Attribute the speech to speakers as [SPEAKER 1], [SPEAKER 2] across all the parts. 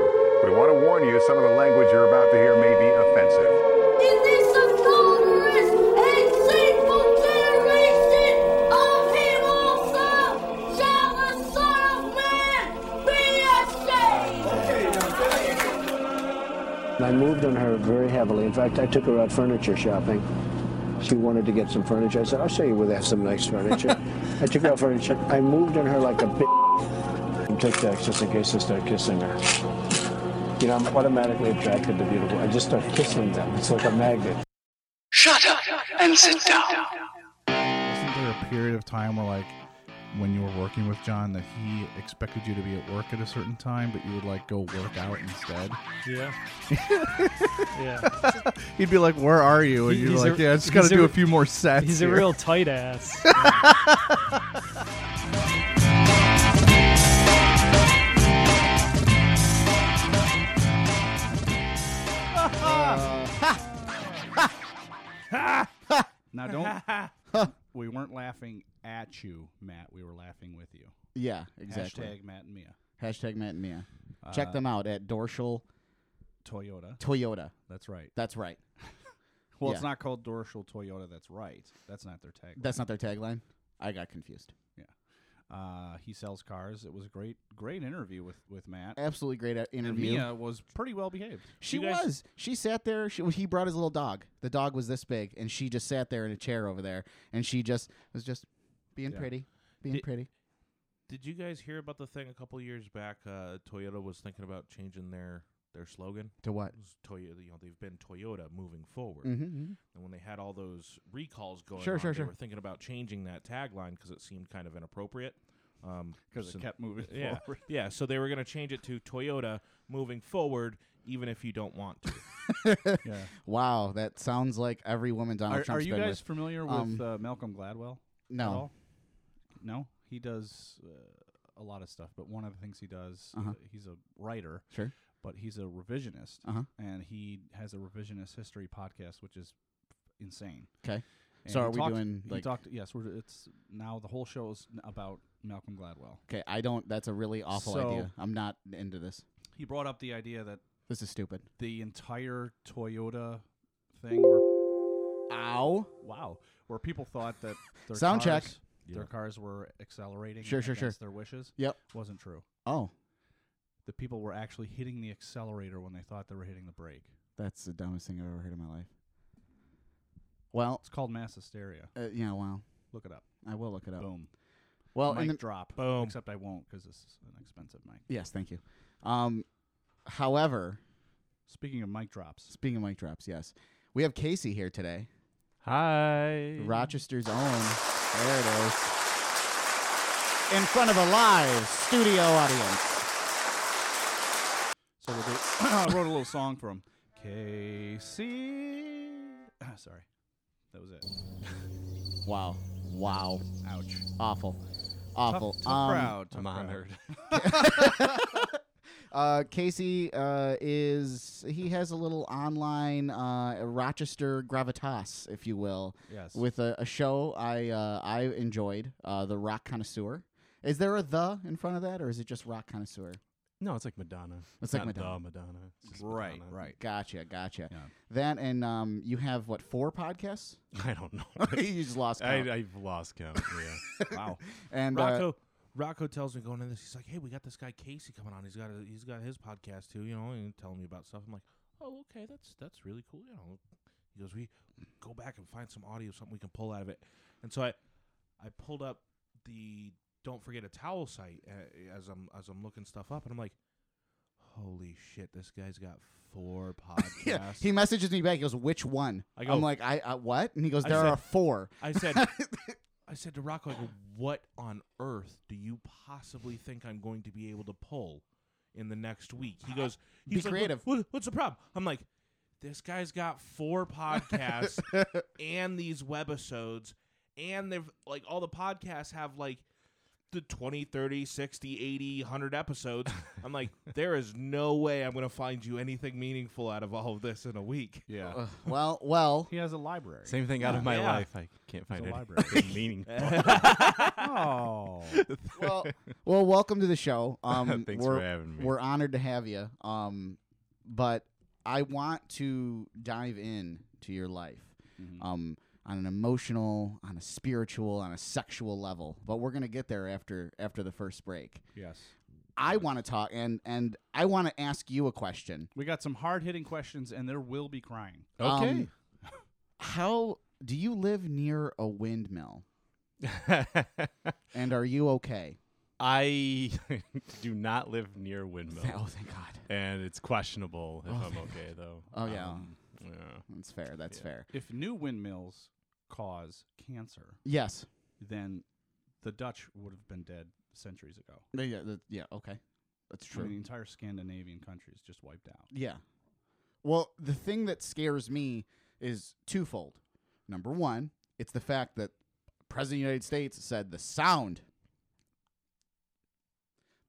[SPEAKER 1] want to warn you, some of the language you're about to hear may be offensive.
[SPEAKER 2] In this Congress and sinful generation of him also shall the Son of Man be ashamed.
[SPEAKER 3] I moved on her very heavily. In fact, I took her out furniture shopping. She wanted to get some furniture. I said, I'll show you where they have some nice furniture. I took her out furniture. I moved on her like a bitch and took that just in case I start kissing her. You know, I'm automatically attracted to beautiful. I just start kissing them. It's like a magnet.
[SPEAKER 4] Shut up and sit down.
[SPEAKER 5] Wasn't there a period of time where, like, when you were working with John, that he expected you to be at work at a certain time, but you would like go work out instead?
[SPEAKER 6] Yeah. yeah.
[SPEAKER 5] He'd be like, "Where are you?" And
[SPEAKER 6] He-
[SPEAKER 5] you're
[SPEAKER 6] he's
[SPEAKER 5] like,
[SPEAKER 6] a-
[SPEAKER 5] "Yeah, I just got to
[SPEAKER 6] he's a-
[SPEAKER 5] do a few more sets."
[SPEAKER 6] He's a
[SPEAKER 5] here."
[SPEAKER 6] real tight ass.
[SPEAKER 5] Now don't. we weren't laughing at you, Matt. We were laughing with you.
[SPEAKER 7] Yeah, exactly.
[SPEAKER 5] Hashtag Matt and Mia.
[SPEAKER 7] Hashtag Matt and Mia. Check
[SPEAKER 5] Uh,
[SPEAKER 7] them out at Dorschel
[SPEAKER 5] Toyota.
[SPEAKER 7] Toyota.
[SPEAKER 5] That's right.
[SPEAKER 7] That's right.
[SPEAKER 5] Well, it's
[SPEAKER 7] Yeah.
[SPEAKER 5] not called Dorschel Toyota. That's right. That's not their tag.
[SPEAKER 7] That's not their tagline. I got confused.
[SPEAKER 5] Uh, he sells cars. It was a great, great interview with with Matt.
[SPEAKER 7] Absolutely great uh,
[SPEAKER 5] And
[SPEAKER 7] interview.
[SPEAKER 5] Mia was pretty well behaved.
[SPEAKER 7] She
[SPEAKER 6] You guys-
[SPEAKER 7] was. She sat there. She, he brought his little dog. The dog was this big, and she just sat there in a chair over there, and she just was just being
[SPEAKER 5] Yeah.
[SPEAKER 7] pretty, being
[SPEAKER 8] Did-
[SPEAKER 7] pretty.
[SPEAKER 8] Did you guys hear about the thing a couple years back? Uh, Toyota was thinking about changing their their slogan.
[SPEAKER 7] To what?
[SPEAKER 8] It was Toyota, you know, they've been Toyota moving forward,
[SPEAKER 7] Mm-hmm.
[SPEAKER 8] and when they had all those recalls going
[SPEAKER 7] Sure,
[SPEAKER 8] on,
[SPEAKER 7] sure,
[SPEAKER 8] they
[SPEAKER 7] sure.
[SPEAKER 8] were thinking about changing that tagline because it seemed kind of inappropriate.
[SPEAKER 5] Because
[SPEAKER 8] Because
[SPEAKER 5] it kept moving.
[SPEAKER 8] yeah,
[SPEAKER 5] forward.
[SPEAKER 8] yeah. So they were going to change it to Toyota moving forward, even if you don't want to.
[SPEAKER 5] yeah.
[SPEAKER 7] Wow, that sounds like every woman Donald
[SPEAKER 5] Are, are
[SPEAKER 7] Trump's
[SPEAKER 5] you
[SPEAKER 7] been
[SPEAKER 5] guys
[SPEAKER 7] with.
[SPEAKER 5] familiar
[SPEAKER 7] Um,
[SPEAKER 5] with uh, Malcolm Gladwell? at
[SPEAKER 7] No,
[SPEAKER 5] all? No, he does uh, a lot of stuff, but one of the things he does,
[SPEAKER 7] Uh-huh.
[SPEAKER 5] uh, he's a writer,
[SPEAKER 7] sure.
[SPEAKER 5] but he's a revisionist,
[SPEAKER 7] Uh huh.
[SPEAKER 5] and he has a revisionist history podcast, which is insane.
[SPEAKER 7] 'Kay.
[SPEAKER 5] And
[SPEAKER 7] So
[SPEAKER 5] he
[SPEAKER 7] are we
[SPEAKER 5] talked-
[SPEAKER 7] doing,
[SPEAKER 5] he
[SPEAKER 7] like-
[SPEAKER 5] talked, yes, we're, it's now the whole show is n- about Malcolm Gladwell.
[SPEAKER 7] Okay, I don't. That's a really awful
[SPEAKER 5] So-
[SPEAKER 7] idea. I'm not into this.
[SPEAKER 5] He brought up the idea that
[SPEAKER 7] This is stupid.
[SPEAKER 5] the entire Toyota thing, where,
[SPEAKER 7] Ow.
[SPEAKER 5] wow, where people thought that their
[SPEAKER 7] Sound check.
[SPEAKER 5] cars, their cars were accelerating
[SPEAKER 7] Sure, sure, sure.
[SPEAKER 5] against their wishes,
[SPEAKER 7] Yep.
[SPEAKER 5] wasn't true.
[SPEAKER 7] Oh,
[SPEAKER 5] the people were actually hitting the accelerator when they thought they were hitting the brake.
[SPEAKER 7] that's the dumbest thing I've ever heard in my life. Well,
[SPEAKER 5] It's called mass hysteria.
[SPEAKER 7] uh, yeah. Wow.
[SPEAKER 5] Look it up.
[SPEAKER 7] I will look it up.
[SPEAKER 5] Boom.
[SPEAKER 7] Well,
[SPEAKER 5] mic
[SPEAKER 7] in the,
[SPEAKER 5] drop.
[SPEAKER 8] Boom.
[SPEAKER 5] Except I won't because this is an expensive mic.
[SPEAKER 7] yes, thank you. Um, however,
[SPEAKER 5] Speaking of mic drops,
[SPEAKER 7] Speaking of mic drops, yes. We have Casey here today.
[SPEAKER 6] Hi.
[SPEAKER 7] Rochester's own. There it is. In front of a live studio audience.
[SPEAKER 5] so we'll do, I wrote a little song for him. KC. Ah, Sorry, that was it.
[SPEAKER 7] Wow. Wow.
[SPEAKER 5] Ouch.
[SPEAKER 7] Awful. Awful.
[SPEAKER 5] Tough, tough
[SPEAKER 7] Um,
[SPEAKER 5] crowd. tough
[SPEAKER 8] I'm
[SPEAKER 5] crowd.
[SPEAKER 8] honored.
[SPEAKER 7] Uh, Casey uh, is he has a little online uh, Rochester gravitas, if you will,
[SPEAKER 5] Yes.
[SPEAKER 7] with a, a show I uh, I enjoyed, uh, the Rock Connoisseur. Is there a the in front of that, or is it just Rock Connoisseur?
[SPEAKER 9] No, it's like Madonna.
[SPEAKER 7] It's like Madonna.
[SPEAKER 9] the Madonna. It's just
[SPEAKER 5] right,
[SPEAKER 9] Madonna.
[SPEAKER 5] right.
[SPEAKER 7] Gotcha, gotcha.
[SPEAKER 5] Yeah.
[SPEAKER 7] That and um, you have what four podcasts?
[SPEAKER 9] I don't know.
[SPEAKER 7] you just lost
[SPEAKER 9] I,
[SPEAKER 7] count.
[SPEAKER 9] I've lost count. Yeah.
[SPEAKER 5] Wow.
[SPEAKER 7] and uh,
[SPEAKER 8] Rocco, Rocco tells me going in this. He's like, "Hey, we got this guy Casey coming on. He's got a, he's got his podcast too, you know, and telling me about stuff." I'm like, "Oh, okay, that's that's really cool." You know, he goes, "We go back and find some audio, something we can pull out of it." And so I, I pulled up the Don't Forget a Towel site uh, as I'm as I'm looking stuff up, and I'm like, "Holy shit, this guy's got four podcasts."
[SPEAKER 7] yeah, he messages me back. He goes, "Which one?"
[SPEAKER 8] I go-
[SPEAKER 7] I'm like, "I uh, what?" And he goes,
[SPEAKER 8] I
[SPEAKER 7] "There
[SPEAKER 8] said-
[SPEAKER 7] are four.
[SPEAKER 8] I said, I said to Rocco, I go, what on earth do you possibly think I'm going to be able to pull in the next week? He goes, he's like, "What-
[SPEAKER 7] creative."
[SPEAKER 8] What, what's the problem? I'm like, this guy's got four podcasts and these webisodes, and they've like all the podcasts have like the 20, 30, 60, 80, 100 episodes. I'm like, there is no way I'm going to find you anything meaningful out of all of this in a week.
[SPEAKER 5] Yeah.
[SPEAKER 7] Ugh, well, well,
[SPEAKER 5] he has a library.
[SPEAKER 9] Same thing out of my
[SPEAKER 8] Yeah.
[SPEAKER 9] life. I can't find
[SPEAKER 5] a library.
[SPEAKER 9] anything meaningful.
[SPEAKER 5] Oh.
[SPEAKER 7] well, well. Welcome to the show. Um,
[SPEAKER 9] Thanks
[SPEAKER 7] we're,
[SPEAKER 9] for having me.
[SPEAKER 7] We're honored to have you. Um, but I want to dive in to your life.
[SPEAKER 9] Mm-hmm.
[SPEAKER 7] Um, on an emotional, on a spiritual, on a sexual level, but we're gonna get there after after the first break.
[SPEAKER 5] Yes.
[SPEAKER 7] I want to talk and and I want to ask you a question.
[SPEAKER 5] We got some hard hitting questions, and there will be crying.
[SPEAKER 7] Okay. Um, How do you live near a windmill? And are you okay?
[SPEAKER 6] I do not live near windmill,
[SPEAKER 7] Oh, thank God.
[SPEAKER 6] and it's questionable if I'm okay though.
[SPEAKER 7] Oh, yeah.
[SPEAKER 6] Um, yeah.
[SPEAKER 7] That's fair. That's fair.
[SPEAKER 5] If new windmills cause cancer,
[SPEAKER 7] Yes.
[SPEAKER 5] then the Dutch would have been dead centuries ago.
[SPEAKER 7] Yeah, Yeah. that- yeah, Okay. That's
[SPEAKER 5] I mean, the
[SPEAKER 7] true.
[SPEAKER 5] entire Scandinavian country is just wiped out.
[SPEAKER 7] Yeah. Well, the thing that scares me is twofold. Number one, it's the fact that President of the United States said the sound,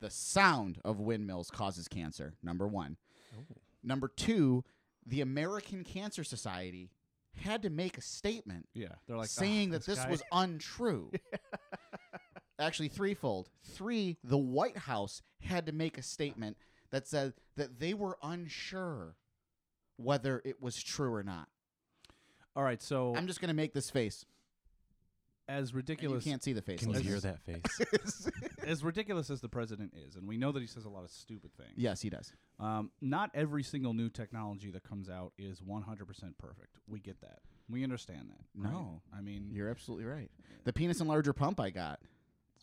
[SPEAKER 7] the sound of windmills causes cancer. Number one.
[SPEAKER 5] Oh.
[SPEAKER 7] Number two, the American Cancer Society had to make a statement
[SPEAKER 5] Yeah, they're like "Ah,
[SPEAKER 7] saying that this
[SPEAKER 10] guy."
[SPEAKER 7] was untrue. Actually, threefold. Three, the White House had to make a statement that said that they were unsure whether it was true or not.
[SPEAKER 5] All right, so
[SPEAKER 7] I'm just going to make this face.
[SPEAKER 5] as
[SPEAKER 7] And you
[SPEAKER 5] ridiculous
[SPEAKER 7] can't see the face.
[SPEAKER 6] Can you
[SPEAKER 7] listeners.
[SPEAKER 6] hear that face?
[SPEAKER 5] as ridiculous as the president is, and we know that he says a lot of stupid things.
[SPEAKER 7] Yes, he does.
[SPEAKER 5] Um, not every single new technology that comes out is 100% perfect. We get that. We understand that. right?
[SPEAKER 7] No.
[SPEAKER 5] I mean,
[SPEAKER 7] You're absolutely right. The penis enlarger pump I got,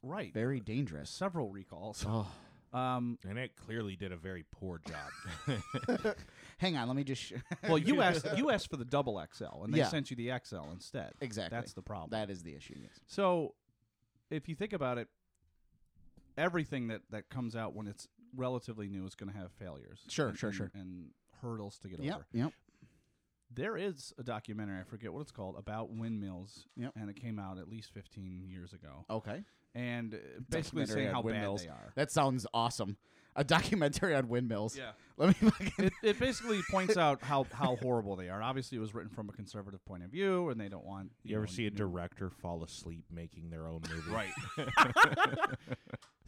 [SPEAKER 5] right.
[SPEAKER 7] very dangerous.
[SPEAKER 5] Several recalls.
[SPEAKER 7] Oh.
[SPEAKER 5] Um,
[SPEAKER 8] And it clearly did a very poor job.
[SPEAKER 7] Hang on, let me just. Sh-
[SPEAKER 5] well, you asked you asked for the double XL, and they
[SPEAKER 7] Yeah.
[SPEAKER 5] sent you the XL instead.
[SPEAKER 7] exactly.
[SPEAKER 5] That's the problem.
[SPEAKER 7] That is the issue. Yes.
[SPEAKER 5] So, if you think about it, everything that that comes out when it's relatively new is going to have failures.
[SPEAKER 7] Sure,
[SPEAKER 5] and-
[SPEAKER 7] sure,
[SPEAKER 5] and-
[SPEAKER 7] sure.
[SPEAKER 5] And hurdles to get
[SPEAKER 7] Yep.
[SPEAKER 5] over.
[SPEAKER 7] Yep.
[SPEAKER 5] There is a documentary, I forget what it's called, about windmills,
[SPEAKER 7] Yep.
[SPEAKER 5] and it came out at least 15 years ago.
[SPEAKER 7] Okay.
[SPEAKER 5] And uh, basically
[SPEAKER 7] Documentary
[SPEAKER 5] saying
[SPEAKER 7] on
[SPEAKER 5] how bad
[SPEAKER 7] windmills.
[SPEAKER 5] they are.
[SPEAKER 7] That sounds awesome. A documentary on windmills.
[SPEAKER 5] Yeah.
[SPEAKER 7] Let me fucking.
[SPEAKER 5] it, it basically points out how, how horrible they are. Obviously, it was written from a conservative point of view, and they don't want.
[SPEAKER 8] you ever
[SPEAKER 5] know,
[SPEAKER 8] see a
[SPEAKER 5] new-
[SPEAKER 8] director fall asleep making their own movie? Right.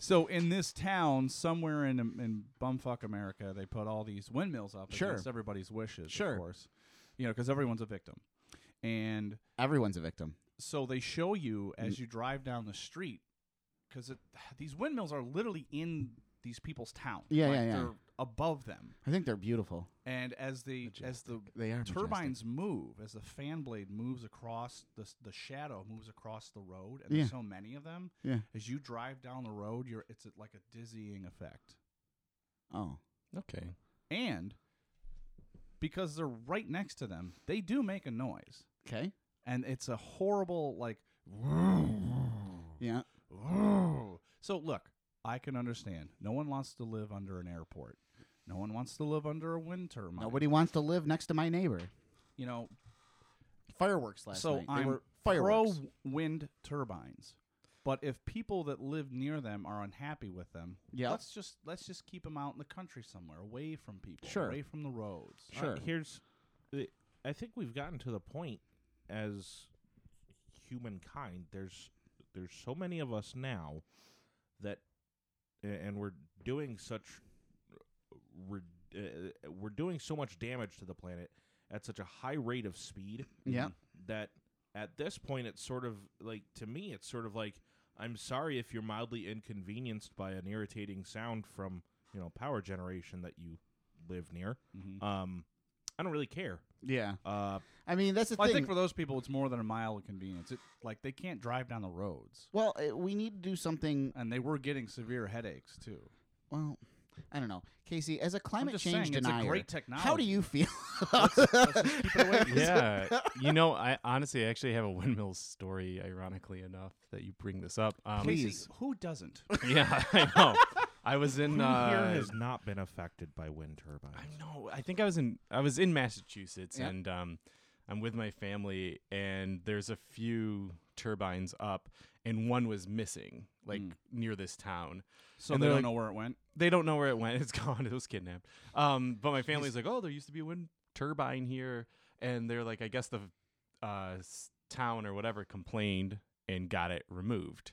[SPEAKER 5] So in this town, somewhere in in bumfuck America, they put all these windmills up
[SPEAKER 7] Sure.
[SPEAKER 5] against everybody's wishes.
[SPEAKER 7] Sure.
[SPEAKER 5] of course, you know because everyone's a victim, and
[SPEAKER 7] Everyone's a victim.
[SPEAKER 5] so they show you
[SPEAKER 7] Mm.
[SPEAKER 5] as you drive down the street because these windmills are literally in these people's town.
[SPEAKER 7] Yeah,
[SPEAKER 5] Like,
[SPEAKER 7] yeah, yeah.
[SPEAKER 5] They're above them,
[SPEAKER 7] I think they're beautiful.
[SPEAKER 5] and as the as the
[SPEAKER 7] They are
[SPEAKER 5] turbines move as the fan blade moves across the s- the shadow moves across the road and there's
[SPEAKER 7] Yeah.
[SPEAKER 5] so many of them
[SPEAKER 7] Yeah.
[SPEAKER 5] as you drive down the road you're it's a, like a dizzying effect
[SPEAKER 7] Oh,
[SPEAKER 6] okay.
[SPEAKER 5] and because they're right next to them they do make a noise
[SPEAKER 7] okay.
[SPEAKER 5] and it's a horrible like
[SPEAKER 7] Yeah.
[SPEAKER 5] so look i can understand no one wants to live under an airport no one wants to live under a wind turbine
[SPEAKER 7] Nobody wants to live next to my neighbor.
[SPEAKER 5] you know
[SPEAKER 7] Fireworks last
[SPEAKER 5] so
[SPEAKER 7] night. They
[SPEAKER 5] I'm
[SPEAKER 7] were
[SPEAKER 5] pro
[SPEAKER 7] fireworks.
[SPEAKER 5] wind turbines, but if people that live near them are unhappy with them,
[SPEAKER 7] Yeah.
[SPEAKER 5] let's just let's just keep them out in the country somewhere, away from people,
[SPEAKER 7] Sure.
[SPEAKER 5] away from the roads.
[SPEAKER 7] Sure.
[SPEAKER 8] Uh, here's, the- I think we've gotten to the point as humankind. There's there's so many of us now that, a- and we're doing such, rid- uh, we're doing so much damage to the planet at such a high rate of speed.
[SPEAKER 7] Yeah.
[SPEAKER 8] that at this point it's sort of like to me it's sort of like I'm sorry if you're mildly inconvenienced by an irritating sound from you know power generation that you live near. Um, I don't really care.
[SPEAKER 7] Yeah.
[SPEAKER 8] Uh,
[SPEAKER 7] I mean, that's the
[SPEAKER 5] Well, I
[SPEAKER 7] thing.
[SPEAKER 5] think for those people, it's more than a mile of convenience. It, like they can't drive down the roads,
[SPEAKER 7] well, uh, we need to do something.
[SPEAKER 5] and they were getting severe headaches too.
[SPEAKER 7] Well, I don't know, Casey. As a climate
[SPEAKER 5] just
[SPEAKER 7] change
[SPEAKER 5] saying, it's a
[SPEAKER 7] denier,
[SPEAKER 5] great
[SPEAKER 7] How do
[SPEAKER 5] technology.
[SPEAKER 7] you feel?
[SPEAKER 6] Yeah. you know, I honestly actually have a windmill story. Ironically enough, that you bring this up. Um,
[SPEAKER 5] Casey, who doesn't?
[SPEAKER 6] Yeah, I know. I was in.
[SPEAKER 8] who here
[SPEAKER 6] Uh,
[SPEAKER 8] has not been affected by wind
[SPEAKER 6] I
[SPEAKER 8] turbines?
[SPEAKER 6] know. I think I was in. I was in Massachusetts,
[SPEAKER 7] Yeah.
[SPEAKER 6] and um, I'm with my family, and there's a few turbines up, and one was missing, like
[SPEAKER 5] Hmm.
[SPEAKER 6] near this town.
[SPEAKER 5] So
[SPEAKER 6] And
[SPEAKER 5] they
[SPEAKER 6] they're
[SPEAKER 5] don't
[SPEAKER 6] like-
[SPEAKER 5] know where it went.
[SPEAKER 6] They don't know where it went. It's gone. It was kidnapped. Um, but my family's like, oh, there used to be a wind turbine here, and they're like, I guess the uh, s- town or
[SPEAKER 5] Hmm.
[SPEAKER 6] whatever complained and got it removed,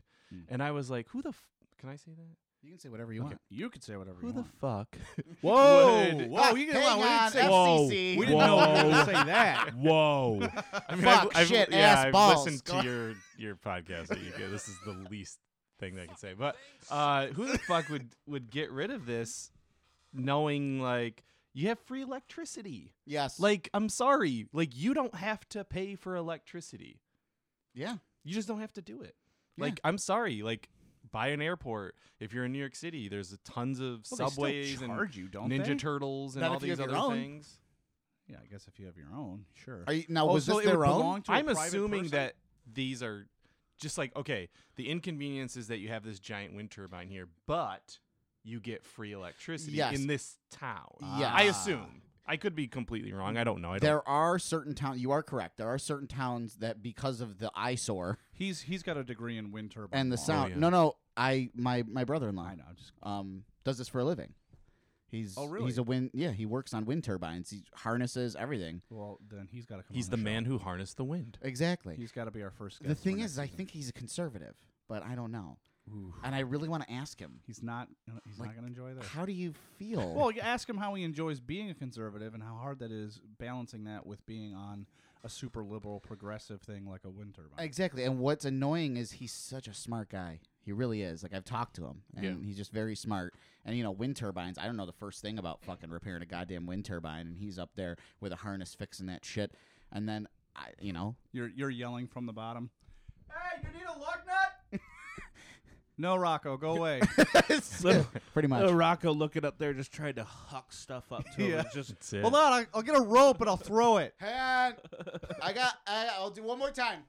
[SPEAKER 6] and I was like, who the f- can I say that?
[SPEAKER 7] You can say whatever you want.
[SPEAKER 5] You could say whatever
[SPEAKER 6] Who
[SPEAKER 5] you
[SPEAKER 6] the
[SPEAKER 5] want.
[SPEAKER 6] fuck?
[SPEAKER 5] Whoa!
[SPEAKER 6] would-
[SPEAKER 5] Whoa! You get, wow,
[SPEAKER 7] hang
[SPEAKER 5] we didn't
[SPEAKER 7] on,
[SPEAKER 5] say,
[SPEAKER 7] Whoa,
[SPEAKER 5] whoa!
[SPEAKER 7] FCC.
[SPEAKER 5] We didn't know you were
[SPEAKER 6] Whoa.
[SPEAKER 5] gonna say that.
[SPEAKER 8] Whoa.
[SPEAKER 6] I mean,
[SPEAKER 7] Fuck,
[SPEAKER 6] I've,
[SPEAKER 7] shit,
[SPEAKER 6] I've, yeah,
[SPEAKER 7] ass,
[SPEAKER 6] I've
[SPEAKER 7] balls.
[SPEAKER 6] listened
[SPEAKER 7] Go-
[SPEAKER 6] to your your podcast. That you go, this is the least thing that I can say. But uh, who the fuck would would get rid of this, knowing like you have free electricity?
[SPEAKER 7] Yes.
[SPEAKER 6] Like, I'm sorry, like you don't have to pay for electricity.
[SPEAKER 7] yeah.
[SPEAKER 6] You just don't have to do it.
[SPEAKER 7] Yeah.
[SPEAKER 6] Like, I'm sorry, like by an airport. If you're in New York City, there's tons of
[SPEAKER 5] Well, they still
[SPEAKER 6] subways and
[SPEAKER 5] charge you, don't
[SPEAKER 6] Ninja
[SPEAKER 5] they?
[SPEAKER 6] Turtles and
[SPEAKER 7] Not
[SPEAKER 6] all
[SPEAKER 7] if you
[SPEAKER 6] these
[SPEAKER 7] have
[SPEAKER 6] other
[SPEAKER 7] your own.
[SPEAKER 6] things.
[SPEAKER 5] Yeah, I guess if you have your own, sure. Oh,
[SPEAKER 7] Are you, now was
[SPEAKER 6] Also,
[SPEAKER 7] this
[SPEAKER 6] it would
[SPEAKER 7] their own?
[SPEAKER 5] belong to a
[SPEAKER 6] I'm
[SPEAKER 5] private
[SPEAKER 6] assuming
[SPEAKER 5] person?
[SPEAKER 6] that these are just like okay. The inconvenience is that you have this giant wind turbine here, but you get free electricity
[SPEAKER 7] Yes.
[SPEAKER 6] in this town.
[SPEAKER 7] Yes.
[SPEAKER 6] I assume. I could be completely wrong. I don't know. I don't.
[SPEAKER 7] There are certain towns. You are correct. There are certain towns that because of the eyesore
[SPEAKER 5] He's he's got a degree in wind turbine
[SPEAKER 7] and the
[SPEAKER 5] law.
[SPEAKER 7] sound.
[SPEAKER 6] yeah.
[SPEAKER 7] No, no. I my my brother-in-law.
[SPEAKER 5] Oh, I know. I'm just
[SPEAKER 7] um, does this for a living. He's
[SPEAKER 5] Oh, really?
[SPEAKER 7] he's a wind yeah he works on wind turbines he harnesses everything
[SPEAKER 5] well. Then he's got to come.
[SPEAKER 6] He's
[SPEAKER 5] on
[SPEAKER 6] the
[SPEAKER 5] show.
[SPEAKER 6] man who harnessed the wind.
[SPEAKER 7] exactly
[SPEAKER 5] He's got to be our first.
[SPEAKER 7] the
[SPEAKER 5] guest for
[SPEAKER 7] thing
[SPEAKER 5] next
[SPEAKER 7] is I
[SPEAKER 5] season.
[SPEAKER 7] think he's a conservative but I don't know
[SPEAKER 5] Ooh.
[SPEAKER 7] and I really want to ask him
[SPEAKER 5] he's not. He's
[SPEAKER 7] Like,
[SPEAKER 5] not going to enjoy this. Oh,
[SPEAKER 7] how do you feel
[SPEAKER 5] Well, you ask him how he enjoys being a conservative and how hard that is balancing that with being on a super liberal progressive thing like a wind turbine.
[SPEAKER 7] exactly and what's annoying is he's such a smart guy he really is like I've talked to him and
[SPEAKER 6] Yeah.
[SPEAKER 7] he's just very smart and you know wind turbines I don't know the first thing about fucking repairing a goddamn wind turbine and he's up there with a harness fixing that shit and then I you know
[SPEAKER 5] You're you're yelling from the bottom. Hey, you need a lug nut? no, Rocco, go away.
[SPEAKER 7] pretty much
[SPEAKER 8] Uh, Rocco looking up there just trying to huck stuff up to him. and Just
[SPEAKER 6] it.
[SPEAKER 5] Hold on, I- I'll get a rope and I'll throw it.
[SPEAKER 7] Hang on. I got. I, I'll do one more time.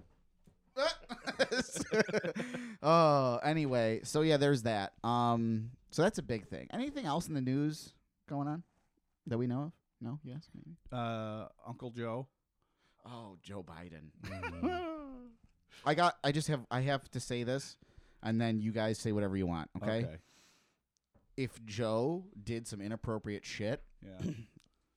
[SPEAKER 7] oh, anyway, so yeah, there's that. Um, so that's a big thing. Anything else in the news going on that we know of? No. Yes. Maybe.
[SPEAKER 5] Uh, Uncle Joe.
[SPEAKER 7] Oh, Joe Biden. I got. I just have. I have to say this, and then you guys say whatever you want. Okay. If Joe did some inappropriate shit,
[SPEAKER 5] Yeah.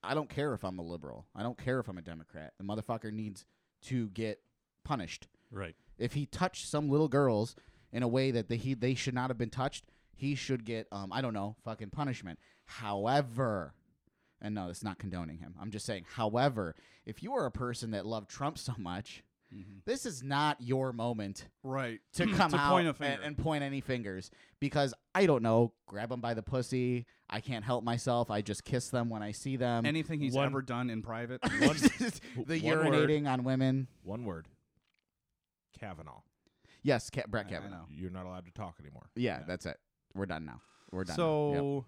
[SPEAKER 7] I don't care if I'm a liberal. I don't care if I'm a Democrat. The motherfucker needs to get punished.
[SPEAKER 6] Right.
[SPEAKER 7] if he touched some little girls in a way that they, he they should not have been touched, he should get um I don't know fucking punishment. However, and no, it's not condoning him. I'm just saying. However, if you are a person that loved Trump so much,
[SPEAKER 5] Mm-hmm.
[SPEAKER 7] this is not your moment
[SPEAKER 5] Right.
[SPEAKER 7] to come out
[SPEAKER 5] point a
[SPEAKER 7] and-
[SPEAKER 5] finger.
[SPEAKER 7] And, point any fingers because I don't know. Grab them by the pussy. I can't help myself. I just kiss them when I see them.
[SPEAKER 5] Anything he's
[SPEAKER 8] One-
[SPEAKER 5] ever done in private.
[SPEAKER 7] the
[SPEAKER 8] one word.
[SPEAKER 7] urinating on women.
[SPEAKER 8] One word. Kavanaugh.
[SPEAKER 7] Yes, Ca- Brett
[SPEAKER 5] I- I
[SPEAKER 7] Kavanaugh.
[SPEAKER 5] know.
[SPEAKER 8] You're not allowed to talk anymore.
[SPEAKER 7] Yeah, that's it. We're done now. We're done. now. Yep.
[SPEAKER 5] So,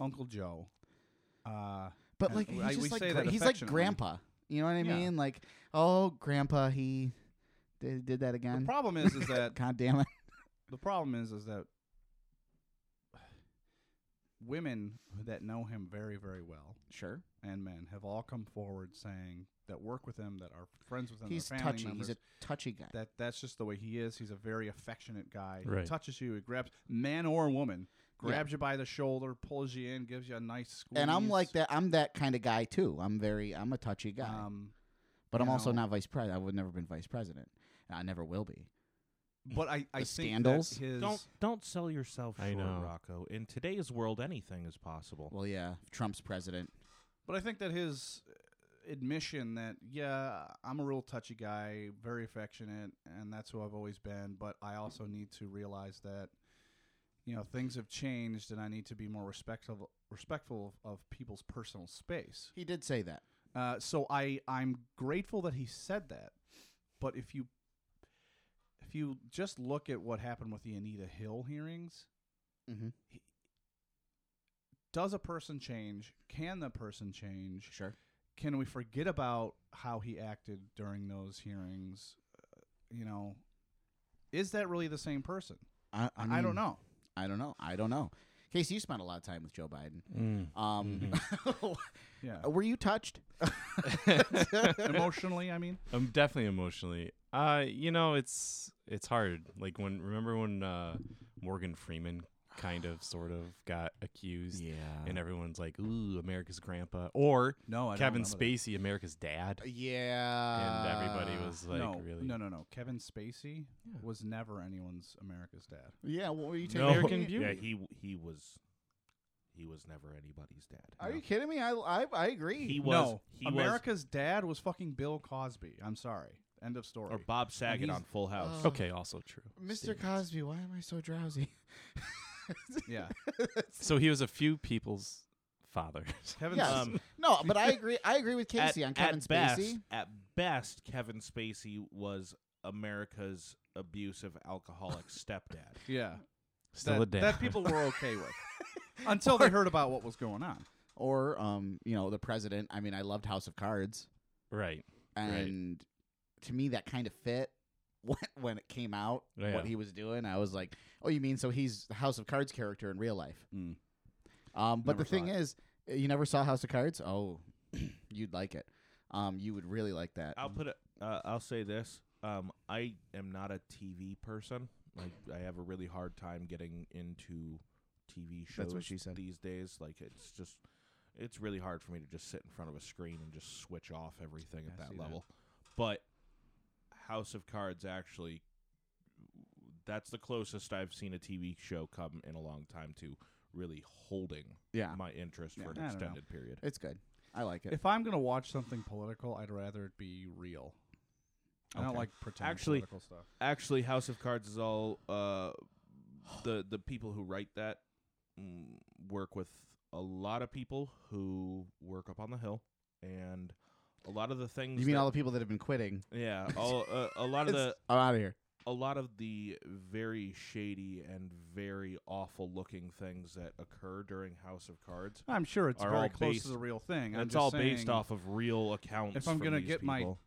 [SPEAKER 5] Uncle Joe. Uh,
[SPEAKER 7] But
[SPEAKER 5] And
[SPEAKER 7] like
[SPEAKER 5] w-
[SPEAKER 7] he's
[SPEAKER 5] I- we
[SPEAKER 7] just
[SPEAKER 5] say
[SPEAKER 7] like
[SPEAKER 5] that
[SPEAKER 7] gra- he's like
[SPEAKER 5] affectionately.
[SPEAKER 7] grandpa. You know what I
[SPEAKER 5] Yeah.
[SPEAKER 7] mean? Like, oh, grandpa, he did, did that
[SPEAKER 5] the
[SPEAKER 7] again.
[SPEAKER 5] problem is, is that
[SPEAKER 7] God damn it!
[SPEAKER 5] the problem is, is that women that know him very, very well
[SPEAKER 7] Sure,
[SPEAKER 5] and men have all come forward saying that work with him, that are friends with him,
[SPEAKER 7] he's
[SPEAKER 5] their family
[SPEAKER 7] touchy.
[SPEAKER 5] members,
[SPEAKER 7] He's a touchy guy.
[SPEAKER 5] that that's just the way he is. He's a very affectionate guy. He
[SPEAKER 6] Right.
[SPEAKER 5] touches you, he grabs man or woman,
[SPEAKER 7] Yeah.
[SPEAKER 5] grabs you by the shoulder, pulls you in, gives you a nice squeeze.
[SPEAKER 7] and I'm like that. I'm that kind of guy too. I'm very. I'm a touchy guy.
[SPEAKER 5] Um,
[SPEAKER 7] but I'm
[SPEAKER 5] you
[SPEAKER 7] also
[SPEAKER 5] know.
[SPEAKER 7] not vice president. I would never been vice president. And I never will be.
[SPEAKER 5] but I, I think
[SPEAKER 7] The scandals?
[SPEAKER 5] that his
[SPEAKER 8] Don't don't sell yourself short,
[SPEAKER 6] I know.
[SPEAKER 8] Rocco. In today's world, anything is possible.
[SPEAKER 7] Well, yeah, if Trump's president.
[SPEAKER 5] But I think that his uh, admission that yeah, I'm a real touchy guy, very affectionate, and that's who I've always been. But I also need to realize that you know things have changed, and I need to be more respectful respectful of, of people's personal space.
[SPEAKER 7] He did say that.
[SPEAKER 5] Uh, so I I'm grateful that he said that. But if you if you just look at what happened with the Anita Hill hearings,
[SPEAKER 7] hmm
[SPEAKER 5] does a person change? Can the person change?
[SPEAKER 7] Sure.
[SPEAKER 5] can we forget about how he acted during those hearings? Uh, you know, is that really the same person?
[SPEAKER 7] I,
[SPEAKER 5] I, I
[SPEAKER 7] mean,
[SPEAKER 5] don't know.
[SPEAKER 7] I don't know. I don't know. Casey, you spent a lot of time with Joe Biden. Um,
[SPEAKER 5] Yeah,
[SPEAKER 7] were you touched?
[SPEAKER 5] emotionally, I mean,
[SPEAKER 6] I'm definitely emotionally. Uh, you know, it's it's hard. Like when remember when uh, Morgan Freeman kind of, sort of got accused.
[SPEAKER 7] Yeah.
[SPEAKER 6] And everyone's like, ooh, America's grandpa. Or
[SPEAKER 5] No, I don't
[SPEAKER 6] Kevin
[SPEAKER 5] remember that. Uh,
[SPEAKER 6] Spacey, America's dad.
[SPEAKER 7] Yeah.
[SPEAKER 6] everybody was, like,
[SPEAKER 5] no,
[SPEAKER 6] really-
[SPEAKER 5] No, no, no. Kevin Spacey was never anyone's America's dad.
[SPEAKER 7] Yeah, what were you taking?
[SPEAKER 8] No.
[SPEAKER 6] American
[SPEAKER 8] Yeah,
[SPEAKER 6] Beauty.
[SPEAKER 8] he he was he was never anybody's dad.
[SPEAKER 7] Are
[SPEAKER 8] No.
[SPEAKER 7] you kidding me? I I, I agree.
[SPEAKER 8] He was
[SPEAKER 5] no,
[SPEAKER 8] he
[SPEAKER 5] America's dad was fucking Bill Cosby. I'm sorry. End of story.
[SPEAKER 8] was or Bob Saget
[SPEAKER 5] he's-
[SPEAKER 8] on Full House.
[SPEAKER 7] Oh.
[SPEAKER 6] Okay, also true.
[SPEAKER 7] Mr. Cosby, why am I so drowsy?
[SPEAKER 5] yeah,
[SPEAKER 6] So he was a few people's father.
[SPEAKER 5] Kevin.
[SPEAKER 7] Yes.
[SPEAKER 5] Spacey-
[SPEAKER 8] Um,
[SPEAKER 7] No, but I agree. I agree with
[SPEAKER 8] At-
[SPEAKER 7] Casey on Kevin
[SPEAKER 8] at best,
[SPEAKER 7] Spacey.
[SPEAKER 8] At best, Kevin Spacey was America's abusive alcoholic stepdad.
[SPEAKER 5] yeah.
[SPEAKER 6] Still
[SPEAKER 5] that,
[SPEAKER 6] a dad.
[SPEAKER 5] that people were okay with until they heard about what was going on.
[SPEAKER 7] Or um, you know, the president. I mean, I loved House of Cards,
[SPEAKER 6] right.
[SPEAKER 7] and to me, that kind of fit when when it came out
[SPEAKER 6] Oh, yeah.
[SPEAKER 7] what he was doing. I was like, oh, you mean so he's the House of Cards character in real life?
[SPEAKER 5] Mm.
[SPEAKER 7] Um, but
[SPEAKER 5] Never
[SPEAKER 7] the
[SPEAKER 5] saw
[SPEAKER 7] thing
[SPEAKER 5] it.
[SPEAKER 7] is, eh, you never saw House of Cards. Oh, you'd like it. Um, you would really like that.
[SPEAKER 8] I'll put it. Uh, I'll say this. Um, I am not a TV person. I I have a really hard time getting into TV shows.
[SPEAKER 7] That's what she said.
[SPEAKER 8] These days, like it's just, it's really hard for me to just sit in front of a screen and just switch off everything at
[SPEAKER 5] I see
[SPEAKER 8] that
[SPEAKER 5] that.
[SPEAKER 8] level. But House of Cards actually, that's the closest I've seen a TV show come in a long time to really holding
[SPEAKER 7] yeah,
[SPEAKER 8] my interest
[SPEAKER 5] Yeah, I
[SPEAKER 8] for an
[SPEAKER 5] don't know.
[SPEAKER 8] extended period.
[SPEAKER 7] it's good. I like it.
[SPEAKER 5] If I'm gonna watch something political, I'd rather it be real. I don't
[SPEAKER 8] Okay.
[SPEAKER 5] like pretend
[SPEAKER 8] Actually-
[SPEAKER 5] political stuff.
[SPEAKER 8] actually House of Cards is all uh, the the people who write that mm, work with a lot of people who work up on the hill and a lot of the things
[SPEAKER 7] you mean
[SPEAKER 8] that-
[SPEAKER 7] all the people that have been quitting?
[SPEAKER 8] yeah all, uh, a lot of the
[SPEAKER 7] It's- I'm out of here.
[SPEAKER 8] a lot of the very shady and very awful looking things that occur during House of Cards
[SPEAKER 5] I'm sure it's
[SPEAKER 8] are all
[SPEAKER 5] very close
[SPEAKER 8] based-
[SPEAKER 5] to the real thing. I'm
[SPEAKER 8] it's
[SPEAKER 5] just
[SPEAKER 8] all based
[SPEAKER 5] saying
[SPEAKER 8] off of real accounts
[SPEAKER 5] if I'm
[SPEAKER 8] from
[SPEAKER 5] gonna
[SPEAKER 8] these
[SPEAKER 5] get my-
[SPEAKER 8] people.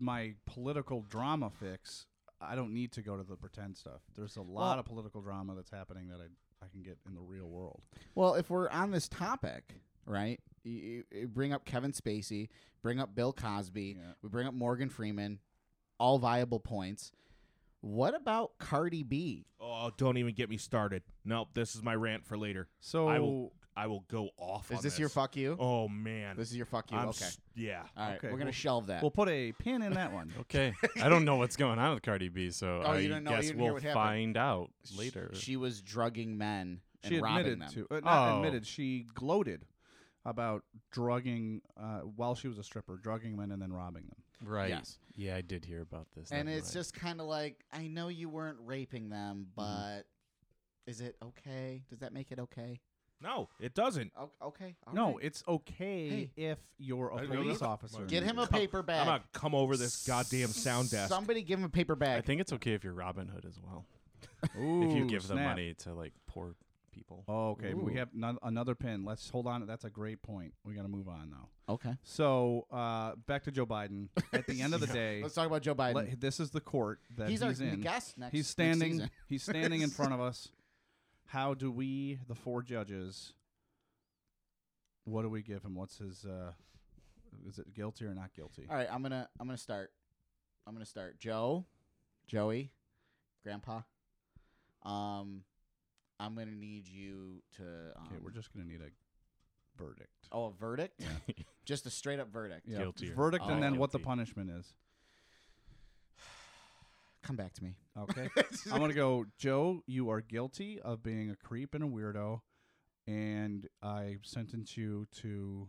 [SPEAKER 5] my political drama fix. I don't need to go to the pretend stuff. There's a lot of political drama that's happening that I I can get in the real world.
[SPEAKER 7] Well, if we're on this topic, right? You, you bring up Kevin Spacey, bring up Bill Cosby,
[SPEAKER 5] Yeah.
[SPEAKER 7] we bring up Morgan Freeman, all viable points. What about Cardi B?
[SPEAKER 8] oh don't even get me started nope this is my rant for later
[SPEAKER 5] So
[SPEAKER 8] I will I will go off
[SPEAKER 7] Is
[SPEAKER 8] on
[SPEAKER 7] this, your fuck you?
[SPEAKER 8] Oh man,
[SPEAKER 7] This is your fuck you.
[SPEAKER 8] I'm
[SPEAKER 7] okay.
[SPEAKER 8] s- yeah.
[SPEAKER 7] all right,
[SPEAKER 5] okay,
[SPEAKER 7] we're gonna
[SPEAKER 5] well-
[SPEAKER 7] shelve that.
[SPEAKER 5] we'll put a pin in that one.
[SPEAKER 6] Okay. I don't know what's going on with Cardi B, so
[SPEAKER 7] Oh,
[SPEAKER 6] I
[SPEAKER 7] you didn't know- you
[SPEAKER 6] guess
[SPEAKER 7] didn't hear
[SPEAKER 6] we'll
[SPEAKER 7] what happened.
[SPEAKER 6] find out
[SPEAKER 7] Sh-
[SPEAKER 6] later.
[SPEAKER 7] She was drugging men and
[SPEAKER 5] she
[SPEAKER 7] robbing
[SPEAKER 5] admitted
[SPEAKER 7] them.
[SPEAKER 5] to uh, not
[SPEAKER 6] Oh.
[SPEAKER 5] admitted she gloated about drugging uh, while she was a stripper drugging men and then robbing them
[SPEAKER 6] right.
[SPEAKER 7] Yes.
[SPEAKER 6] Yeah, I did hear about this.
[SPEAKER 7] and
[SPEAKER 6] never
[SPEAKER 7] it's
[SPEAKER 6] mind.
[SPEAKER 7] just kind of like I know you weren't raping them,
[SPEAKER 5] Mm-hmm.
[SPEAKER 7] but is it okay? Does that make it okay?
[SPEAKER 8] No, it doesn't.
[SPEAKER 7] O- okay. all
[SPEAKER 5] no
[SPEAKER 7] right.
[SPEAKER 5] it's okay
[SPEAKER 7] Hey.
[SPEAKER 5] if you're
[SPEAKER 8] I
[SPEAKER 5] a
[SPEAKER 8] know
[SPEAKER 5] police
[SPEAKER 8] that.
[SPEAKER 5] officer
[SPEAKER 7] Get him a paper
[SPEAKER 8] I'm
[SPEAKER 7] bag.
[SPEAKER 8] gonna come over this goddamn sound desk.
[SPEAKER 7] Somebody give him a paper bag.
[SPEAKER 6] I think it's okay if you're Robin Hood as well.
[SPEAKER 5] Ooh,
[SPEAKER 6] if you give the
[SPEAKER 5] snap.
[SPEAKER 6] money to like poor people.
[SPEAKER 5] oh, okay we
[SPEAKER 7] Ooh.
[SPEAKER 5] have none, another pin let's hold on that's a great point we gotta move on now
[SPEAKER 7] okay.
[SPEAKER 5] so uh, back to joe biden at the end of the day
[SPEAKER 7] Let's talk about Joe Biden.
[SPEAKER 5] let- this is the court that
[SPEAKER 7] he's,
[SPEAKER 5] he's,
[SPEAKER 7] our
[SPEAKER 5] in
[SPEAKER 7] guest next.
[SPEAKER 5] he's
[SPEAKER 7] next
[SPEAKER 5] standing
[SPEAKER 7] season.
[SPEAKER 5] he's standing in front of us how do we the four judges what do we give him what's his uh is it guilty or not guilty
[SPEAKER 7] All right, I'm gonna I'm gonna start. I'm gonna start. Joe, Joey, Grandpa. Um, I'm gonna need you to. Um,
[SPEAKER 5] okay we're just gonna need a verdict
[SPEAKER 7] Oh, a verdict. just a straight up verdict.
[SPEAKER 5] yeah.
[SPEAKER 6] Guilty or
[SPEAKER 5] verdict
[SPEAKER 7] not
[SPEAKER 5] and then what the
[SPEAKER 6] guilty.
[SPEAKER 5] punishment is
[SPEAKER 7] Come back to me.
[SPEAKER 5] okay i'm gonna go joe you are guilty of being a creep and a weirdo and i sentence you to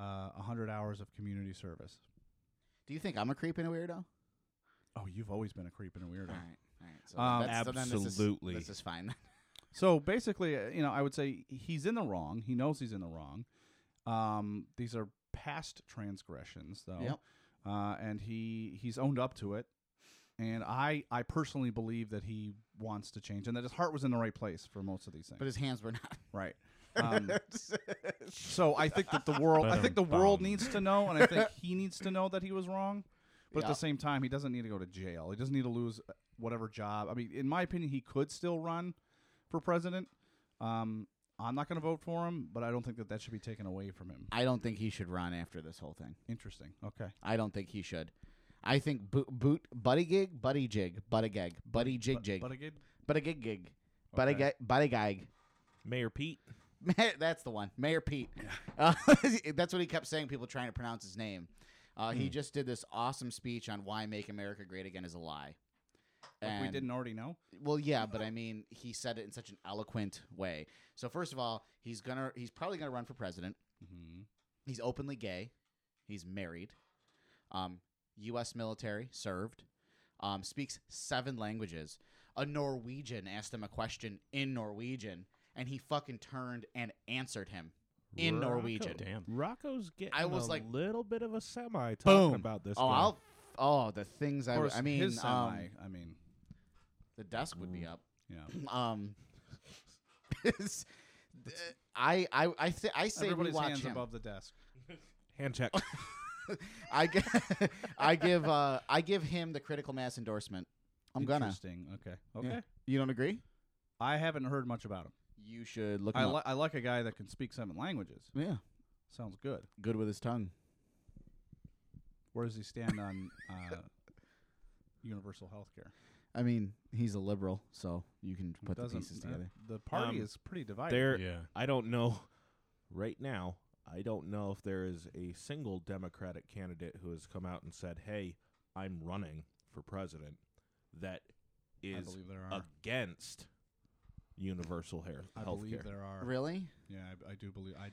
[SPEAKER 5] uh, 100 hours of community service
[SPEAKER 7] Do you think I'm a creep and a weirdo?
[SPEAKER 5] oh you've always been a creep and a weirdo
[SPEAKER 7] All right, all right. So
[SPEAKER 5] Um,
[SPEAKER 7] that's, so then this is-
[SPEAKER 8] absolutely.
[SPEAKER 7] this is, fine.
[SPEAKER 5] So basically, uh, you know, I would say he's in the wrong. He knows he's in the wrong. Um, these are past transgressions, though,
[SPEAKER 7] Yep.
[SPEAKER 5] uh, and he he's owned up to it. And I I personally believe that he wants to change, and that his heart was in the right place for most of these things.
[SPEAKER 7] But his hands were not.
[SPEAKER 5] right. Um, so I think that the world I think the world
[SPEAKER 6] Ba-dum-bum.
[SPEAKER 5] needs to know, and I think he needs to know that he was wrong. But at
[SPEAKER 7] Yeah.
[SPEAKER 5] the same time, he doesn't need to go to jail. He doesn't need to lose uh, whatever job. I mean, in my opinion, he could still run for president. Um, I'm not going to vote for him, but I don't think that that should be taken away from him.
[SPEAKER 7] I don't think he should run after this whole thing.
[SPEAKER 5] Interesting. Okay.
[SPEAKER 7] I don't think he should. I think boot, boot buddy gig, buddy jig, buddy gag, buddy jig jig,
[SPEAKER 5] But again,
[SPEAKER 7] buddy gig gig, buddy
[SPEAKER 5] Okay.
[SPEAKER 7] gag, buddy gag,
[SPEAKER 8] Mayor Pete.
[SPEAKER 7] That's the one, Mayor Pete. Uh, that's what he kept saying. People trying to pronounce his name. Uh,
[SPEAKER 5] Hmm.
[SPEAKER 7] He just did this awesome speech on why "Make America Great Again" is a lie.
[SPEAKER 5] Like we
[SPEAKER 7] And-
[SPEAKER 5] didn't already know.
[SPEAKER 7] Well, yeah, but I mean, he said it in such an eloquent way. So first of all, he's gonna he's probably gonna run for president. He's openly gay. He's married. Um, U.S. military served. Um, speaks seven languages. A Norwegian asked him a question in Norwegian, and he fucking turned and answered him in
[SPEAKER 8] Rocco.
[SPEAKER 7] Norwegian.
[SPEAKER 6] Damn.
[SPEAKER 8] Rocco's getting
[SPEAKER 7] I was
[SPEAKER 8] a
[SPEAKER 7] like-
[SPEAKER 8] little bit of a semi talking
[SPEAKER 7] Boom
[SPEAKER 8] about this.
[SPEAKER 7] Oh,
[SPEAKER 8] guy.
[SPEAKER 7] I'll. Oh, the things I.
[SPEAKER 5] Of
[SPEAKER 7] w-
[SPEAKER 5] course,
[SPEAKER 7] I mean,
[SPEAKER 5] his semi. Mm.
[SPEAKER 7] um,
[SPEAKER 5] I mean,
[SPEAKER 7] the desk would be up.
[SPEAKER 5] yeah.
[SPEAKER 7] Um, it's- th- I I I, th- I say we
[SPEAKER 5] Everybody's
[SPEAKER 7] watch
[SPEAKER 5] hands
[SPEAKER 7] him.
[SPEAKER 5] above the desk.
[SPEAKER 8] hand check.
[SPEAKER 7] I gi- I give uh I give him the critical mass endorsement. I'm gonna.
[SPEAKER 5] Interesting. Okay. Okay.
[SPEAKER 7] Yeah. You don't agree?
[SPEAKER 5] I haven't heard much about him.
[SPEAKER 7] You should look.
[SPEAKER 5] I,
[SPEAKER 7] him
[SPEAKER 5] li-
[SPEAKER 7] up.
[SPEAKER 5] I like a guy that can speak seven languages.
[SPEAKER 7] Yeah,
[SPEAKER 5] Sounds good.
[SPEAKER 7] good with his tongue.
[SPEAKER 5] Where does he stand on uh, universal health care?
[SPEAKER 7] I mean, he's a liberal, so you can put the
[SPEAKER 5] Doesn't-
[SPEAKER 7] pieces
[SPEAKER 5] uh,
[SPEAKER 7] together.
[SPEAKER 5] The party
[SPEAKER 8] Um,
[SPEAKER 5] is pretty divided.
[SPEAKER 8] there,
[SPEAKER 6] Yeah.
[SPEAKER 8] I don't know. Right now, I don't know if there is a single Democratic candidate who has come out and said, "Hey, I'm running for president." That
[SPEAKER 5] I
[SPEAKER 8] is
[SPEAKER 5] believe there are.
[SPEAKER 8] against universal hair
[SPEAKER 5] I
[SPEAKER 8] health
[SPEAKER 5] believe there are.
[SPEAKER 7] Really?
[SPEAKER 5] Yeah, I, I do believe. I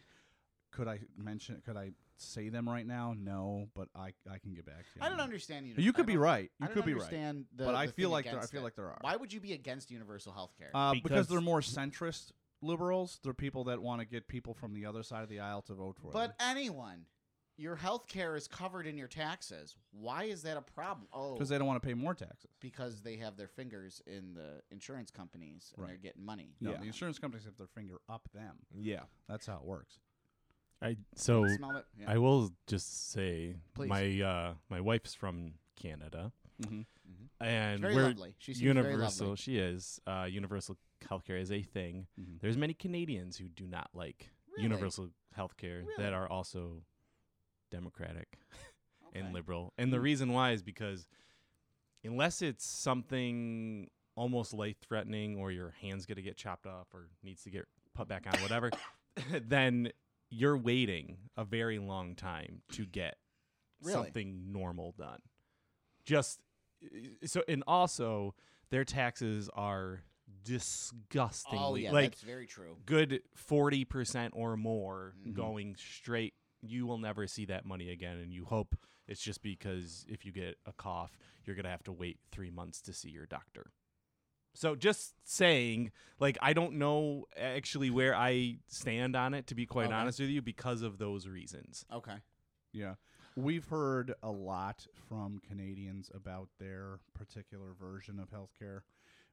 [SPEAKER 5] could I mention? Could I say them right now? No, but I I can get back to you.
[SPEAKER 7] I
[SPEAKER 5] on
[SPEAKER 7] don't
[SPEAKER 5] that.
[SPEAKER 7] understand. Uni-
[SPEAKER 5] You
[SPEAKER 7] I
[SPEAKER 5] could be
[SPEAKER 7] don't-
[SPEAKER 5] right.
[SPEAKER 7] I
[SPEAKER 5] You
[SPEAKER 7] don't
[SPEAKER 5] could be right.
[SPEAKER 7] understand the-
[SPEAKER 5] but
[SPEAKER 7] the
[SPEAKER 5] I feel
[SPEAKER 7] thing
[SPEAKER 5] like there, I
[SPEAKER 7] against
[SPEAKER 5] feel
[SPEAKER 7] it.
[SPEAKER 5] like there are.
[SPEAKER 7] Why would you be against universal health care?
[SPEAKER 5] Uh, because,
[SPEAKER 8] Because-
[SPEAKER 5] they're more centrist liberals. They're people that want to get people from the other side of the aisle to vote for
[SPEAKER 7] But
[SPEAKER 5] them.
[SPEAKER 7] anyone, your health care is covered in your taxes. Why is that a problem? Oh,
[SPEAKER 5] because they don't want to pay more taxes.
[SPEAKER 7] because they have their fingers in the insurance companies and they're
[SPEAKER 5] Right.
[SPEAKER 7] getting money.
[SPEAKER 5] No, the insurance companies have their finger up them.
[SPEAKER 8] Yeah,
[SPEAKER 5] That's how it works.
[SPEAKER 6] I so
[SPEAKER 7] Smell it? Yeah.
[SPEAKER 6] I will just say
[SPEAKER 7] Please.
[SPEAKER 6] my uh my wife's from Canada.
[SPEAKER 5] Mhm.
[SPEAKER 6] And
[SPEAKER 7] very
[SPEAKER 6] we're
[SPEAKER 7] lovely. She seems
[SPEAKER 6] universal.
[SPEAKER 7] Very lovely.
[SPEAKER 6] She is uh, universal healthcare is a thing.
[SPEAKER 5] Mhm.
[SPEAKER 6] There's many Canadians who do not like
[SPEAKER 7] Really?
[SPEAKER 6] universal healthcare
[SPEAKER 7] Really?
[SPEAKER 6] that are also democratic
[SPEAKER 7] Okay.
[SPEAKER 6] and liberal. And the reason why is because unless it's something almost life threatening or your hand's going to get chopped off or needs to get put back on, whatever, then you're waiting a very long time to get
[SPEAKER 7] Really?
[SPEAKER 6] something normal done. Just so, and also their taxes are disgustingly
[SPEAKER 7] Oh yeah,
[SPEAKER 6] like
[SPEAKER 7] that's very true.
[SPEAKER 6] good 40% or more
[SPEAKER 7] Mm-hmm.
[SPEAKER 6] going straight. You will never see that money again. And you hope it's just because if you get a cough, you're going to have to wait three months to see your doctor. So just saying, like, I don't know actually where I stand on it, to be quite
[SPEAKER 7] Okay.
[SPEAKER 6] honest with you, because of those reasons.
[SPEAKER 7] Okay.
[SPEAKER 5] Yeah. We've heard a lot from Canadians about their particular version of healthcare.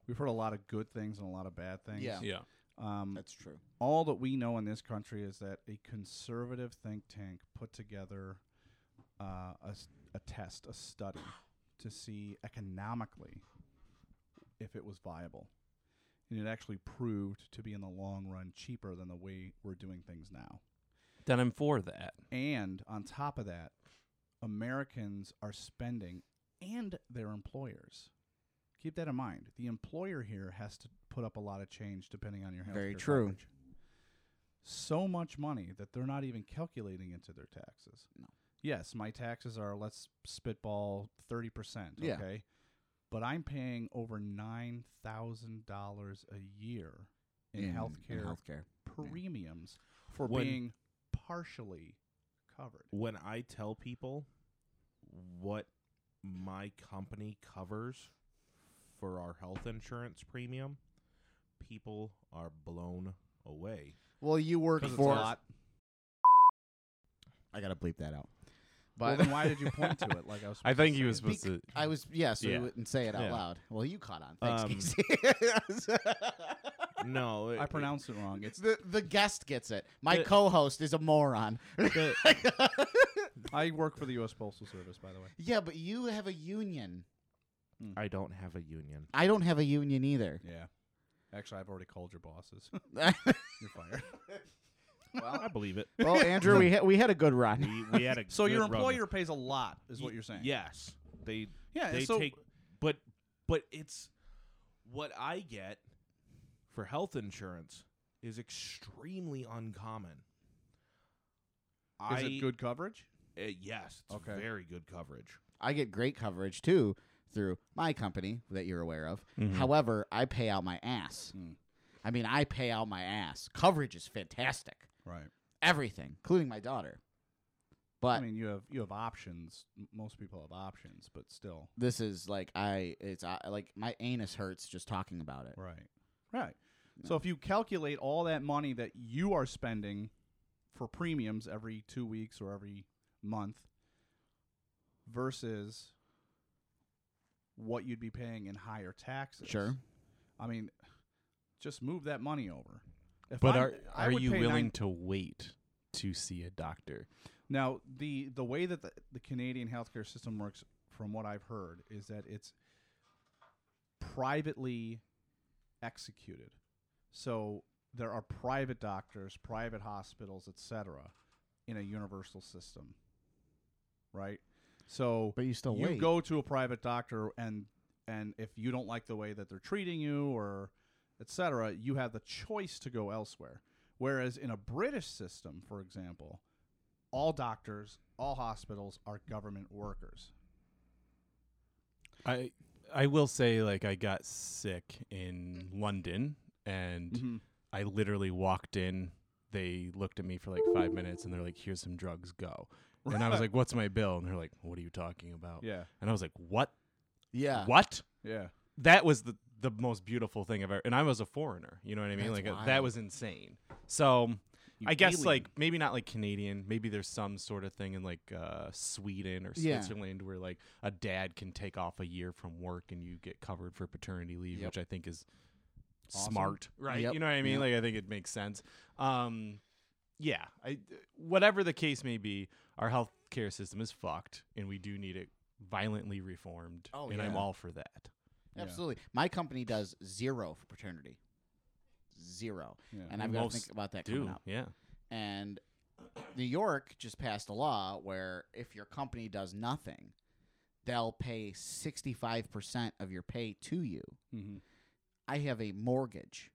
[SPEAKER 5] We've heard a lot of good things and a lot of bad things.
[SPEAKER 7] Yeah.
[SPEAKER 6] Yeah.
[SPEAKER 5] Um,
[SPEAKER 7] That's true.
[SPEAKER 5] all that we know in this country is that a conservative think tank put together uh, a, s- a test, a study, to see economically if it was viable. And it actually proved to be in the long run cheaper than the way we're doing things now.
[SPEAKER 6] Then I'm for that.
[SPEAKER 5] And on top of that, Americans are spending and their employers. Keep that in mind. The employer here has to put up a lot of change depending on your health.
[SPEAKER 7] Very true.
[SPEAKER 5] So much money that they're not even calculating into their taxes.
[SPEAKER 7] No.
[SPEAKER 5] Yes, my taxes are let's spitball thirty percent.
[SPEAKER 7] Yeah.
[SPEAKER 5] Okay. But I'm paying over nine thousand dollars a year in, healthcare
[SPEAKER 7] healthcare.
[SPEAKER 5] premiums for
[SPEAKER 8] When-
[SPEAKER 5] being partially covered.
[SPEAKER 8] when I tell people what my company covers for our health insurance premium, people are blown away.
[SPEAKER 7] Well, you work
[SPEAKER 5] 'Cause it's a
[SPEAKER 7] for.
[SPEAKER 5] lot.
[SPEAKER 7] I gotta bleep that out.
[SPEAKER 5] Well,
[SPEAKER 7] But
[SPEAKER 5] then why did you point to it? Like I was.
[SPEAKER 6] I
[SPEAKER 5] supposed to
[SPEAKER 6] think he
[SPEAKER 5] say
[SPEAKER 6] was
[SPEAKER 5] it?
[SPEAKER 6] supposed to.
[SPEAKER 7] I was yeah, so
[SPEAKER 6] Yeah.
[SPEAKER 7] you wouldn't say it out
[SPEAKER 6] Yeah.
[SPEAKER 7] loud. Well, you caught on. Thanks,
[SPEAKER 8] Um,
[SPEAKER 7] Casey.
[SPEAKER 8] No, it-
[SPEAKER 5] I
[SPEAKER 8] it-
[SPEAKER 5] pronounced it wrong. It's
[SPEAKER 7] the the guest gets it. My
[SPEAKER 6] The-
[SPEAKER 7] co-host is a moron.
[SPEAKER 5] I work for the U.S. Postal Service, by the way.
[SPEAKER 7] yeah, but you have a union.
[SPEAKER 8] I don't have a union.
[SPEAKER 7] I don't have a union either.
[SPEAKER 5] Yeah. Actually, I've already called your bosses. You're fired.
[SPEAKER 8] I believe it.
[SPEAKER 7] well, Andrew, we ha- we had a good run.
[SPEAKER 8] We, we had a
[SPEAKER 5] So your
[SPEAKER 8] good run.
[SPEAKER 5] employer pays a lot, is what you're saying.
[SPEAKER 8] Yes, they
[SPEAKER 5] Yeah.
[SPEAKER 8] they
[SPEAKER 5] so
[SPEAKER 8] take but but it's what I get for health insurance is extremely uncommon.
[SPEAKER 5] Is it good coverage?
[SPEAKER 8] Uh, yes, it's
[SPEAKER 5] Okay.
[SPEAKER 8] very good coverage.
[SPEAKER 7] I get great coverage too through my company that you're aware of. However, I pay out my ass. I mean, I pay out my ass. Coverage is fantastic.
[SPEAKER 5] Right.
[SPEAKER 7] Everything, including my daughter. But
[SPEAKER 5] I mean, you have you have options. M- Most people have options, but still.
[SPEAKER 7] this is like I it's I, like my anus hurts just talking about it.
[SPEAKER 5] Right. Right. So if you calculate all that money that you are spending for premiums every two weeks or every month versus what you'd be paying in higher taxes.
[SPEAKER 7] Sure.
[SPEAKER 5] I mean, just move that money over. If
[SPEAKER 6] But
[SPEAKER 5] I'm-
[SPEAKER 6] are
[SPEAKER 5] I
[SPEAKER 6] are
[SPEAKER 5] would
[SPEAKER 6] you
[SPEAKER 5] pay
[SPEAKER 6] willing
[SPEAKER 5] nine-
[SPEAKER 6] to wait to see a doctor?
[SPEAKER 5] Now, the the way that the, the Canadian healthcare system works, from what I've heard, is that it's privately executed. So there are private doctors, private hospitals, etc., in a universal system, right? So,
[SPEAKER 7] But you still
[SPEAKER 5] you
[SPEAKER 7] wait.
[SPEAKER 5] go to a private doctor, and and if you don't like the way that they're treating you or etc., you have the choice to go elsewhere. Whereas in a British system, for example, all doctors, all hospitals are government workers.
[SPEAKER 6] I I will say like I got sick in London and
[SPEAKER 5] Mm-hmm.
[SPEAKER 7] Mm-hmm.
[SPEAKER 6] I literally walked in. They looked at me for like five minutes and they're like, "Here's some drugs, go." And I was like, "What's my bill?" And they're like, "What are you talking about?"
[SPEAKER 5] Yeah.
[SPEAKER 6] And I was like, "What?
[SPEAKER 7] Yeah.
[SPEAKER 6] What?"
[SPEAKER 5] Yeah.
[SPEAKER 6] That was the the most beautiful thing I've ever. And I was a foreigner. You know what I mean?
[SPEAKER 7] That's
[SPEAKER 6] like uh,
[SPEAKER 7] wild.
[SPEAKER 6] that was insane. So I guess
[SPEAKER 7] alien.
[SPEAKER 6] like maybe not like Canadian. Maybe there's some sort of thing in like uh, Sweden or
[SPEAKER 7] Yeah.
[SPEAKER 6] Switzerland where like a dad can take off a year from work and you get covered for paternity leave,
[SPEAKER 7] Yep.
[SPEAKER 6] which I think is
[SPEAKER 7] Awesome.
[SPEAKER 6] smart, right?
[SPEAKER 7] Yep.
[SPEAKER 6] You know what I mean?
[SPEAKER 7] Yep.
[SPEAKER 6] Like I think it makes sense. Um, yeah, I whatever the case may be, our healthcare system is fucked, and we do need it violently reformed.
[SPEAKER 7] Oh,
[SPEAKER 6] and I'm
[SPEAKER 7] yeah.
[SPEAKER 6] all for that.
[SPEAKER 7] Absolutely. My company does zero for paternity. Zero. And I've got to
[SPEAKER 6] Most
[SPEAKER 7] think about that coming
[SPEAKER 6] Do
[SPEAKER 7] up.
[SPEAKER 6] yeah.
[SPEAKER 7] And New York just passed a law where if your company does nothing, they'll pay 65% of your pay to you.
[SPEAKER 5] Mm-hmm.
[SPEAKER 7] I have a mortgage.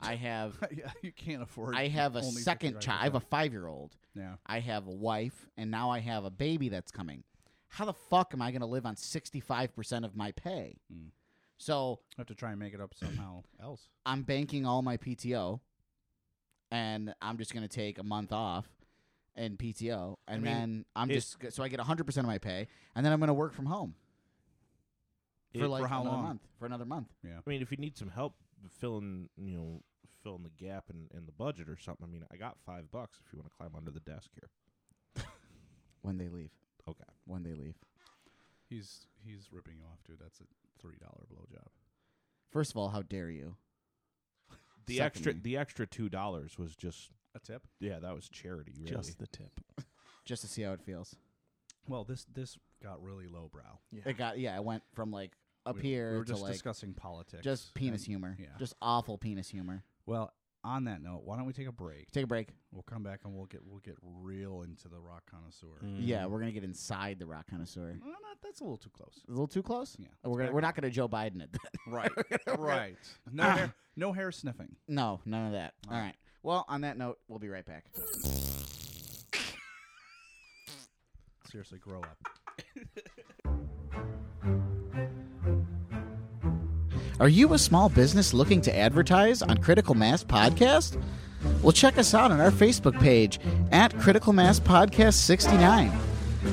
[SPEAKER 7] I have
[SPEAKER 5] yeah, you can't afford.
[SPEAKER 7] I have a
[SPEAKER 5] only
[SPEAKER 7] second
[SPEAKER 5] 55%.
[SPEAKER 7] child. I have a 5-year-old.
[SPEAKER 5] Yeah.
[SPEAKER 7] I have a wife and now I have a baby that's coming. How the fuck am I going to live on 65% of my pay?
[SPEAKER 5] Mm.
[SPEAKER 7] So,
[SPEAKER 5] have to try and make it up somehow else.
[SPEAKER 7] I'm banking all my PTO, and I'm just gonna take a month off in PTO, and
[SPEAKER 6] mean,
[SPEAKER 7] then I'm
[SPEAKER 6] it-
[SPEAKER 7] just so I get 100 percent of my pay, and then I'm gonna work from home for
[SPEAKER 5] It-
[SPEAKER 7] like
[SPEAKER 5] for how
[SPEAKER 7] another
[SPEAKER 5] long?
[SPEAKER 7] month for another month.
[SPEAKER 8] I mean, if you need some help filling, you know, filling the gap in, in the budget or something, I mean, I got five bucks if you want to climb under the desk here.
[SPEAKER 7] When they leave,
[SPEAKER 8] Okay.
[SPEAKER 7] when they leave.
[SPEAKER 5] He's he's ripping you off, dude. That's a three dollar blowjob.
[SPEAKER 7] First of all, how dare you?
[SPEAKER 8] The extra,
[SPEAKER 7] Secondly.
[SPEAKER 8] the extra two dollars was just,
[SPEAKER 5] A tip?
[SPEAKER 8] yeah, that was charity, really.
[SPEAKER 6] Just the tip.
[SPEAKER 7] Just to see how it feels.
[SPEAKER 5] Well, this this got really lowbrow.
[SPEAKER 7] It got yeah. It went from like up
[SPEAKER 5] We-
[SPEAKER 7] here
[SPEAKER 5] we were
[SPEAKER 7] to
[SPEAKER 5] just
[SPEAKER 7] like
[SPEAKER 5] discussing politics.
[SPEAKER 7] just penis
[SPEAKER 5] and-
[SPEAKER 7] humor,
[SPEAKER 5] yeah.
[SPEAKER 7] just awful penis humor.
[SPEAKER 5] Well, on that note, why don't we take a break?
[SPEAKER 7] Take a break.
[SPEAKER 5] We'll come back and we'll get we'll get real into the rock connoisseur.
[SPEAKER 7] Yeah, we're gonna get inside the rock connoisseur.
[SPEAKER 5] Well, not- that's a little too close.
[SPEAKER 7] A little too close.
[SPEAKER 5] Yeah,
[SPEAKER 7] we're Mm-hmm. gonna,
[SPEAKER 5] back
[SPEAKER 7] we're not gonna Joe Biden it.
[SPEAKER 5] Right. right. No hair, no hair sniffing.
[SPEAKER 7] No, none of that. All right. Well, on that note, we'll be right back.
[SPEAKER 5] Seriously, grow up.
[SPEAKER 7] Are you a small business looking to advertise on Critical Mass Podcast? Well, check us out on our Facebook page at Critical Mass Podcast 69.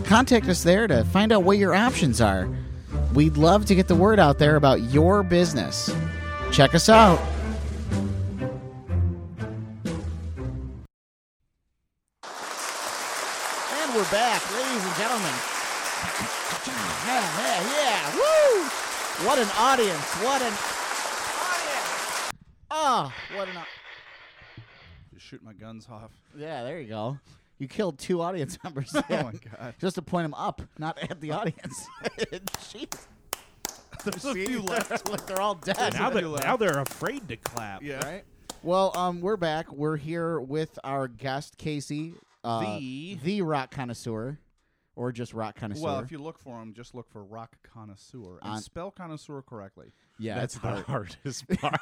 [SPEAKER 7] Contact us there to find out what your options are. We'd love to get the word out there about your business. Check us out. And we're back, ladies and gentlemen. Yeah, yeah, yeah. Woo! What an audience. What an audience. Oh, what an au-
[SPEAKER 5] Just shoot my guns off.
[SPEAKER 7] Yeah, there you go. You killed two audience members.
[SPEAKER 5] Oh my god.
[SPEAKER 7] Just to point them up, not at the audience. Jeez.
[SPEAKER 5] There's a few left.
[SPEAKER 7] Like they're all dead.
[SPEAKER 8] Now, that, now they're afraid to clap.
[SPEAKER 5] Yeah. Right?
[SPEAKER 7] Well, um, we're back. We're here with our guest, Casey, uh,
[SPEAKER 5] The-
[SPEAKER 7] the rock connoisseur. or just rock connoisseur?
[SPEAKER 5] Well, if you look for them, just look for rock connoisseur and
[SPEAKER 7] On-
[SPEAKER 5] spell connoisseur correctly.
[SPEAKER 7] yeah,
[SPEAKER 6] That's
[SPEAKER 7] it's
[SPEAKER 6] the
[SPEAKER 7] hard.
[SPEAKER 6] hardest part.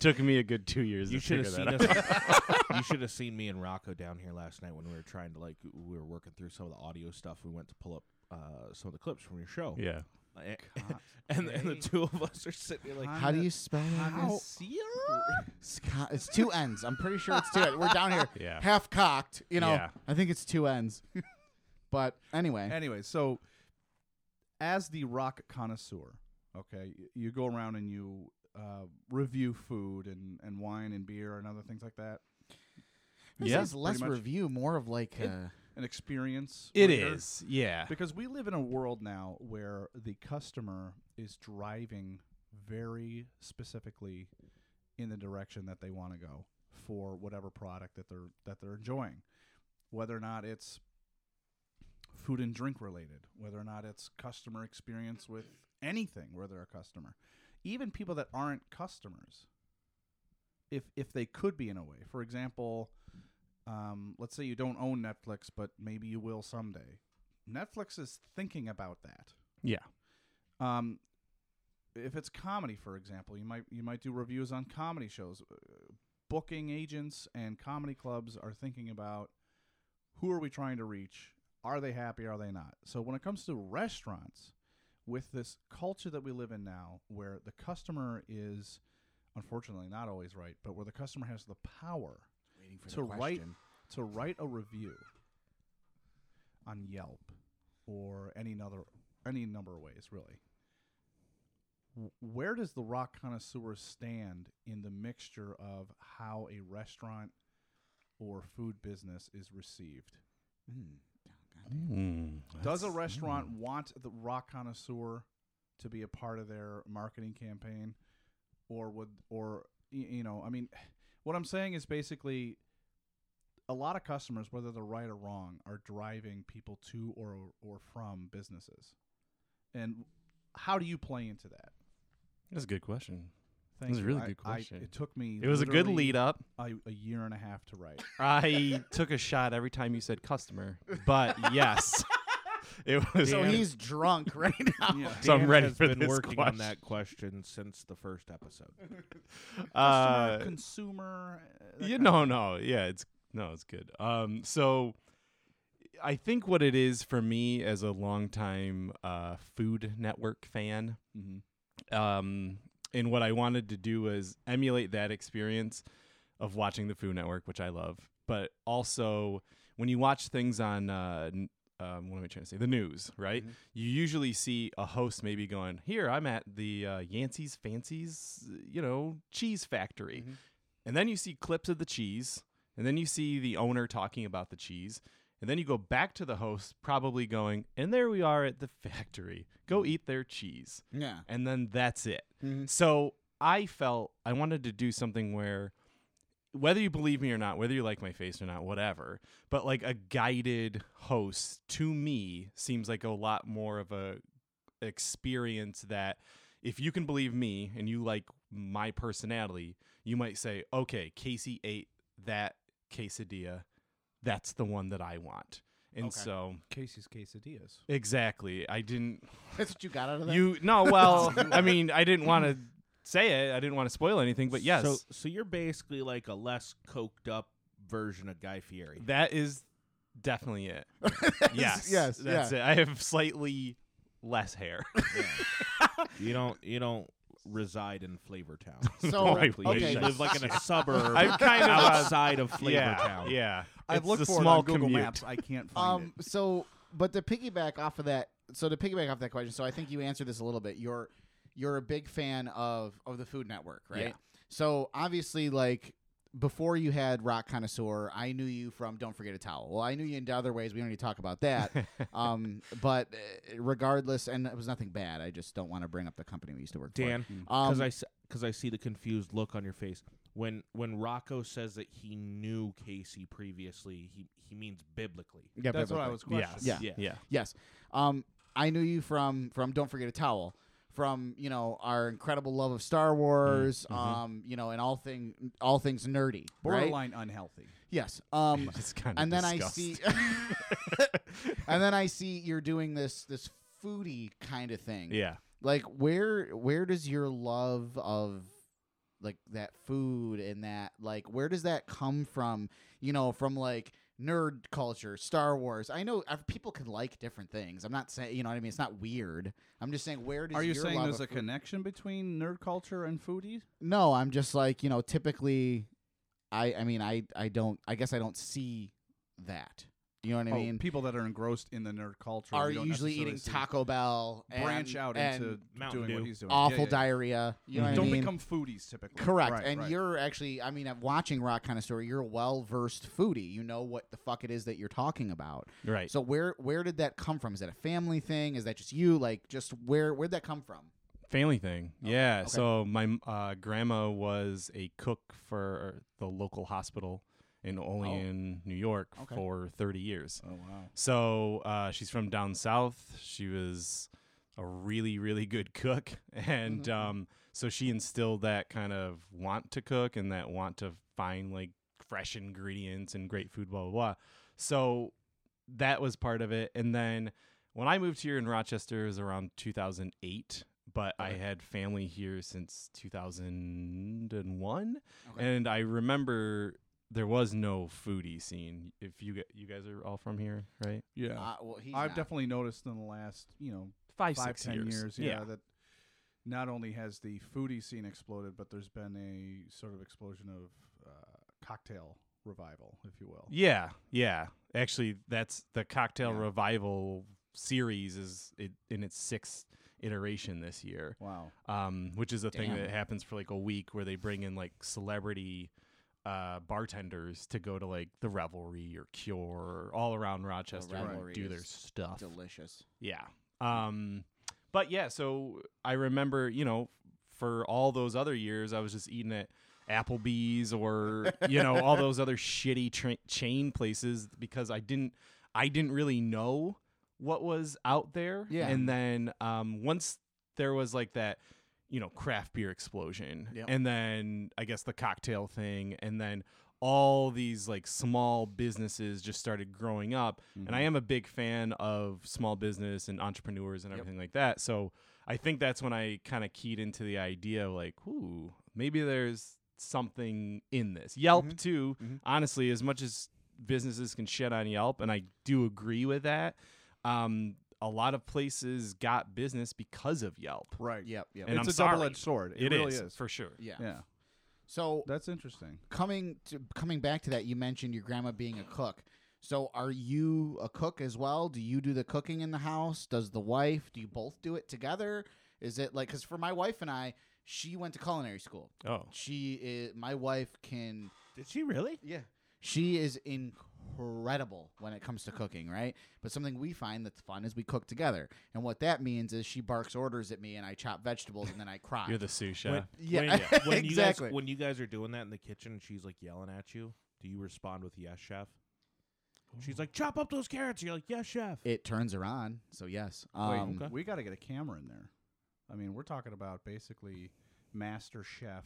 [SPEAKER 6] Took me a good two years
[SPEAKER 8] You
[SPEAKER 6] to
[SPEAKER 8] should
[SPEAKER 6] figure
[SPEAKER 8] have seen
[SPEAKER 6] that out.
[SPEAKER 8] us. you should have seen me and Rocco down here last night when we were trying to like we were working through some of the audio stuff. We went to pull up uh, some of the clips from your show.
[SPEAKER 6] yeah.
[SPEAKER 8] A- and, and the two of us are sitting there like,
[SPEAKER 7] How do you spell
[SPEAKER 5] How?
[SPEAKER 7] that? It's co- It's two ends. I'm pretty sure it's two. Ends. We're down here,
[SPEAKER 6] Yeah.
[SPEAKER 7] half cocked. You know,
[SPEAKER 6] Yeah.
[SPEAKER 7] I think it's two ends. but anyway,
[SPEAKER 5] Anyway, so as the rock connoisseur, okay, y- you go around and you uh, review food and, and wine and beer and other things like that.
[SPEAKER 7] this
[SPEAKER 6] Yeah,
[SPEAKER 7] is less
[SPEAKER 5] pretty much.
[SPEAKER 7] review, more of like uh,
[SPEAKER 5] An experience.
[SPEAKER 6] It
[SPEAKER 5] reviewer.
[SPEAKER 6] is. Yeah.
[SPEAKER 5] Because we live in a world now where the customer is driving very specifically in the direction that they want to go for whatever product that they're that they're enjoying. Whether or not it's food and drink related, whether or not it's customer experience with anything where they're a customer. Even people that aren't customers, if if they could be in a way. For example, um, let's say you don't own Netflix, but maybe you will someday. Netflix is thinking about that.
[SPEAKER 6] Yeah.
[SPEAKER 5] Um, if it's comedy, for example, you might you might do reviews on comedy shows. Uh, Booking agents and comedy clubs are thinking about who are we trying to reach? Are they happy? Are they not? So when it comes to restaurants, with this culture that we live in now, where the customer is unfortunately not always right, but where the customer has the power to write to write a review on Yelp or any other any number of ways really. W- Where does the rock connoisseur stand in the mixture of how a restaurant or food business is received?
[SPEAKER 6] Hmm.
[SPEAKER 5] Does a restaurant want the rock connoisseur to be a part of their marketing campaign, or would or y- you know? I mean, what I'm saying is basically a lot of customers, whether they're right or wrong, are driving people to or or from businesses. And how do you play into that?
[SPEAKER 6] That's a good question.
[SPEAKER 5] Thank
[SPEAKER 6] was a
[SPEAKER 5] you.
[SPEAKER 6] really
[SPEAKER 5] I-
[SPEAKER 6] good
[SPEAKER 5] I-
[SPEAKER 6] question.
[SPEAKER 5] it took me.
[SPEAKER 6] It was a good
[SPEAKER 5] literally
[SPEAKER 6] lead up.
[SPEAKER 5] A, a year and a half to write.
[SPEAKER 6] I took a shot every time you said customer, but yes, it was.
[SPEAKER 7] so he's drunk right now.
[SPEAKER 6] So I'm
[SPEAKER 8] Dan
[SPEAKER 6] ready
[SPEAKER 8] has
[SPEAKER 6] for
[SPEAKER 8] been
[SPEAKER 6] this
[SPEAKER 8] working on
[SPEAKER 6] question.
[SPEAKER 8] that question since the first episode.
[SPEAKER 6] uh,
[SPEAKER 5] Customer, consumer. uh, that
[SPEAKER 6] yeah,
[SPEAKER 5] kind of-
[SPEAKER 6] no, no, yeah, it's no, it's good. Um, so I think what it is for me as a longtime uh, Food Network fan, um, and what I wanted to do was emulate that experience of watching the Food Network, which I love, but also when you watch things on. Uh, n- um, what am I trying to say? The news, right? You usually see a host maybe going, "Here, I'm at the uh, Yancey's Fancy's, you know, cheese factory," and then you see clips of the cheese, and then you see the owner talking about the cheese, and then you go back to the host, probably going, "And there we are at the factory. Go eat their cheese."
[SPEAKER 7] Yeah.
[SPEAKER 6] and then that's it. So I felt I wanted to do something where, whether you believe me or not, whether you like my face or not, whatever, but like a guided host to me seems like a lot more of a experience that if you can believe me and you like my personality, you might say, okay, Casey ate that quesadilla. That's the one that I want. And so,
[SPEAKER 5] Casey's quesadillas.
[SPEAKER 6] exactly. I didn't
[SPEAKER 7] That's what you got out of that.
[SPEAKER 6] you no, well, I mean, I didn't want to say it. I didn't want to spoil anything, but yes,
[SPEAKER 8] So, so you're basically like a less coked up version of Guy Fieri.
[SPEAKER 6] that is definitely it. yes,
[SPEAKER 7] yes,
[SPEAKER 6] that's
[SPEAKER 7] yeah.
[SPEAKER 6] it. I have slightly less hair.
[SPEAKER 8] you don't. You don't reside in Flavortown.
[SPEAKER 7] So,
[SPEAKER 6] No, I
[SPEAKER 8] Please,
[SPEAKER 6] wish
[SPEAKER 7] okay,
[SPEAKER 8] you
[SPEAKER 6] I
[SPEAKER 8] live like in a suburb.
[SPEAKER 6] I'm kind of
[SPEAKER 8] Oh, outside of Flavortown.
[SPEAKER 6] yeah, yeah.
[SPEAKER 5] I've
[SPEAKER 6] It's
[SPEAKER 5] looked
[SPEAKER 6] the
[SPEAKER 5] for
[SPEAKER 6] small
[SPEAKER 5] it on Google
[SPEAKER 6] commute.
[SPEAKER 5] Maps. I can't find
[SPEAKER 7] um, so but to piggyback off of that, so to piggyback off that question, so I think you answered this a little bit. You're you're a big fan of of the Food Network, right?
[SPEAKER 6] Yeah.
[SPEAKER 7] So obviously, like before you had Rock Connoisseur, I knew you from Don't Forget a Towel. Well, I knew you in other ways. We don't need to talk about that. um, but uh, regardless, and it was nothing bad. I just don't want to bring up the company we used to work
[SPEAKER 8] Dan,
[SPEAKER 7] for.
[SPEAKER 8] because
[SPEAKER 7] Um,
[SPEAKER 8] I because I see the confused look on your face when when Rocco says that he knew Casey previously. He he means biblically.
[SPEAKER 5] it. That's what I
[SPEAKER 7] biblically.
[SPEAKER 5] was questioning.
[SPEAKER 6] Yes.
[SPEAKER 7] Yeah.
[SPEAKER 8] Yeah.
[SPEAKER 6] yeah.
[SPEAKER 7] Yes. Um, I knew you from from Don't Forget a Towel, from you know our incredible love
[SPEAKER 6] Mm-hmm.
[SPEAKER 7] of Star Wars, um, you know, and all thing all things nerdy, right?
[SPEAKER 5] Borderline unhealthy.
[SPEAKER 7] Yes. Um,
[SPEAKER 6] It's kinda
[SPEAKER 7] and then I see,
[SPEAKER 6] disgusting.
[SPEAKER 7] and then I see you're doing this this foodie kind of thing.
[SPEAKER 6] Yeah.
[SPEAKER 7] Like where where does your love of like that food and that like where does that come from? You know, from like nerd culture, Star Wars. I know uh, people can like different things. I'm not saying you know what I mean. It's not weird. I'm just saying where does
[SPEAKER 5] Are you
[SPEAKER 7] your
[SPEAKER 5] saying
[SPEAKER 7] love
[SPEAKER 5] there's
[SPEAKER 7] of
[SPEAKER 5] a
[SPEAKER 7] food-
[SPEAKER 5] connection between nerd culture and foodies?
[SPEAKER 7] no, I'm just like, you know, typically I I mean I I don't I guess I don't see that. You know what I
[SPEAKER 5] Oh,
[SPEAKER 7] mean?
[SPEAKER 5] people that are engrossed in the nerd culture
[SPEAKER 7] Are
[SPEAKER 5] you don't
[SPEAKER 7] usually
[SPEAKER 5] necessarily
[SPEAKER 7] eating
[SPEAKER 5] see
[SPEAKER 7] Taco Bell and,
[SPEAKER 5] branch out
[SPEAKER 7] and
[SPEAKER 5] into
[SPEAKER 8] Mountain
[SPEAKER 5] doing
[SPEAKER 8] Dew.
[SPEAKER 5] what he's doing. Yeah,
[SPEAKER 7] awful
[SPEAKER 5] yeah, yeah.
[SPEAKER 7] diarrhea. You know what I
[SPEAKER 5] Don't
[SPEAKER 7] mean?
[SPEAKER 5] become foodies typically.
[SPEAKER 7] Correct.
[SPEAKER 5] Right,
[SPEAKER 7] and
[SPEAKER 5] right.
[SPEAKER 7] you're actually I mean, I'm watching Rock Kind of Story, you're a well versed foodie. You know what the fuck it is that you're talking about.
[SPEAKER 6] Right.
[SPEAKER 7] So where where did that come from? Is that a family thing? Is that just you? Like just where where'd that come from?
[SPEAKER 6] Family thing. yeah.
[SPEAKER 7] Oh, okay.
[SPEAKER 6] So my m- uh, grandma was a cook for the local hospital in Olean, New York
[SPEAKER 7] Oh. Okay.
[SPEAKER 6] for 30 years.
[SPEAKER 5] Oh wow.
[SPEAKER 6] So uh, she's from down south. She was a really, really good cook. And um, so she instilled that kind of want to cook and that want to find like fresh ingredients and great food, blah, blah, blah. So that was part of it. And then when I moved here in Rochester, it was around 2008. But I had family here since 2001,
[SPEAKER 7] Uh,
[SPEAKER 6] and I remember there was no foodie scene. If you gu- you guys are all from here, right?
[SPEAKER 5] Yeah.
[SPEAKER 7] Uh, well, he's
[SPEAKER 5] I've
[SPEAKER 7] not.
[SPEAKER 5] definitely noticed in the last, you know,
[SPEAKER 6] Five,
[SPEAKER 5] five,
[SPEAKER 6] six
[SPEAKER 5] ten years, yeah,
[SPEAKER 6] yeah.
[SPEAKER 5] that not only has the foodie scene exploded, but there's been a sort of explosion of uh, cocktail revival, if you will.
[SPEAKER 6] Yeah, yeah. Actually, that's the cocktail
[SPEAKER 5] Yeah.
[SPEAKER 6] revival series is it, in its sixth iteration this year.
[SPEAKER 5] Wow.
[SPEAKER 6] um, which is a thing
[SPEAKER 7] Damn.
[SPEAKER 6] that happens for like a week where they bring in like celebrity uh, bartenders to go to like the Revelry or Cure or all around Rochester and
[SPEAKER 7] Revelry
[SPEAKER 6] do their
[SPEAKER 7] is
[SPEAKER 6] stuff.
[SPEAKER 7] delicious.
[SPEAKER 6] yeah. Um, but yeah, so I remember, you know, for all those other years, I was just eating at Applebee's or you know all those other shitty tra- chain places because I didn't I didn't really know what was out there.
[SPEAKER 7] Yeah.
[SPEAKER 6] And then um, once there was like that, you know, craft beer explosion,
[SPEAKER 7] Yep.
[SPEAKER 6] and then I guess the cocktail thing, and then all these like small businesses just started growing up.
[SPEAKER 7] Mm-hmm.
[SPEAKER 6] And I am a big fan of small business and entrepreneurs and everything like that. So I think that's when I kind of keyed into the idea of like, ooh, maybe there's something in this. Yelp too, honestly, as much as businesses can shit on Yelp, and I do agree with that. Um, a lot of places got business because of Yelp.
[SPEAKER 5] Right.
[SPEAKER 7] Yep, yep.
[SPEAKER 6] And
[SPEAKER 5] it's
[SPEAKER 6] I'm
[SPEAKER 5] a
[SPEAKER 6] sorry.
[SPEAKER 5] double-edged sword. It, really is.
[SPEAKER 6] for sure.
[SPEAKER 7] yeah.
[SPEAKER 5] Yeah.
[SPEAKER 7] So
[SPEAKER 5] That's interesting.
[SPEAKER 7] coming to coming back to that, you mentioned your grandma being a cook. So are you a cook as well? Do you do the cooking in the house? Does the wife? Do you both do it together? Is it like because for my wife and I, she went to culinary school.
[SPEAKER 6] Oh,
[SPEAKER 7] She is my wife can
[SPEAKER 8] Did she really?
[SPEAKER 7] yeah. She is incredible when it comes to cooking, right? But something we find that's fun is we cook together. And what that means is she barks orders at me and I chop vegetables and then I cry.
[SPEAKER 6] you're the sous chef.
[SPEAKER 8] When-
[SPEAKER 7] yeah,
[SPEAKER 8] When, when You
[SPEAKER 7] exactly.
[SPEAKER 8] guys, when you guys are doing that in the kitchen, and she's like yelling at you. Do you respond with yes, chef? She's like, chop up those carrots. You're like, yes, chef.
[SPEAKER 7] it turns her on, so yes. Um,
[SPEAKER 5] Wait, we got to get a camera in there. I mean, we're talking about basically Master Chef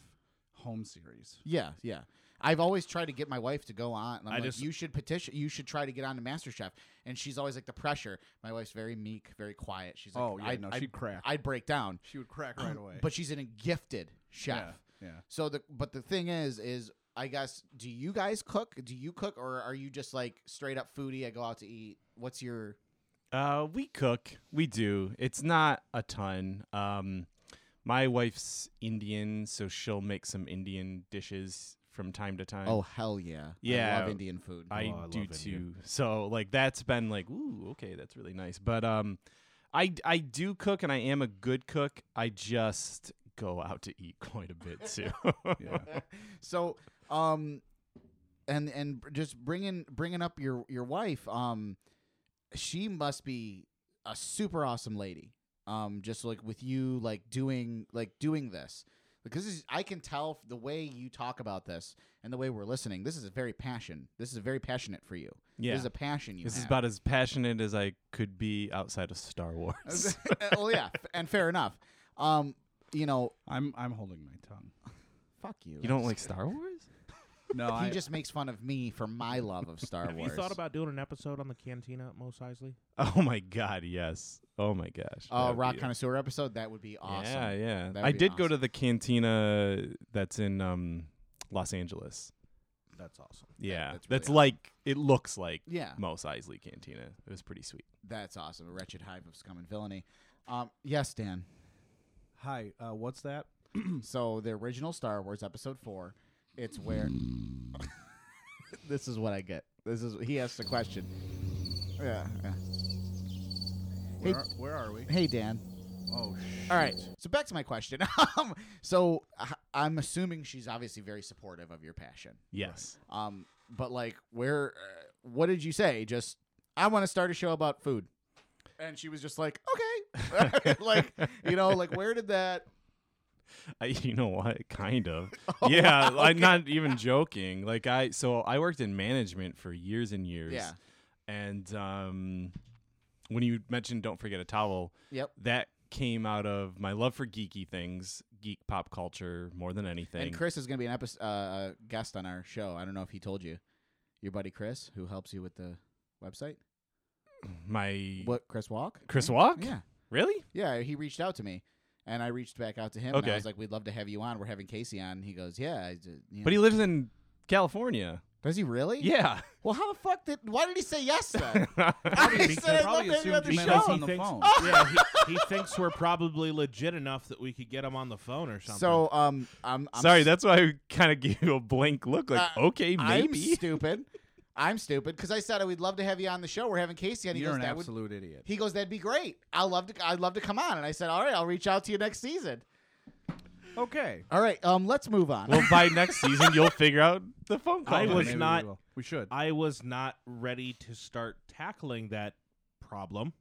[SPEAKER 5] home series.
[SPEAKER 7] Yeah, yeah. I've always tried to get my wife to go on. And I'm
[SPEAKER 8] I
[SPEAKER 7] like,
[SPEAKER 8] just-
[SPEAKER 7] you should petition. You should try to get on to MasterChef. And she's always like the pressure. My wife's very meek, very quiet. She's like,
[SPEAKER 5] Oh, yeah,
[SPEAKER 7] I'd,
[SPEAKER 5] no,
[SPEAKER 7] I'd-
[SPEAKER 5] she'd crack.
[SPEAKER 7] I'd break down.
[SPEAKER 5] She would crack right away.
[SPEAKER 7] Oh, But she's a gifted chef.
[SPEAKER 5] yeah, yeah.
[SPEAKER 7] So the but the thing is, is I guess do you guys cook? Do you cook, or are you just like straight up foodie? I go out to eat. What's your
[SPEAKER 6] Uh, we cook. We do. It's not a ton. Um, my wife's Indian, so she'll make some Indian dishes from time to time.
[SPEAKER 7] oh hell yeah I
[SPEAKER 6] Yeah.
[SPEAKER 7] love Indian food.
[SPEAKER 6] I
[SPEAKER 8] Oh, I
[SPEAKER 6] do
[SPEAKER 8] love
[SPEAKER 6] too.
[SPEAKER 8] Indian.
[SPEAKER 6] So like that's been like, ooh, okay, that's really nice. But um, I I do cook and I am a good cook. I just go out to eat quite a bit too.
[SPEAKER 7] so um and and just bringing bringing up your your wife um she must be a super awesome lady um just like with you like doing like doing this because this is, i can tell the way you talk about this and the way we're listening this is a very passion this is very passionate for you
[SPEAKER 6] Yeah.
[SPEAKER 7] this is a passion you
[SPEAKER 6] This is
[SPEAKER 7] have.
[SPEAKER 6] about as passionate as I could be outside of Star Wars.
[SPEAKER 7] well yeah f- and fair enough um you know
[SPEAKER 5] I'm I'm holding my tongue.
[SPEAKER 7] fuck you
[SPEAKER 6] you don't like Star Wars?
[SPEAKER 5] No,
[SPEAKER 7] he
[SPEAKER 5] I-
[SPEAKER 7] just makes fun of me for my love of Star
[SPEAKER 8] Have
[SPEAKER 7] Wars.
[SPEAKER 8] you thought about doing an episode on the cantina at Mos Eisley?
[SPEAKER 6] Oh my god, yes. Oh my gosh. that
[SPEAKER 7] uh,
[SPEAKER 6] would
[SPEAKER 7] Rock
[SPEAKER 6] be-
[SPEAKER 7] Connoisseur episode? That would be awesome.
[SPEAKER 6] Yeah, yeah.
[SPEAKER 7] That would
[SPEAKER 6] I
[SPEAKER 7] be
[SPEAKER 6] did go
[SPEAKER 7] awesome.
[SPEAKER 6] to the cantina that's in um Los Angeles.
[SPEAKER 8] That's awesome.
[SPEAKER 6] Yeah.
[SPEAKER 7] that's
[SPEAKER 6] That's,
[SPEAKER 7] really awesome.
[SPEAKER 6] like it looks like
[SPEAKER 7] Yeah.
[SPEAKER 6] Mos Eisley Cantina. It was pretty sweet.
[SPEAKER 7] That's awesome. A wretched hive of scum and villainy. Um, yes, Dan.
[SPEAKER 5] Hi, uh, what's that?
[SPEAKER 7] So the original Star Wars Episode Four, it's where. this is what I get. This is he asked the question. Yeah. yeah.
[SPEAKER 5] Where,
[SPEAKER 7] Hey-
[SPEAKER 5] are, where are we?
[SPEAKER 7] Hey, Dan.
[SPEAKER 5] Oh, sh-
[SPEAKER 7] All right. So back to my question. um, so I- I'm assuming she's obviously very supportive of your passion.
[SPEAKER 6] Yes.
[SPEAKER 7] Um, but like, where? Uh, what did you say? Just I want to start a show about food. And she was just like, okay, like you know, like where did that?
[SPEAKER 6] I, you know what? Kind of. yeah,
[SPEAKER 7] Oh,
[SPEAKER 6] I'm not even joking. Like I so I worked in management for years and years.
[SPEAKER 7] Yeah.
[SPEAKER 6] And um when you mentioned don't forget a towel,
[SPEAKER 7] Yep.
[SPEAKER 6] that came out of my love for geeky things, geek pop culture more than anything.
[SPEAKER 7] And Chris is going to be an episode uh, guest on our show. I don't know if he told you, your buddy Chris, who helps you with the website.
[SPEAKER 6] my
[SPEAKER 7] What Chris Walk?
[SPEAKER 6] Chris Walk?
[SPEAKER 7] Yeah,
[SPEAKER 6] Really?
[SPEAKER 7] yeah. He reached out to me, and I reached back out to him. and I
[SPEAKER 6] Okay.
[SPEAKER 7] was like, "We'd love to have you on. We're having Casey on." He goes, "Yeah." I did, you
[SPEAKER 6] But he
[SPEAKER 7] know."
[SPEAKER 6] lives in California.
[SPEAKER 7] does he really?
[SPEAKER 6] Yeah.
[SPEAKER 7] Well, how the fuck did? Why did he say yes then?
[SPEAKER 6] I
[SPEAKER 7] said I'd love
[SPEAKER 5] probably
[SPEAKER 7] to have you
[SPEAKER 5] assumed
[SPEAKER 7] on the
[SPEAKER 5] you meant
[SPEAKER 7] show.
[SPEAKER 5] us
[SPEAKER 8] Because
[SPEAKER 5] on
[SPEAKER 8] he
[SPEAKER 5] the
[SPEAKER 8] thinks,
[SPEAKER 5] phone.
[SPEAKER 8] yeah, he, he thinks we're probably legit enough that we could get him on the phone or something.
[SPEAKER 7] so, um, I'm, I'm
[SPEAKER 6] Sorry,
[SPEAKER 7] s-
[SPEAKER 6] that's why I kind of gave you a blank look like,
[SPEAKER 7] Uh,
[SPEAKER 6] okay,
[SPEAKER 7] I'm
[SPEAKER 6] maybe.
[SPEAKER 7] stupid. I'm stupid because I said I would love to have you on the show. We're having Casey on. He
[SPEAKER 5] you're
[SPEAKER 7] goes,
[SPEAKER 5] an
[SPEAKER 7] that would
[SPEAKER 5] absolute idiot.
[SPEAKER 7] He goes, "That'd be great. I love to. I'd love to come on." And I said, "All right, I'll reach out to you next season."
[SPEAKER 5] Okay.
[SPEAKER 7] All right, um, let's move on.
[SPEAKER 6] well, by next season, you'll figure out the phone call.
[SPEAKER 8] I
[SPEAKER 5] Yeah,
[SPEAKER 8] was
[SPEAKER 5] maybe
[SPEAKER 8] not-
[SPEAKER 5] We, will. we should.
[SPEAKER 8] I was not ready to start tackling that problem.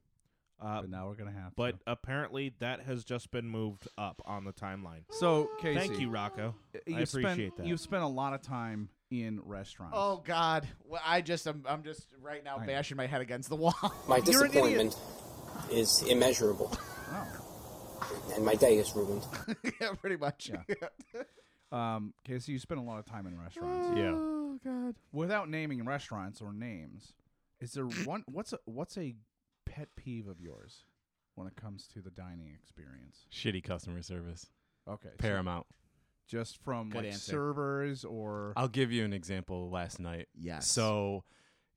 [SPEAKER 8] Uh,
[SPEAKER 5] but now we're gonna have.
[SPEAKER 8] but
[SPEAKER 5] to.
[SPEAKER 8] apparently that has just been moved up on the timeline.
[SPEAKER 5] so Casey,
[SPEAKER 8] Thank you, Rocco.
[SPEAKER 5] You've
[SPEAKER 8] I appreciate
[SPEAKER 5] spent,
[SPEAKER 8] that.
[SPEAKER 5] You've spent a lot of time in restaurants.
[SPEAKER 7] oh God, well, I just I'm, I'm just right now
[SPEAKER 5] know.
[SPEAKER 7] bashing my head against the wall.
[SPEAKER 4] My
[SPEAKER 5] You're an idiot.
[SPEAKER 4] disappointment is immeasurable,
[SPEAKER 5] Oh.
[SPEAKER 4] and my day is ruined.
[SPEAKER 7] yeah, pretty much.
[SPEAKER 5] Um, Casey, you spent a lot of time in restaurants.
[SPEAKER 6] yeah.
[SPEAKER 7] Oh God.
[SPEAKER 5] Without naming restaurants or names, is there one? What's a what's a pet peeve of yours when it comes to the dining experience?
[SPEAKER 6] Shitty customer service.
[SPEAKER 5] Okay, so
[SPEAKER 6] Paramount.
[SPEAKER 5] just from
[SPEAKER 7] Good
[SPEAKER 5] like
[SPEAKER 7] answer.
[SPEAKER 5] servers or
[SPEAKER 6] I'll give you an example last night.
[SPEAKER 7] Yes.
[SPEAKER 6] So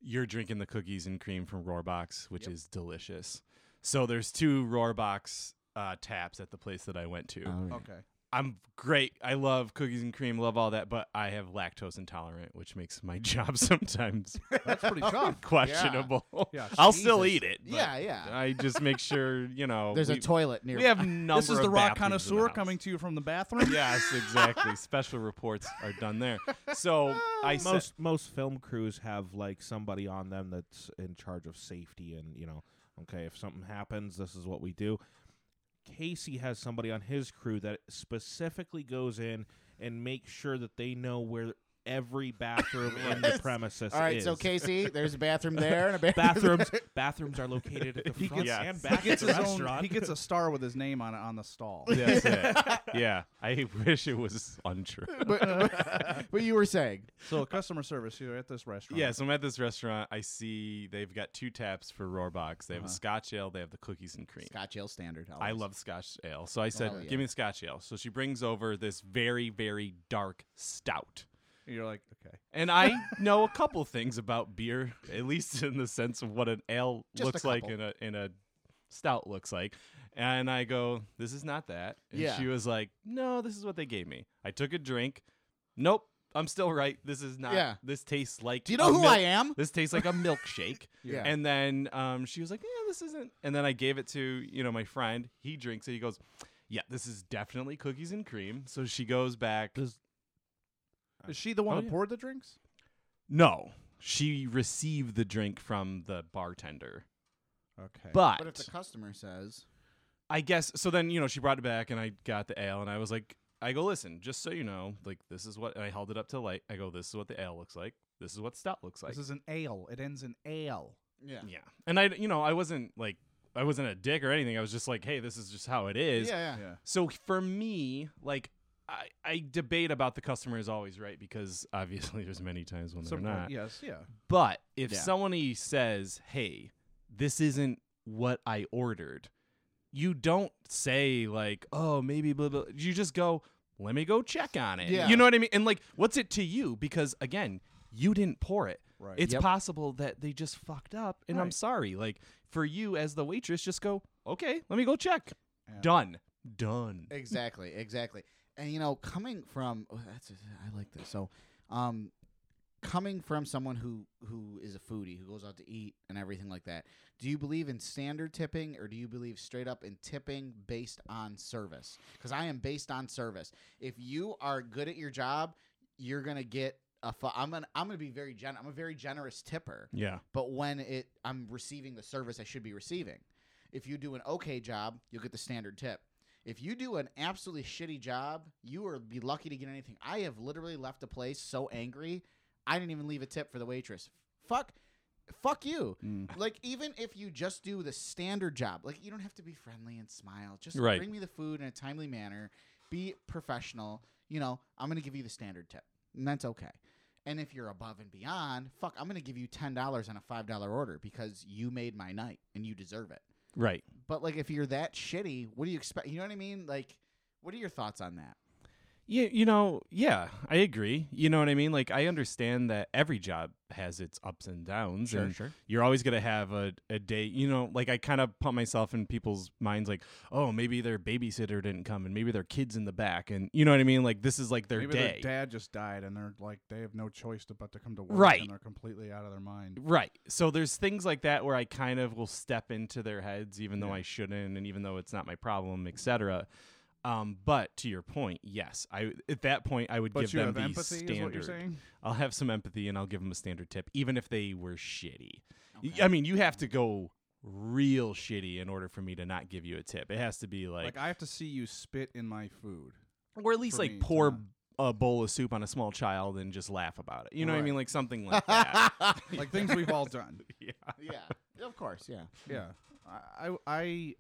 [SPEAKER 6] you're drinking the cookies and cream from Roarbox, which is delicious. So there's two Roarbox uh, taps at the place that I went to.
[SPEAKER 7] Oh.
[SPEAKER 5] okay.
[SPEAKER 6] I'm great. I love cookies and cream, love all that, but I have lactose intolerant, which makes my job sometimes
[SPEAKER 5] That's pretty tough.
[SPEAKER 6] questionable.
[SPEAKER 5] Yeah,
[SPEAKER 6] I'll still
[SPEAKER 5] Jesus.
[SPEAKER 6] eat it. but
[SPEAKER 7] Yeah, yeah.
[SPEAKER 6] I just make sure, you know,
[SPEAKER 7] There's
[SPEAKER 6] we-
[SPEAKER 7] a toilet nearby.
[SPEAKER 6] We have number
[SPEAKER 5] This is
[SPEAKER 6] of
[SPEAKER 5] the rock
[SPEAKER 6] bathrooms in the
[SPEAKER 5] connoisseur
[SPEAKER 6] house.
[SPEAKER 5] coming to you from the bathroom.
[SPEAKER 6] Yes, exactly. Special reports are done there. So I said-
[SPEAKER 8] most most film crews have like somebody on them that's in charge of safety and you know okay if something happens this is what we do casey has somebody on his crew that specifically goes in and makes sure that they know where every bathroom in the premises
[SPEAKER 7] All right,
[SPEAKER 8] is
[SPEAKER 7] so Casey, there's a bathroom there and a bathroom.
[SPEAKER 8] bathrooms bathrooms are located at the front
[SPEAKER 6] gets-
[SPEAKER 8] and
[SPEAKER 6] he
[SPEAKER 8] back
[SPEAKER 5] He gets
[SPEAKER 8] at the
[SPEAKER 5] his own-
[SPEAKER 8] restaurant
[SPEAKER 5] he gets a star with his name on it on the stall.
[SPEAKER 6] That's it. Yeah, I wish it was untrue.
[SPEAKER 7] But you were saying,
[SPEAKER 5] So customer service, you're at this restaurant.
[SPEAKER 6] Yeah, so I'm at this restaurant. I see they've got two taps for Roarbox. They have a Scotch ale. They have the cookies and cream.
[SPEAKER 7] Uh-huh. Scotch Ale standard.
[SPEAKER 6] I
[SPEAKER 7] always.
[SPEAKER 6] love Scotch ale. So I said,
[SPEAKER 7] Hell yeah.
[SPEAKER 6] "Give me the Scotch ale." So she brings over this very, very dark stout.
[SPEAKER 5] And You're like, okay.
[SPEAKER 6] And I know a couple things about beer, at least in the sense of what an ale
[SPEAKER 7] Just a
[SPEAKER 6] looks like
[SPEAKER 7] couple.
[SPEAKER 6] and a and a stout looks like. And I go, "This is not that." And
[SPEAKER 7] Yeah.
[SPEAKER 6] she was like, "No, this is what they gave me." I took a drink. Nope, I'm still right. This is not.
[SPEAKER 7] Yeah.
[SPEAKER 6] This tastes like.
[SPEAKER 7] Do you
[SPEAKER 6] a
[SPEAKER 7] know who
[SPEAKER 6] milk-
[SPEAKER 7] I am?
[SPEAKER 6] This tastes like a milkshake.
[SPEAKER 7] Yeah.
[SPEAKER 6] And then um, she was like, "Yeah, this isn't." And then I gave it to you know my friend. He drinks it. He goes, "Yeah, this is definitely cookies and cream." So she goes back.
[SPEAKER 5] Is she the one
[SPEAKER 6] Oh,
[SPEAKER 5] who
[SPEAKER 6] yeah.
[SPEAKER 5] poured the drinks?
[SPEAKER 6] No, she received the drink from the bartender.
[SPEAKER 5] Okay.
[SPEAKER 6] But,
[SPEAKER 7] But if the customer says,
[SPEAKER 6] I guess so. Then you know she brought it back, and I got the ale, and I was like, "I go listen, just so you know, like this is what." And I held it up to light. I go, "This is what the ale looks like. This is what stout looks like."
[SPEAKER 5] this is an ale. It ends in ale.
[SPEAKER 7] yeah,
[SPEAKER 6] yeah, and I, you know, I wasn't like I wasn't a dick or anything. I was just like, "Hey, this is just how it
[SPEAKER 7] yeah,
[SPEAKER 6] is."
[SPEAKER 7] yeah,
[SPEAKER 5] Yeah.
[SPEAKER 6] So for me, like I, I debate about the customer is always right because obviously there's many times when
[SPEAKER 5] Some-
[SPEAKER 6] they're not.
[SPEAKER 5] yes, yeah.
[SPEAKER 6] But if
[SPEAKER 5] Yeah.
[SPEAKER 6] somebody says, "Hey, this isn't what I ordered," you don't say like, "Oh, maybe blah blah." You just go, "Let me go check on it."
[SPEAKER 8] Yeah.
[SPEAKER 6] You know what I mean? And like, what's it to you? Because again, you didn't pour it.
[SPEAKER 8] Right.
[SPEAKER 6] It's
[SPEAKER 8] Yep.
[SPEAKER 6] possible that they just fucked up, and I'm
[SPEAKER 8] Right.
[SPEAKER 6] sorry. Like for you as the waitress, just go, "Okay, let me go check." Done. Done.
[SPEAKER 7] Exactly, exactly. And you know, coming from oh, that's I like this. So, um, coming from someone who who is a foodie who goes out to eat and everything like that, do you believe in standard tipping or do you believe straight up in tipping based on service? Because I am based on service. If you are good at your job, you're gonna get a. Fu- I'm gonna I'm gonna be very gen. I'm a very generous tipper.
[SPEAKER 6] Yeah.
[SPEAKER 7] But when it I'm receiving the service I should be receiving. If you do an okay job, you'll get the standard tip. If you do an absolutely shitty job, you will be lucky to get anything. I have literally left a place so angry, I didn't even leave a tip for the waitress. Fuck fuck you. Like even if you just do the standard job, like you don't have to be friendly and smile. Just
[SPEAKER 6] Right.
[SPEAKER 7] bring me the food in a timely manner. Be professional. You know, I'm going to give you the standard tip. And that's okay. And if you're above and beyond, fuck, I'm going to give you $10 on a $5 order because you made my night and you deserve it.
[SPEAKER 6] Right.
[SPEAKER 7] But like if you're that shitty, what do you expect? You know what I mean? Like what are your thoughts on that?
[SPEAKER 6] Yeah, you know, yeah, I agree. You know what I mean? Like, I understand that every job has its ups and downs.
[SPEAKER 8] Sure,
[SPEAKER 6] and
[SPEAKER 8] sure.
[SPEAKER 6] You're always going to have a, a day, you know, like I kind of put myself in people's minds, like, oh, maybe their babysitter didn't come and maybe their kid's in the back. And you know what I mean? Like, this is like their
[SPEAKER 5] Maybe
[SPEAKER 6] day.
[SPEAKER 5] their dad just died, and they're like they have no choice to- but to come to work,
[SPEAKER 6] Right.
[SPEAKER 5] And they're completely out of their mind,
[SPEAKER 6] Right. So there's things like that where I kind of will step into their heads, even though I shouldn't, and even though it's not my problem, etc. Um, but to your point, yes, I at that point I would
[SPEAKER 5] But
[SPEAKER 6] give
[SPEAKER 5] you
[SPEAKER 6] them
[SPEAKER 5] have
[SPEAKER 6] the
[SPEAKER 5] empathy is what
[SPEAKER 6] standard.
[SPEAKER 5] you're saying?
[SPEAKER 6] I'll have some empathy and I'll give them a standard tip, even if they were shitty. Y- I mean, you have to go real shitty in order for me to not give you a tip. It has to be like,
[SPEAKER 5] Like, I have to see you spit in my food,
[SPEAKER 6] or at least
[SPEAKER 5] for
[SPEAKER 6] like
[SPEAKER 5] me to
[SPEAKER 6] pour
[SPEAKER 5] not-
[SPEAKER 6] a bowl of soup on a small child and just laugh about it. You know what I
[SPEAKER 5] Right.
[SPEAKER 6] mean? Like something like that.
[SPEAKER 5] like things we've all done.
[SPEAKER 6] Yeah.
[SPEAKER 7] Yeah. Of course, yeah.
[SPEAKER 5] Yeah, I, I, I-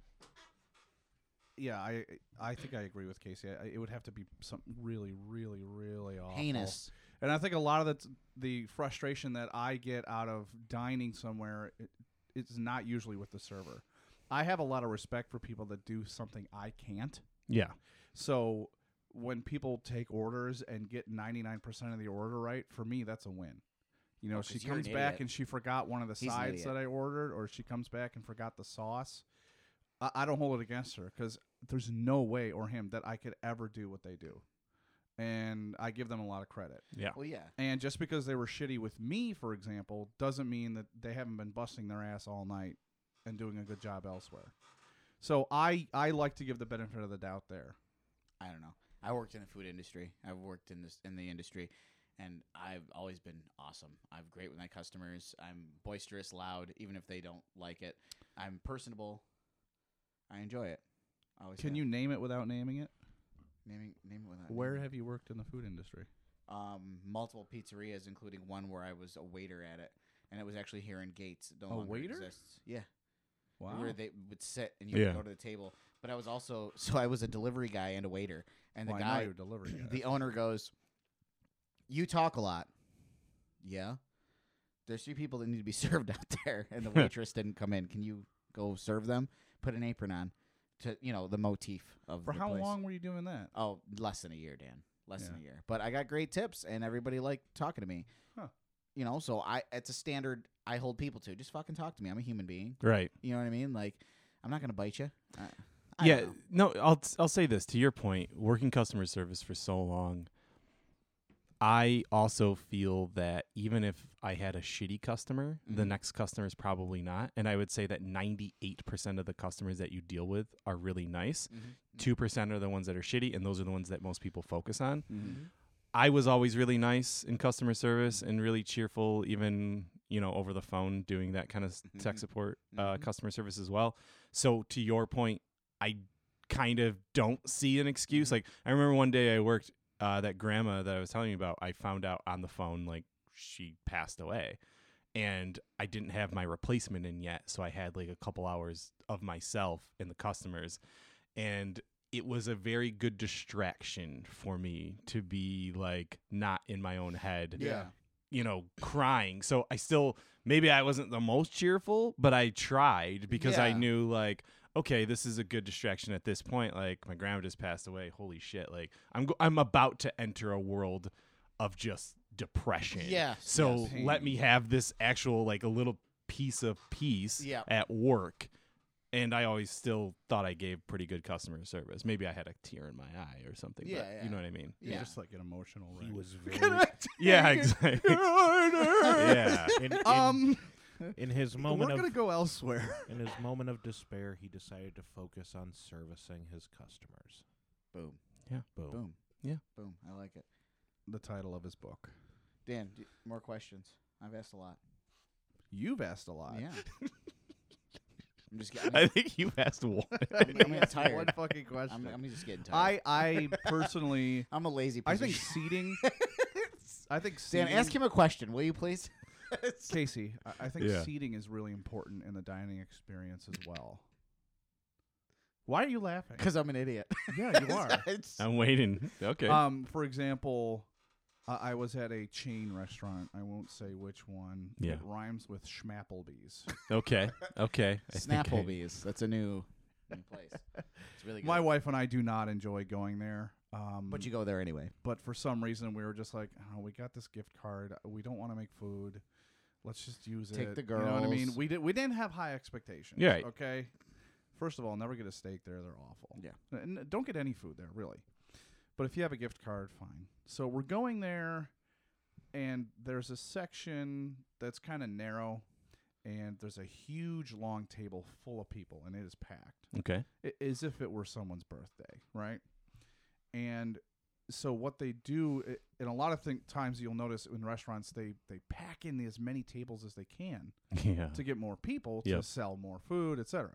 [SPEAKER 5] yeah, I, I think I agree with Casey. I, it would have to be something really, really, really awful,
[SPEAKER 7] Heinous.
[SPEAKER 5] And I think a lot of the t- the frustration that I get out of dining somewhere, it, it's not usually with the server. I have a lot of respect for people that do something I can't.
[SPEAKER 6] Yeah.
[SPEAKER 5] So when people take orders and get 99% of the order right, for me, that's a win. You know,
[SPEAKER 8] Oh,
[SPEAKER 5] she
[SPEAKER 8] 'cause you're an
[SPEAKER 5] comes back
[SPEAKER 8] idiot.
[SPEAKER 5] and she forgot one of the
[SPEAKER 8] He's an
[SPEAKER 5] sides
[SPEAKER 8] idiot.
[SPEAKER 5] that I ordered, or she comes back and forgot the sauce. I, I don't hold it against her because there's no way or him that I could ever do what they do. And I give them a lot of credit.
[SPEAKER 6] Yeah.
[SPEAKER 7] Well, yeah.
[SPEAKER 5] And just because they were shitty with me, for example, doesn't mean that they haven't been busting their ass all night and doing a good job elsewhere. So I I like to give the benefit of the doubt there.
[SPEAKER 7] I don't know. I worked in the food industry. I've worked in this in the industry, and I've always been awesome. I'm great with my customers. I'm boisterous, loud, even if they don't like it. I'm personable. I enjoy it. I Always
[SPEAKER 5] Can
[SPEAKER 7] have.
[SPEAKER 5] you name it without naming it?
[SPEAKER 7] naming name it without
[SPEAKER 5] Where
[SPEAKER 7] naming.
[SPEAKER 5] have you worked in the food industry?
[SPEAKER 7] um multiple pizzerias, including one where I was a waiter at it, and it was actually here in Gates. It No
[SPEAKER 5] A
[SPEAKER 7] longer
[SPEAKER 5] waiter?
[SPEAKER 7] exists. Yeah.
[SPEAKER 5] Wow.
[SPEAKER 7] Where they would sit and you
[SPEAKER 5] Yeah.
[SPEAKER 7] would go to the table. But I was also so I was a delivery guy and a waiter, and
[SPEAKER 5] Well,
[SPEAKER 7] the
[SPEAKER 5] I know
[SPEAKER 7] guy,
[SPEAKER 5] you're a delivery guy.
[SPEAKER 7] the owner goes, "You talk a lot." Yeah. There's three people that need to be served out there, and the waitress didn't come in. Can you go serve them? Put an apron on, to you know the motif of
[SPEAKER 5] For
[SPEAKER 7] the
[SPEAKER 5] how
[SPEAKER 7] place.
[SPEAKER 5] long were you doing that?
[SPEAKER 7] Oh, less than a year, Dan. Less than a
[SPEAKER 5] Yeah.
[SPEAKER 7] year. But I got great tips, and everybody liked talking to me.
[SPEAKER 5] Huh.
[SPEAKER 7] You know, so I it's a standard I hold people to. Just fucking talk to me. I'm a human being.
[SPEAKER 6] Right.
[SPEAKER 7] You know what I mean? Like, I'm not gonna bite you. I, I
[SPEAKER 6] yeah,
[SPEAKER 7] don't know.
[SPEAKER 6] no, I'll I'll say this to your point. Working customer service for so long, I also feel that even if I had a shitty customer, the
[SPEAKER 7] Mm-hmm.
[SPEAKER 8] Mhm.
[SPEAKER 6] next customer is probably not. And I would say that ninety eight percent of the customers that you deal with are really nice.
[SPEAKER 7] Mm-hmm.
[SPEAKER 6] Two percent are the ones that are shitty, and those are the ones that most people focus on.
[SPEAKER 7] Mm-hmm.
[SPEAKER 5] Mhm.
[SPEAKER 6] I was always really nice in customer service and really cheerful, even you know over the phone doing that kind of s-
[SPEAKER 7] Mm-hmm.
[SPEAKER 6] tech support, uh, customer service as well. So to your point, I kind of don't see an excuse. Like I remember one day I worked uh, that grandma that I was telling you about. I found out on the phone like she passed away, and I didn't have my replacement in yet, so I had like a couple hours of myself and the customers, and it was a very good distraction for me to be like not in my own head.
[SPEAKER 11] Yeah.
[SPEAKER 6] You know, crying. So I still maybe I wasn't the most cheerful, but I tried because I
[SPEAKER 11] Yeah.
[SPEAKER 6] knew like okay, this is a good distraction at this point. Like my grandma just passed away. Holy shit! Like I'm go- I'm about to enter a world of just depression.
[SPEAKER 7] Yes,
[SPEAKER 6] So
[SPEAKER 7] yes.
[SPEAKER 6] let me have this actual like a little piece of peace
[SPEAKER 7] Yeah.
[SPEAKER 6] at work. And I always still thought I gave pretty good customer service. Maybe I had a tear in my eye or something.
[SPEAKER 5] Yeah,
[SPEAKER 6] but
[SPEAKER 5] yeah.
[SPEAKER 6] You know what I mean?
[SPEAKER 5] You're Yeah. just like an emotional
[SPEAKER 6] He was
[SPEAKER 5] very-
[SPEAKER 6] yeah, exactly. yeah.
[SPEAKER 8] In, in,
[SPEAKER 5] Um,
[SPEAKER 8] in his
[SPEAKER 5] we're
[SPEAKER 8] moment,
[SPEAKER 5] gonna
[SPEAKER 8] of,
[SPEAKER 5] go elsewhere.
[SPEAKER 8] In his moment of despair, he decided to focus on servicing his customers.
[SPEAKER 7] Boom.
[SPEAKER 6] Yeah.
[SPEAKER 8] Boom.
[SPEAKER 7] Boom.
[SPEAKER 6] Yeah.
[SPEAKER 7] Boom. I like it.
[SPEAKER 5] The title of his book.
[SPEAKER 7] Dan, d- more questions. I've asked a lot.
[SPEAKER 5] You've asked a lot.
[SPEAKER 7] Yeah. I'm just.
[SPEAKER 6] I think you've asked one.
[SPEAKER 7] I'm, I'm getting
[SPEAKER 5] Asked
[SPEAKER 7] tired.
[SPEAKER 5] One fucking question.
[SPEAKER 7] I'm, I'm just getting tired.
[SPEAKER 5] I I personally
[SPEAKER 7] I'm a lazy.
[SPEAKER 5] I
[SPEAKER 7] Piece
[SPEAKER 5] think
[SPEAKER 7] of shit.
[SPEAKER 5] seating. I think seating,
[SPEAKER 7] Dan, ask him a question, will you please?
[SPEAKER 5] Casey, I, I think
[SPEAKER 6] Yeah.
[SPEAKER 5] seating is really important in the dining experience as well. Why are you laughing?
[SPEAKER 7] Because I'm an idiot.
[SPEAKER 5] Yeah, you are.
[SPEAKER 7] It's-
[SPEAKER 6] I'm waiting. Okay.
[SPEAKER 5] Um, for example, uh, I was at a chain restaurant. I won't say which one.
[SPEAKER 6] Yeah.
[SPEAKER 5] It rhymes with Schmapplebees.
[SPEAKER 6] okay. Okay. I think I-
[SPEAKER 7] Snapplebees. That's a new, new place. It's really good.
[SPEAKER 5] My wife and I do not enjoy going there. Um,
[SPEAKER 7] But you go there anyway.
[SPEAKER 5] But for some reason, we were just like, oh, we got this gift card. We don't want to make food. Let's just use
[SPEAKER 7] Take
[SPEAKER 5] it.
[SPEAKER 7] the
[SPEAKER 5] You know what I mean?
[SPEAKER 7] girls.
[SPEAKER 5] We did. We didn't have high expectations.
[SPEAKER 6] Yeah.
[SPEAKER 5] Okay. First of all, never get a steak there. They're awful.
[SPEAKER 7] Yeah.
[SPEAKER 5] And don't get any food there, really. But if you have a gift card, fine. So we're going there, and there's a section that's kind of narrow, and there's a huge long table full of people, and it is packed.
[SPEAKER 6] Okay.
[SPEAKER 5] I- as if it were someone's birthday, right? And so what they do, i- and a lot of thing, times you'll notice in restaurants, they they pack in as many tables as they can
[SPEAKER 6] Yeah.
[SPEAKER 5] to get more people to
[SPEAKER 6] Yep.
[SPEAKER 5] sell more food, etc.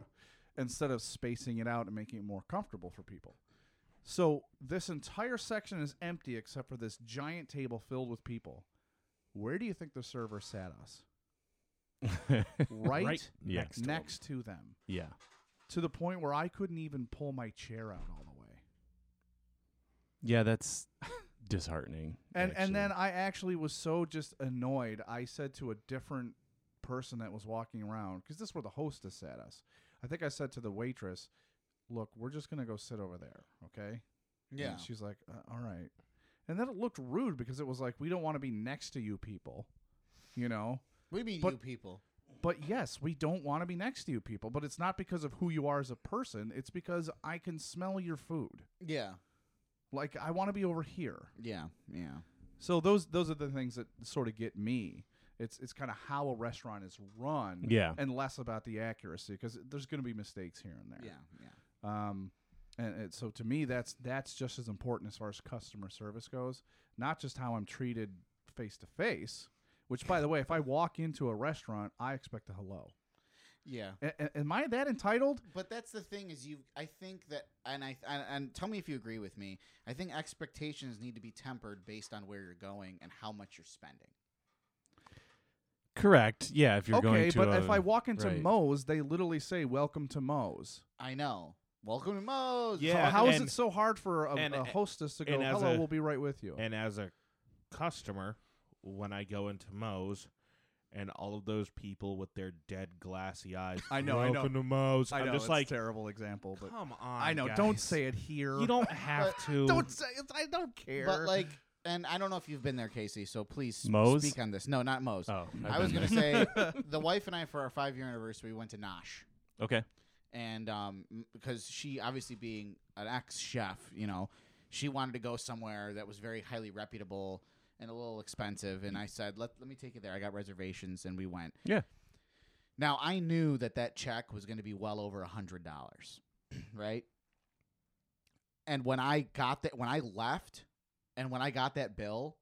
[SPEAKER 5] Instead of spacing it out and making it more comfortable for people. So this entire section is empty except for this giant table filled with people. Where do you think the server sat us? Right,
[SPEAKER 6] Right Yeah. next
[SPEAKER 5] next,
[SPEAKER 6] to 'em.
[SPEAKER 5] to them
[SPEAKER 6] Yeah.
[SPEAKER 5] to the point where I couldn't even pull my chair out all the way.
[SPEAKER 6] Yeah. That's disheartening.
[SPEAKER 5] And and then I actually was so just annoyed. I said to a different person that was walking around because this is where the hostess at us. I think I said to the waitress, "Look, we're just gonna go sit over there, okay?" And
[SPEAKER 7] Yeah.
[SPEAKER 5] she's like, uh, "All right." And then it looked rude because it was like, "We don't want to be next to you people," you know.
[SPEAKER 7] We mean
[SPEAKER 5] But-
[SPEAKER 7] you people.
[SPEAKER 5] But yes, we don't want to be next to you people. But it's not because of who you are as a person. It's because I can smell your food.
[SPEAKER 7] Yeah.
[SPEAKER 5] Like I want to be over here.
[SPEAKER 7] Yeah. Yeah.
[SPEAKER 5] So those those are the things that sort of get me. It's it's kind of how a restaurant is run,
[SPEAKER 6] Yeah.
[SPEAKER 5] and less about the accuracy because there's going to be mistakes here and there.
[SPEAKER 7] Yeah. Yeah.
[SPEAKER 5] Um, and, and so to me, that's that's just as important as far as customer service goes. Not just how I'm treated face to face, which by the way, if I walk into a restaurant, I expect a hello.
[SPEAKER 7] Yeah.
[SPEAKER 5] A- a- am I that entitled?
[SPEAKER 7] But that's the thing is you. I think that, and I and, and tell me if you agree with me. I think expectations need to be tempered based on where you're going and how much you're spending.
[SPEAKER 6] correct. Yeah. If you're
[SPEAKER 5] okay,
[SPEAKER 6] going to
[SPEAKER 5] but
[SPEAKER 6] a-
[SPEAKER 5] if I walk into
[SPEAKER 6] right.
[SPEAKER 5] Moe's, they literally say "Welcome to Moe's."
[SPEAKER 7] I know. Welcome to Moe's.
[SPEAKER 8] Yeah,
[SPEAKER 5] how is
[SPEAKER 8] and-
[SPEAKER 5] it so hard for a,
[SPEAKER 8] and-
[SPEAKER 5] a hostess to go,
[SPEAKER 8] and as
[SPEAKER 5] "Hello,
[SPEAKER 8] a-
[SPEAKER 5] we'll be right with you"?
[SPEAKER 8] And as a customer, when I go into Moe's and all of those people with their dead glassy eyes,
[SPEAKER 5] I know, I know.
[SPEAKER 8] "Welcome to Moe's.
[SPEAKER 5] I know,
[SPEAKER 8] am just
[SPEAKER 5] it's
[SPEAKER 8] like,
[SPEAKER 5] a terrible example, but
[SPEAKER 8] come on.
[SPEAKER 5] I know. Don't
[SPEAKER 8] guys.
[SPEAKER 5] say it here.
[SPEAKER 8] You don't have to.
[SPEAKER 5] Don't say it. I don't care.
[SPEAKER 7] But like, and I don't know if you've been there, Casey. So please sp-
[SPEAKER 6] Moe's?
[SPEAKER 7] speak on this. No, not Moe's.
[SPEAKER 6] Oh, I've
[SPEAKER 7] I was
[SPEAKER 6] been
[SPEAKER 7] gonna
[SPEAKER 6] there.
[SPEAKER 7] say the wife and I for our five year anniversary we went to Nosh.
[SPEAKER 6] Okay.
[SPEAKER 7] and um, m- because she obviously being an ex chef, you know, she wanted to go somewhere that was very highly reputable and a little expensive. And I said, let let me take you there. I got reservations, and we went.
[SPEAKER 6] Yeah.
[SPEAKER 7] Now I knew that that check was going to be well over a hundred dollars, right? And when I got that, when I left, and when I got that bill,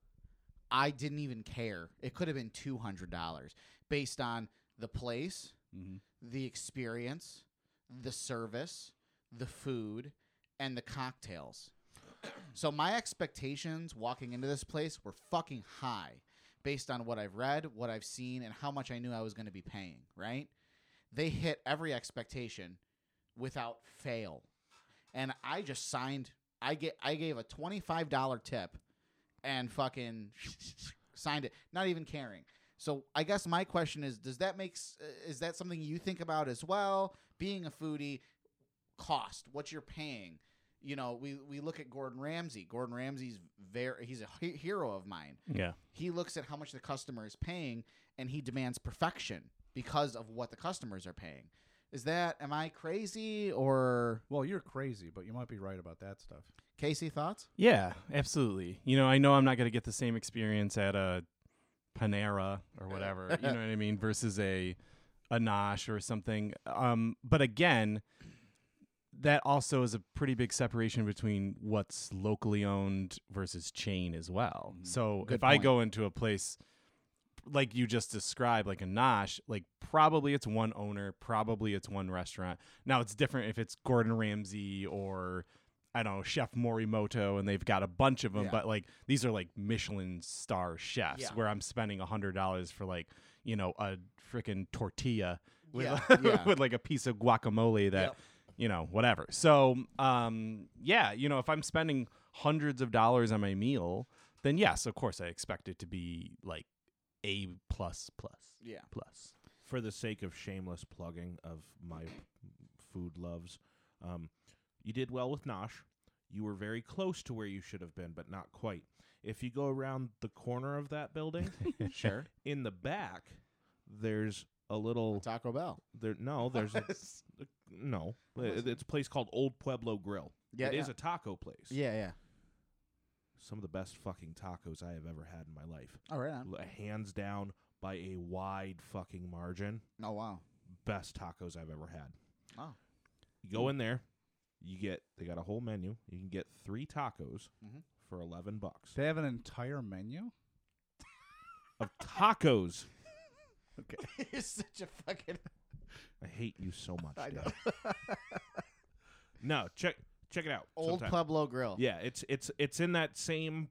[SPEAKER 7] I didn't even care. It could have been two hundred dollars based on the place, the experience, the service, the food, and the cocktails. So my expectations walking into this place were fucking high based on what I've read, what I've seen, and how much I knew I was going to be paying, right? They hit every expectation without fail. and I just signed. I get I gave a twenty five dollar tip, and fucking signed it, not even caring. So I guess my question is, does that make s- is that something you think about as well? Being a foodie, cost, what you're paying. You know, we we look at Gordon Ramsay. Gordon Ramsay's very he's a he- hero of mine.
[SPEAKER 6] Yeah.
[SPEAKER 7] He looks at how much the customer is paying and he demands perfection because of what the customers are paying. Is that am I crazy or
[SPEAKER 5] Well, you're crazy, but you might be right about that stuff.
[SPEAKER 7] Casey thoughts?
[SPEAKER 6] Yeah, absolutely. You know, I know I'm not going to get the same experience at a Panera or whatever. you know what I mean? Versus a a Nosh or something. Um, but again, that also is a pretty big separation between what's locally owned versus chain as well.
[SPEAKER 5] Mm-hmm.
[SPEAKER 6] So
[SPEAKER 7] Good
[SPEAKER 6] if I
[SPEAKER 7] point.
[SPEAKER 6] go into a place like you just described, like a Nosh, like probably it's one owner, probably it's one restaurant. Now it's different if it's Gordon Ramsay or I don't know Chef Morimoto, and they've got a bunch of them.
[SPEAKER 11] Yeah.
[SPEAKER 6] But like these are like Michelin star chefs,
[SPEAKER 11] Yeah.
[SPEAKER 6] where I'm spending a hundred dollars for like you know a freaking tortilla with
[SPEAKER 11] Yeah,
[SPEAKER 7] yeah.
[SPEAKER 6] with like a piece of guacamole that
[SPEAKER 11] Yep.
[SPEAKER 6] you know, whatever. So, um, yeah, you know, if I'm spending hundreds of dollars on my meal, then yes, of course, I expect it to be like a plus plus.
[SPEAKER 7] Yeah.
[SPEAKER 6] Plus.
[SPEAKER 8] For the sake of shameless plugging of my food loves, um, you did well with Nosh. You were very close to where you should have been, but not quite. If you go around the corner of that building,
[SPEAKER 7] Sure.
[SPEAKER 8] In the back, there's a little
[SPEAKER 7] Taco Bell.
[SPEAKER 8] There, no, there's a, no. It- It's a place called Old Pueblo Grill.
[SPEAKER 7] Yeah,
[SPEAKER 8] it is
[SPEAKER 7] yeah.
[SPEAKER 8] a taco place.
[SPEAKER 7] Yeah, yeah.
[SPEAKER 8] Some of the best fucking tacos I have ever had in my life.
[SPEAKER 7] Oh, right on.
[SPEAKER 8] L- Hands down by a wide fucking margin.
[SPEAKER 7] Oh wow.
[SPEAKER 8] Best tacos I've ever had.
[SPEAKER 7] Oh.
[SPEAKER 8] You go in there, you get they got a whole menu. You can get three tacos
[SPEAKER 7] Mhm.
[SPEAKER 8] for eleven bucks
[SPEAKER 5] They have an entire menu.
[SPEAKER 8] of tacos.
[SPEAKER 7] Okay. You're such a fucking
[SPEAKER 8] I hate you so much.
[SPEAKER 7] I know.
[SPEAKER 8] Dad. no, check check it out.
[SPEAKER 7] Old
[SPEAKER 8] sometime.
[SPEAKER 7] Pueblo Grill.
[SPEAKER 8] Yeah, it's it's it's in that same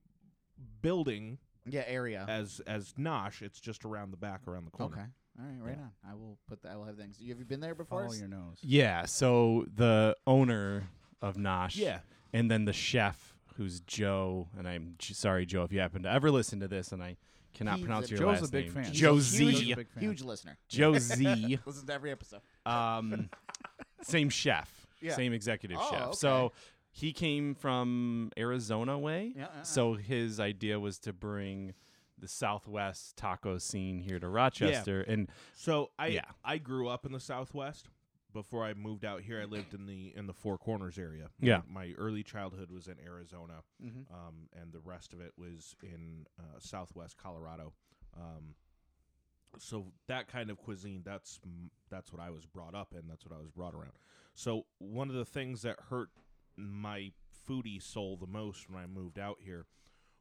[SPEAKER 8] building.
[SPEAKER 7] Yeah, area
[SPEAKER 8] as as Nosh. It's just around the back, around the corner.
[SPEAKER 7] Uh-huh. Okay. All right, right on. I will put that I will have things. You have you been there before?
[SPEAKER 5] Follow your nose.
[SPEAKER 6] Yeah. So the owner of Nosh.
[SPEAKER 7] Yeah.
[SPEAKER 6] And then the chef, who's Joe, and I'm j- sorry, Joe, if you happen to ever listen to this, and I cannot
[SPEAKER 7] He's
[SPEAKER 6] pronounce
[SPEAKER 7] a-
[SPEAKER 6] your
[SPEAKER 7] Joe's
[SPEAKER 6] last
[SPEAKER 7] a big
[SPEAKER 6] name.
[SPEAKER 7] fan. He's a
[SPEAKER 6] Joe
[SPEAKER 7] huge-
[SPEAKER 6] Z.
[SPEAKER 7] Joe's a big fan. Huge listener.
[SPEAKER 6] Joe Z.
[SPEAKER 7] Listens to every episode.
[SPEAKER 6] Um, same chef.
[SPEAKER 7] Yeah.
[SPEAKER 6] Same executive
[SPEAKER 7] Oh,
[SPEAKER 6] chef.
[SPEAKER 7] okay.
[SPEAKER 6] So he came from Arizona way.
[SPEAKER 7] Yeah, uh-uh. yeah,
[SPEAKER 6] so his idea was to bring the Southwest taco scene here to Rochester. And
[SPEAKER 8] so I
[SPEAKER 6] yeah.
[SPEAKER 8] I grew up in the Southwest. Before I moved out here, I lived in the in the Four Corners area.
[SPEAKER 6] Yeah.
[SPEAKER 8] my early childhood was in Arizona,
[SPEAKER 7] Mhm.
[SPEAKER 8] um, and the rest of it was in uh, Southwest Colorado. Um, so that kind of cuisine, that's m- that's what I was brought up in. That's what I was brought around. So one of the things that hurt my foodie soul the most when I moved out here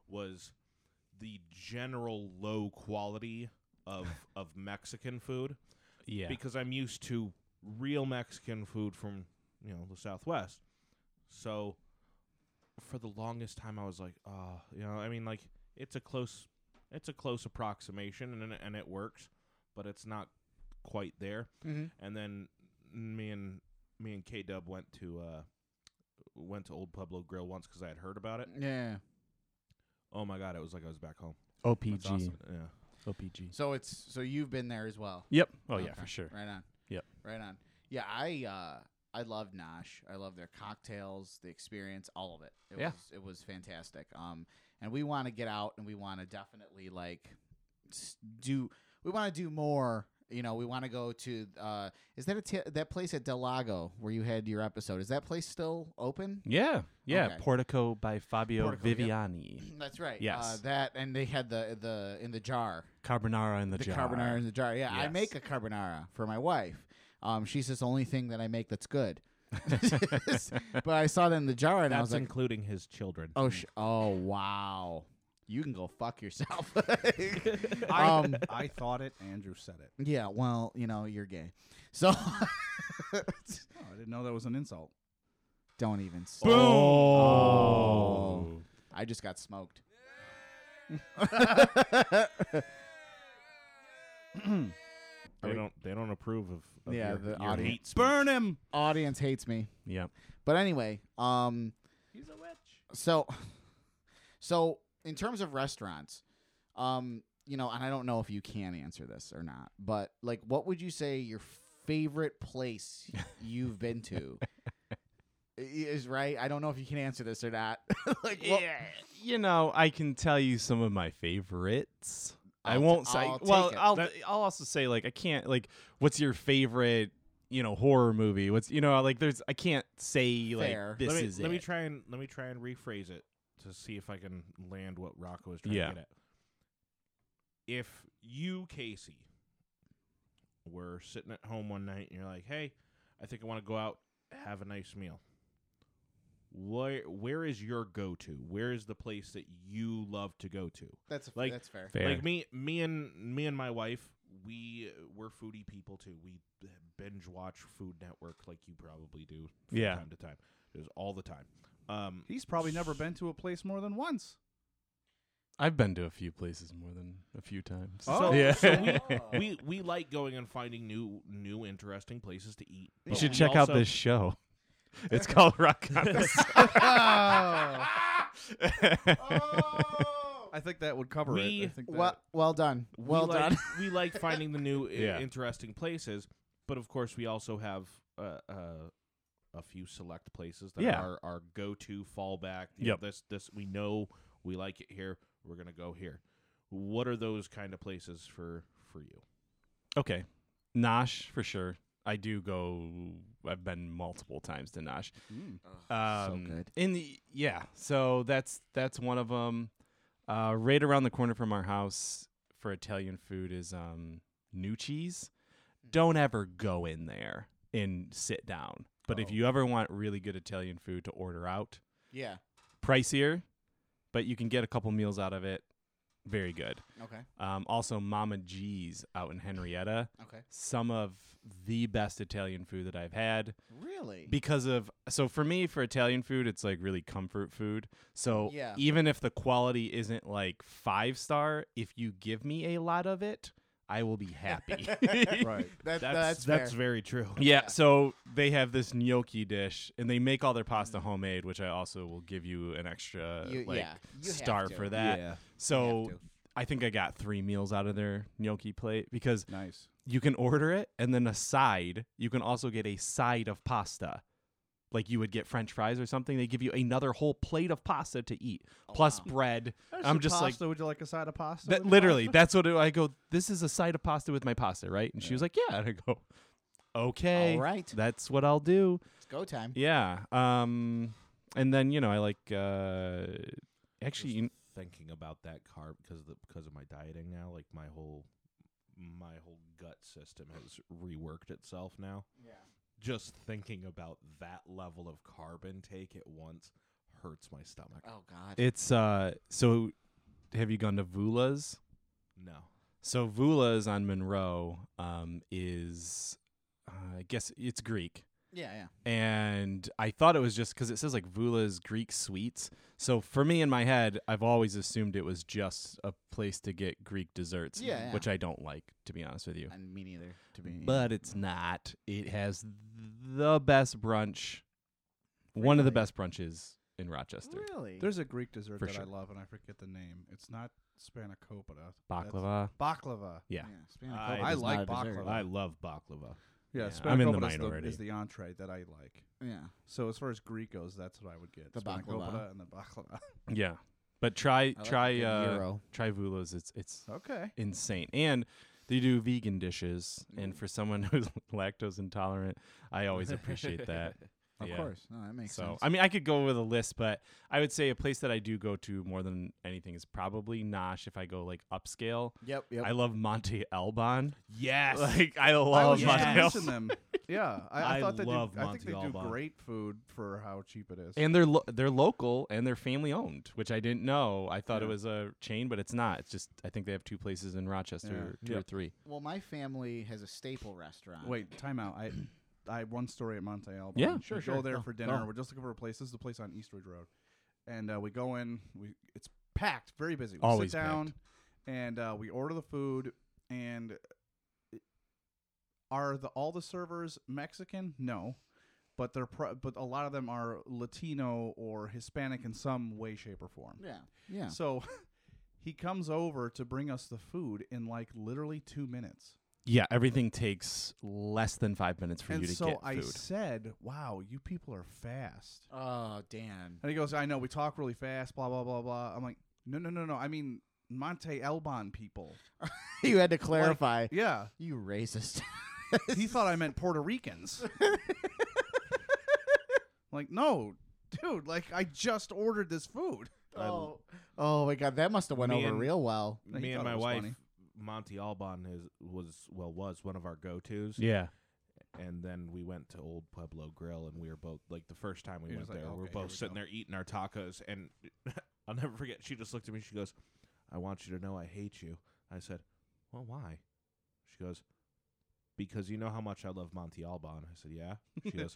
[SPEAKER 8] was the general low quality of of Mexican food.
[SPEAKER 6] Yeah.
[SPEAKER 8] Because I'm used to real Mexican food from, you know, the Southwest. So for the longest time I was like, oh, you know, I mean like it's a close it's a close approximation and and it works, but it's not quite there.
[SPEAKER 7] Mhm.
[SPEAKER 8] And then me and me and K Dub went to uh went to Old Pueblo Grill once cuz I had heard about it.
[SPEAKER 7] Yeah.
[SPEAKER 8] Oh my god, it was like I was back home.
[SPEAKER 6] OPG.
[SPEAKER 8] That's awesome. Yeah.
[SPEAKER 6] OPG.
[SPEAKER 7] So it's so you've been there as well.
[SPEAKER 6] Yep. Oh, yeah, for sure.
[SPEAKER 7] Right on.
[SPEAKER 6] Yep.
[SPEAKER 7] Right on. Yeah, I uh I love Nosh. I love their cocktails, the experience, all of it. It
[SPEAKER 6] Yeah.
[SPEAKER 7] was it was fantastic. Um and we want to get out and we want to definitely like s- do we want to do more you know, we want to go to. Uh, is that a t- that place at Del Lago where you had your episode? Is that place still open?
[SPEAKER 6] Yeah. Yeah.
[SPEAKER 7] Okay.
[SPEAKER 6] Portico by Fabio
[SPEAKER 7] Portico, yep.
[SPEAKER 6] Viviani.
[SPEAKER 7] That's right.
[SPEAKER 6] Yes.
[SPEAKER 7] Uh, that and they had the the in the jar.
[SPEAKER 6] carbonara in the, jar.
[SPEAKER 7] carbonara in the jar. Yeah, I make a carbonara for my wife. Um, she says the only thing that I make that's good. but I saw that in the jar and I was
[SPEAKER 8] That's
[SPEAKER 7] like,
[SPEAKER 8] including his children.
[SPEAKER 7] oh, sh- oh wow, you can go fuck yourself.
[SPEAKER 5] I,
[SPEAKER 7] um,
[SPEAKER 5] I thought it. Andrew said it.
[SPEAKER 7] yeah, well, you know, you're gay, so
[SPEAKER 5] Oh, I didn't know that was an insult.
[SPEAKER 7] don't even. say-
[SPEAKER 5] Boom!
[SPEAKER 8] Uh,
[SPEAKER 7] Oh. I just got smoked.
[SPEAKER 8] They
[SPEAKER 7] Are we-
[SPEAKER 8] don't. They don't approve of. of
[SPEAKER 7] yeah,
[SPEAKER 8] your-
[SPEAKER 7] the
[SPEAKER 8] your hate
[SPEAKER 7] audience
[SPEAKER 8] speech.
[SPEAKER 7] burn him. Audience hates me.
[SPEAKER 6] Yeah.
[SPEAKER 7] But anyway, um, he's a witch. So, so in terms of restaurants, um, you know, and I don't know if you can answer this or not, but like, what would you say your favorite place you've been to? i- Is right. I don't know if you can answer this or not. like, what,
[SPEAKER 6] You know, I can tell you some of my favorites. I
[SPEAKER 7] I'll t-
[SPEAKER 6] won't say.
[SPEAKER 7] I'll take
[SPEAKER 6] well,
[SPEAKER 7] it.
[SPEAKER 6] I'll I'll also say like I can't like what's your favorite you know horror movie? What's you know like there's I can't say like this
[SPEAKER 8] let me,
[SPEAKER 6] is
[SPEAKER 8] let
[SPEAKER 6] it.
[SPEAKER 8] me try and let me try and rephrase it to see if I can land what Rocco is trying
[SPEAKER 6] Yeah.
[SPEAKER 8] to get at. If you, Casey, were sitting at home one night and you're like, "Hey, I think I want to go out have a nice meal." Where where is your go to? Where is the place that you love to go to?
[SPEAKER 7] That's- that's fair.
[SPEAKER 6] Fair.
[SPEAKER 8] Like me, me and me and my wife, we we're foodie people too. We binge watch Food Network like you probably do from
[SPEAKER 6] Yeah.
[SPEAKER 8] time to time. It was all the time. Um,
[SPEAKER 5] He's probably never been to a place more than once.
[SPEAKER 6] I've been to a few places more than a few times.
[SPEAKER 7] Oh,
[SPEAKER 8] So,
[SPEAKER 6] yeah.
[SPEAKER 8] so we, we we like going and finding new new interesting places to eat.
[SPEAKER 6] you
[SPEAKER 8] but
[SPEAKER 6] should
[SPEAKER 8] we
[SPEAKER 6] check out
[SPEAKER 8] also-
[SPEAKER 6] this show. It's called Rock on the
[SPEAKER 5] I think that would cover
[SPEAKER 8] We-
[SPEAKER 5] it. I think that-
[SPEAKER 7] well, well done. Well
[SPEAKER 8] we
[SPEAKER 7] done.
[SPEAKER 8] Like, we like finding the new i-
[SPEAKER 6] Yeah.
[SPEAKER 8] interesting places, but of course we also have uh, uh, a few select places that
[SPEAKER 6] Yeah.
[SPEAKER 8] are our go-to fallback. You know,
[SPEAKER 6] Yep.
[SPEAKER 8] This this we know we like it here. We're gonna go here. What are those kind of places for for you?
[SPEAKER 6] Okay. Nosh for sure. I do go I've been multiple times to Nosh. Um,
[SPEAKER 7] so good.
[SPEAKER 6] In the yeah, so that's that's one of them. Uh, right around the corner from our house for Italian food is um, Nucci's. Don't ever go in there and sit down. But if you ever want really good Italian food to order out,
[SPEAKER 7] yeah.
[SPEAKER 6] pricier, but you can get a couple meals out of it. Very good.
[SPEAKER 7] Okay.
[SPEAKER 6] Um, also, Mama G's out in Henrietta.
[SPEAKER 7] Okay.
[SPEAKER 6] Some of the best Italian food that I've had
[SPEAKER 7] Really.
[SPEAKER 6] because of so for me for Italian food it's like really comfort food. So
[SPEAKER 7] Yeah.
[SPEAKER 6] even if the quality isn't like five star, if you give me a lot of it, I will be happy.
[SPEAKER 5] right.
[SPEAKER 7] That,
[SPEAKER 8] That's
[SPEAKER 7] that's
[SPEAKER 8] that's
[SPEAKER 7] fair.
[SPEAKER 8] very true.
[SPEAKER 6] Yeah, so they have this gnocchi dish, and they make all their pasta homemade, which I also will give you an extra
[SPEAKER 7] You-
[SPEAKER 6] like
[SPEAKER 7] yeah, you have
[SPEAKER 6] star
[SPEAKER 7] to.
[SPEAKER 6] for that.
[SPEAKER 5] Yeah.
[SPEAKER 6] So
[SPEAKER 7] You have to.
[SPEAKER 6] I think I got three meals out of their gnocchi plate because
[SPEAKER 5] Nice.
[SPEAKER 6] you can order it, and then a side. You can also get a side of pasta, like you would get French fries or something. They give you another whole plate of pasta to eat,
[SPEAKER 7] Oh,
[SPEAKER 6] plus bread. I'm just like,
[SPEAKER 5] pasta. Would you like a side of pasta?
[SPEAKER 6] that
[SPEAKER 5] with your
[SPEAKER 6] literally,
[SPEAKER 5] pasta?
[SPEAKER 6] that's what it- I go. This is a side of pasta with my pasta, right? And she was like, "Yeah." And I go, "Okay,
[SPEAKER 7] All right.
[SPEAKER 6] that's what I'll do."
[SPEAKER 7] It's go time.
[SPEAKER 6] Yeah. Um, and then you know, I like uh, actually, you kn-
[SPEAKER 8] Thinking about that carb because of the, because of my dieting now, like my whole my whole gut system has reworked itself now. Yeah. Just thinking about that level of carb intake at once hurts my stomach.
[SPEAKER 7] Oh God.
[SPEAKER 6] it's uh, so have you gone to Vula's?
[SPEAKER 8] No.
[SPEAKER 6] So Vula's on Monroe um, is, uh, I guess it's Greek.
[SPEAKER 7] yeah. Yeah.
[SPEAKER 6] and I thought it was just because it says like Vula's Greek sweets. So for me in my head, I've always assumed it was just a place to get Greek desserts,
[SPEAKER 7] Yeah, yeah.
[SPEAKER 6] which I don't like to be honest with you.
[SPEAKER 7] And me neither. To be
[SPEAKER 6] But it's not. It has the best brunch, one of the best brunches in Rochester.
[SPEAKER 7] really,
[SPEAKER 5] There's a Greek dessert
[SPEAKER 6] For
[SPEAKER 5] that
[SPEAKER 6] sure.
[SPEAKER 5] I love, and I forget the name. It's not spanakopita. That's-
[SPEAKER 6] Baklava.
[SPEAKER 5] Baklava.
[SPEAKER 6] Yeah.
[SPEAKER 7] Spanakopita
[SPEAKER 8] I-
[SPEAKER 7] is
[SPEAKER 8] I
[SPEAKER 7] not
[SPEAKER 5] like
[SPEAKER 7] a dessert.
[SPEAKER 5] baklava.
[SPEAKER 8] I love baklava.
[SPEAKER 5] Yeah,
[SPEAKER 6] Yeah,
[SPEAKER 5] spanakopita
[SPEAKER 6] I'm in the
[SPEAKER 5] is, the,
[SPEAKER 6] minority.
[SPEAKER 5] is the entree that I like.
[SPEAKER 7] Yeah.
[SPEAKER 5] So as far as Greek goes, that's what I would get.
[SPEAKER 7] The baklava.
[SPEAKER 5] Spanakopita and the baklava.
[SPEAKER 6] Yeah. But try
[SPEAKER 7] like
[SPEAKER 6] try
[SPEAKER 7] the
[SPEAKER 6] uh,
[SPEAKER 7] gyro.
[SPEAKER 6] try Vula's. It's it's
[SPEAKER 5] okay.
[SPEAKER 6] insane. And they do vegan dishes. And for someone who's lactose intolerant, I always appreciate that.
[SPEAKER 7] Of
[SPEAKER 6] Yeah.
[SPEAKER 7] course. No, that makes
[SPEAKER 6] So,
[SPEAKER 7] sense.
[SPEAKER 6] I mean, I could go with a list, but I would say a place that I do go to more than anything is probably Nosh if I go like upscale.
[SPEAKER 7] Yep, yep. Oh,
[SPEAKER 6] I love Monte Elbon.
[SPEAKER 8] Yes.
[SPEAKER 6] Like, I
[SPEAKER 5] I
[SPEAKER 6] love
[SPEAKER 5] was just gonna
[SPEAKER 6] Monte
[SPEAKER 5] mention
[SPEAKER 6] Elbon.
[SPEAKER 5] them. Yeah, I, I,
[SPEAKER 8] I
[SPEAKER 5] thought they do,
[SPEAKER 8] love
[SPEAKER 5] I think they do
[SPEAKER 8] Monte Alban.
[SPEAKER 5] great food for how cheap it is.
[SPEAKER 6] And they're lo- they're local and they're family owned, which I didn't know. I thought it
[SPEAKER 5] Yeah.
[SPEAKER 6] was a chain, but it's not. It's just I think they have two places in Rochester,
[SPEAKER 5] Yeah.
[SPEAKER 6] or two or three.
[SPEAKER 7] well, my family has a staple restaurant.
[SPEAKER 5] Wait, time out. I I had one story at Monte Alba.
[SPEAKER 6] Uh, Yeah,
[SPEAKER 5] We
[SPEAKER 6] sure,
[SPEAKER 5] go
[SPEAKER 6] sure.
[SPEAKER 5] there
[SPEAKER 6] Go,
[SPEAKER 5] for dinner.
[SPEAKER 6] go.
[SPEAKER 5] We're just looking for a place. This is the place on Eastridge Road, and uh, we go in. We it's packed, very busy. We
[SPEAKER 6] Always
[SPEAKER 5] sit down, and uh, we order the food, and it, Are the all the servers Mexican? No, but they're pro- but a lot of them are Latino or Hispanic in some way, shape, or form.
[SPEAKER 7] Yeah. Yeah.
[SPEAKER 5] So he comes over to bring us the food in like literally two minutes.
[SPEAKER 6] Yeah, everything takes less than five minutes for
[SPEAKER 5] and
[SPEAKER 6] you to
[SPEAKER 5] so
[SPEAKER 6] get food.
[SPEAKER 5] I said, "Wow, you people are fast."
[SPEAKER 7] Oh, Dan.
[SPEAKER 5] And he goes, "I know we talk really fast, blah blah blah blah." I'm like, "No, no, no, no. I mean Monte Elbon people."
[SPEAKER 7] you had to clarify.
[SPEAKER 5] yeah.
[SPEAKER 7] You racist.
[SPEAKER 5] he thought I meant Puerto Ricans. like, no, dude. Like, I just ordered this food.
[SPEAKER 7] Oh, oh my God, that must have went
[SPEAKER 8] Me
[SPEAKER 7] over
[SPEAKER 8] and-
[SPEAKER 7] real well.
[SPEAKER 5] He
[SPEAKER 8] Me
[SPEAKER 5] thought
[SPEAKER 8] and
[SPEAKER 5] it
[SPEAKER 8] my
[SPEAKER 5] was
[SPEAKER 8] wife,
[SPEAKER 5] funny.
[SPEAKER 8] Monty Alban, is was well was one of our go tos.
[SPEAKER 6] Yeah.
[SPEAKER 8] And then we went to Old Pueblo Grill, and we were both like the first time we
[SPEAKER 5] He
[SPEAKER 8] went
[SPEAKER 5] was
[SPEAKER 8] there,
[SPEAKER 5] like, "Oh,
[SPEAKER 8] we were
[SPEAKER 5] "Okay, here
[SPEAKER 8] both
[SPEAKER 5] we
[SPEAKER 8] sitting
[SPEAKER 5] go."
[SPEAKER 8] there eating our tacos, and I'll never forget. She just looked at me. She goes, "I want you to know I hate you." I said, "Well, why?" She goes, "Because you know how much I love Monty Alban." I said, "Yeah." She goes.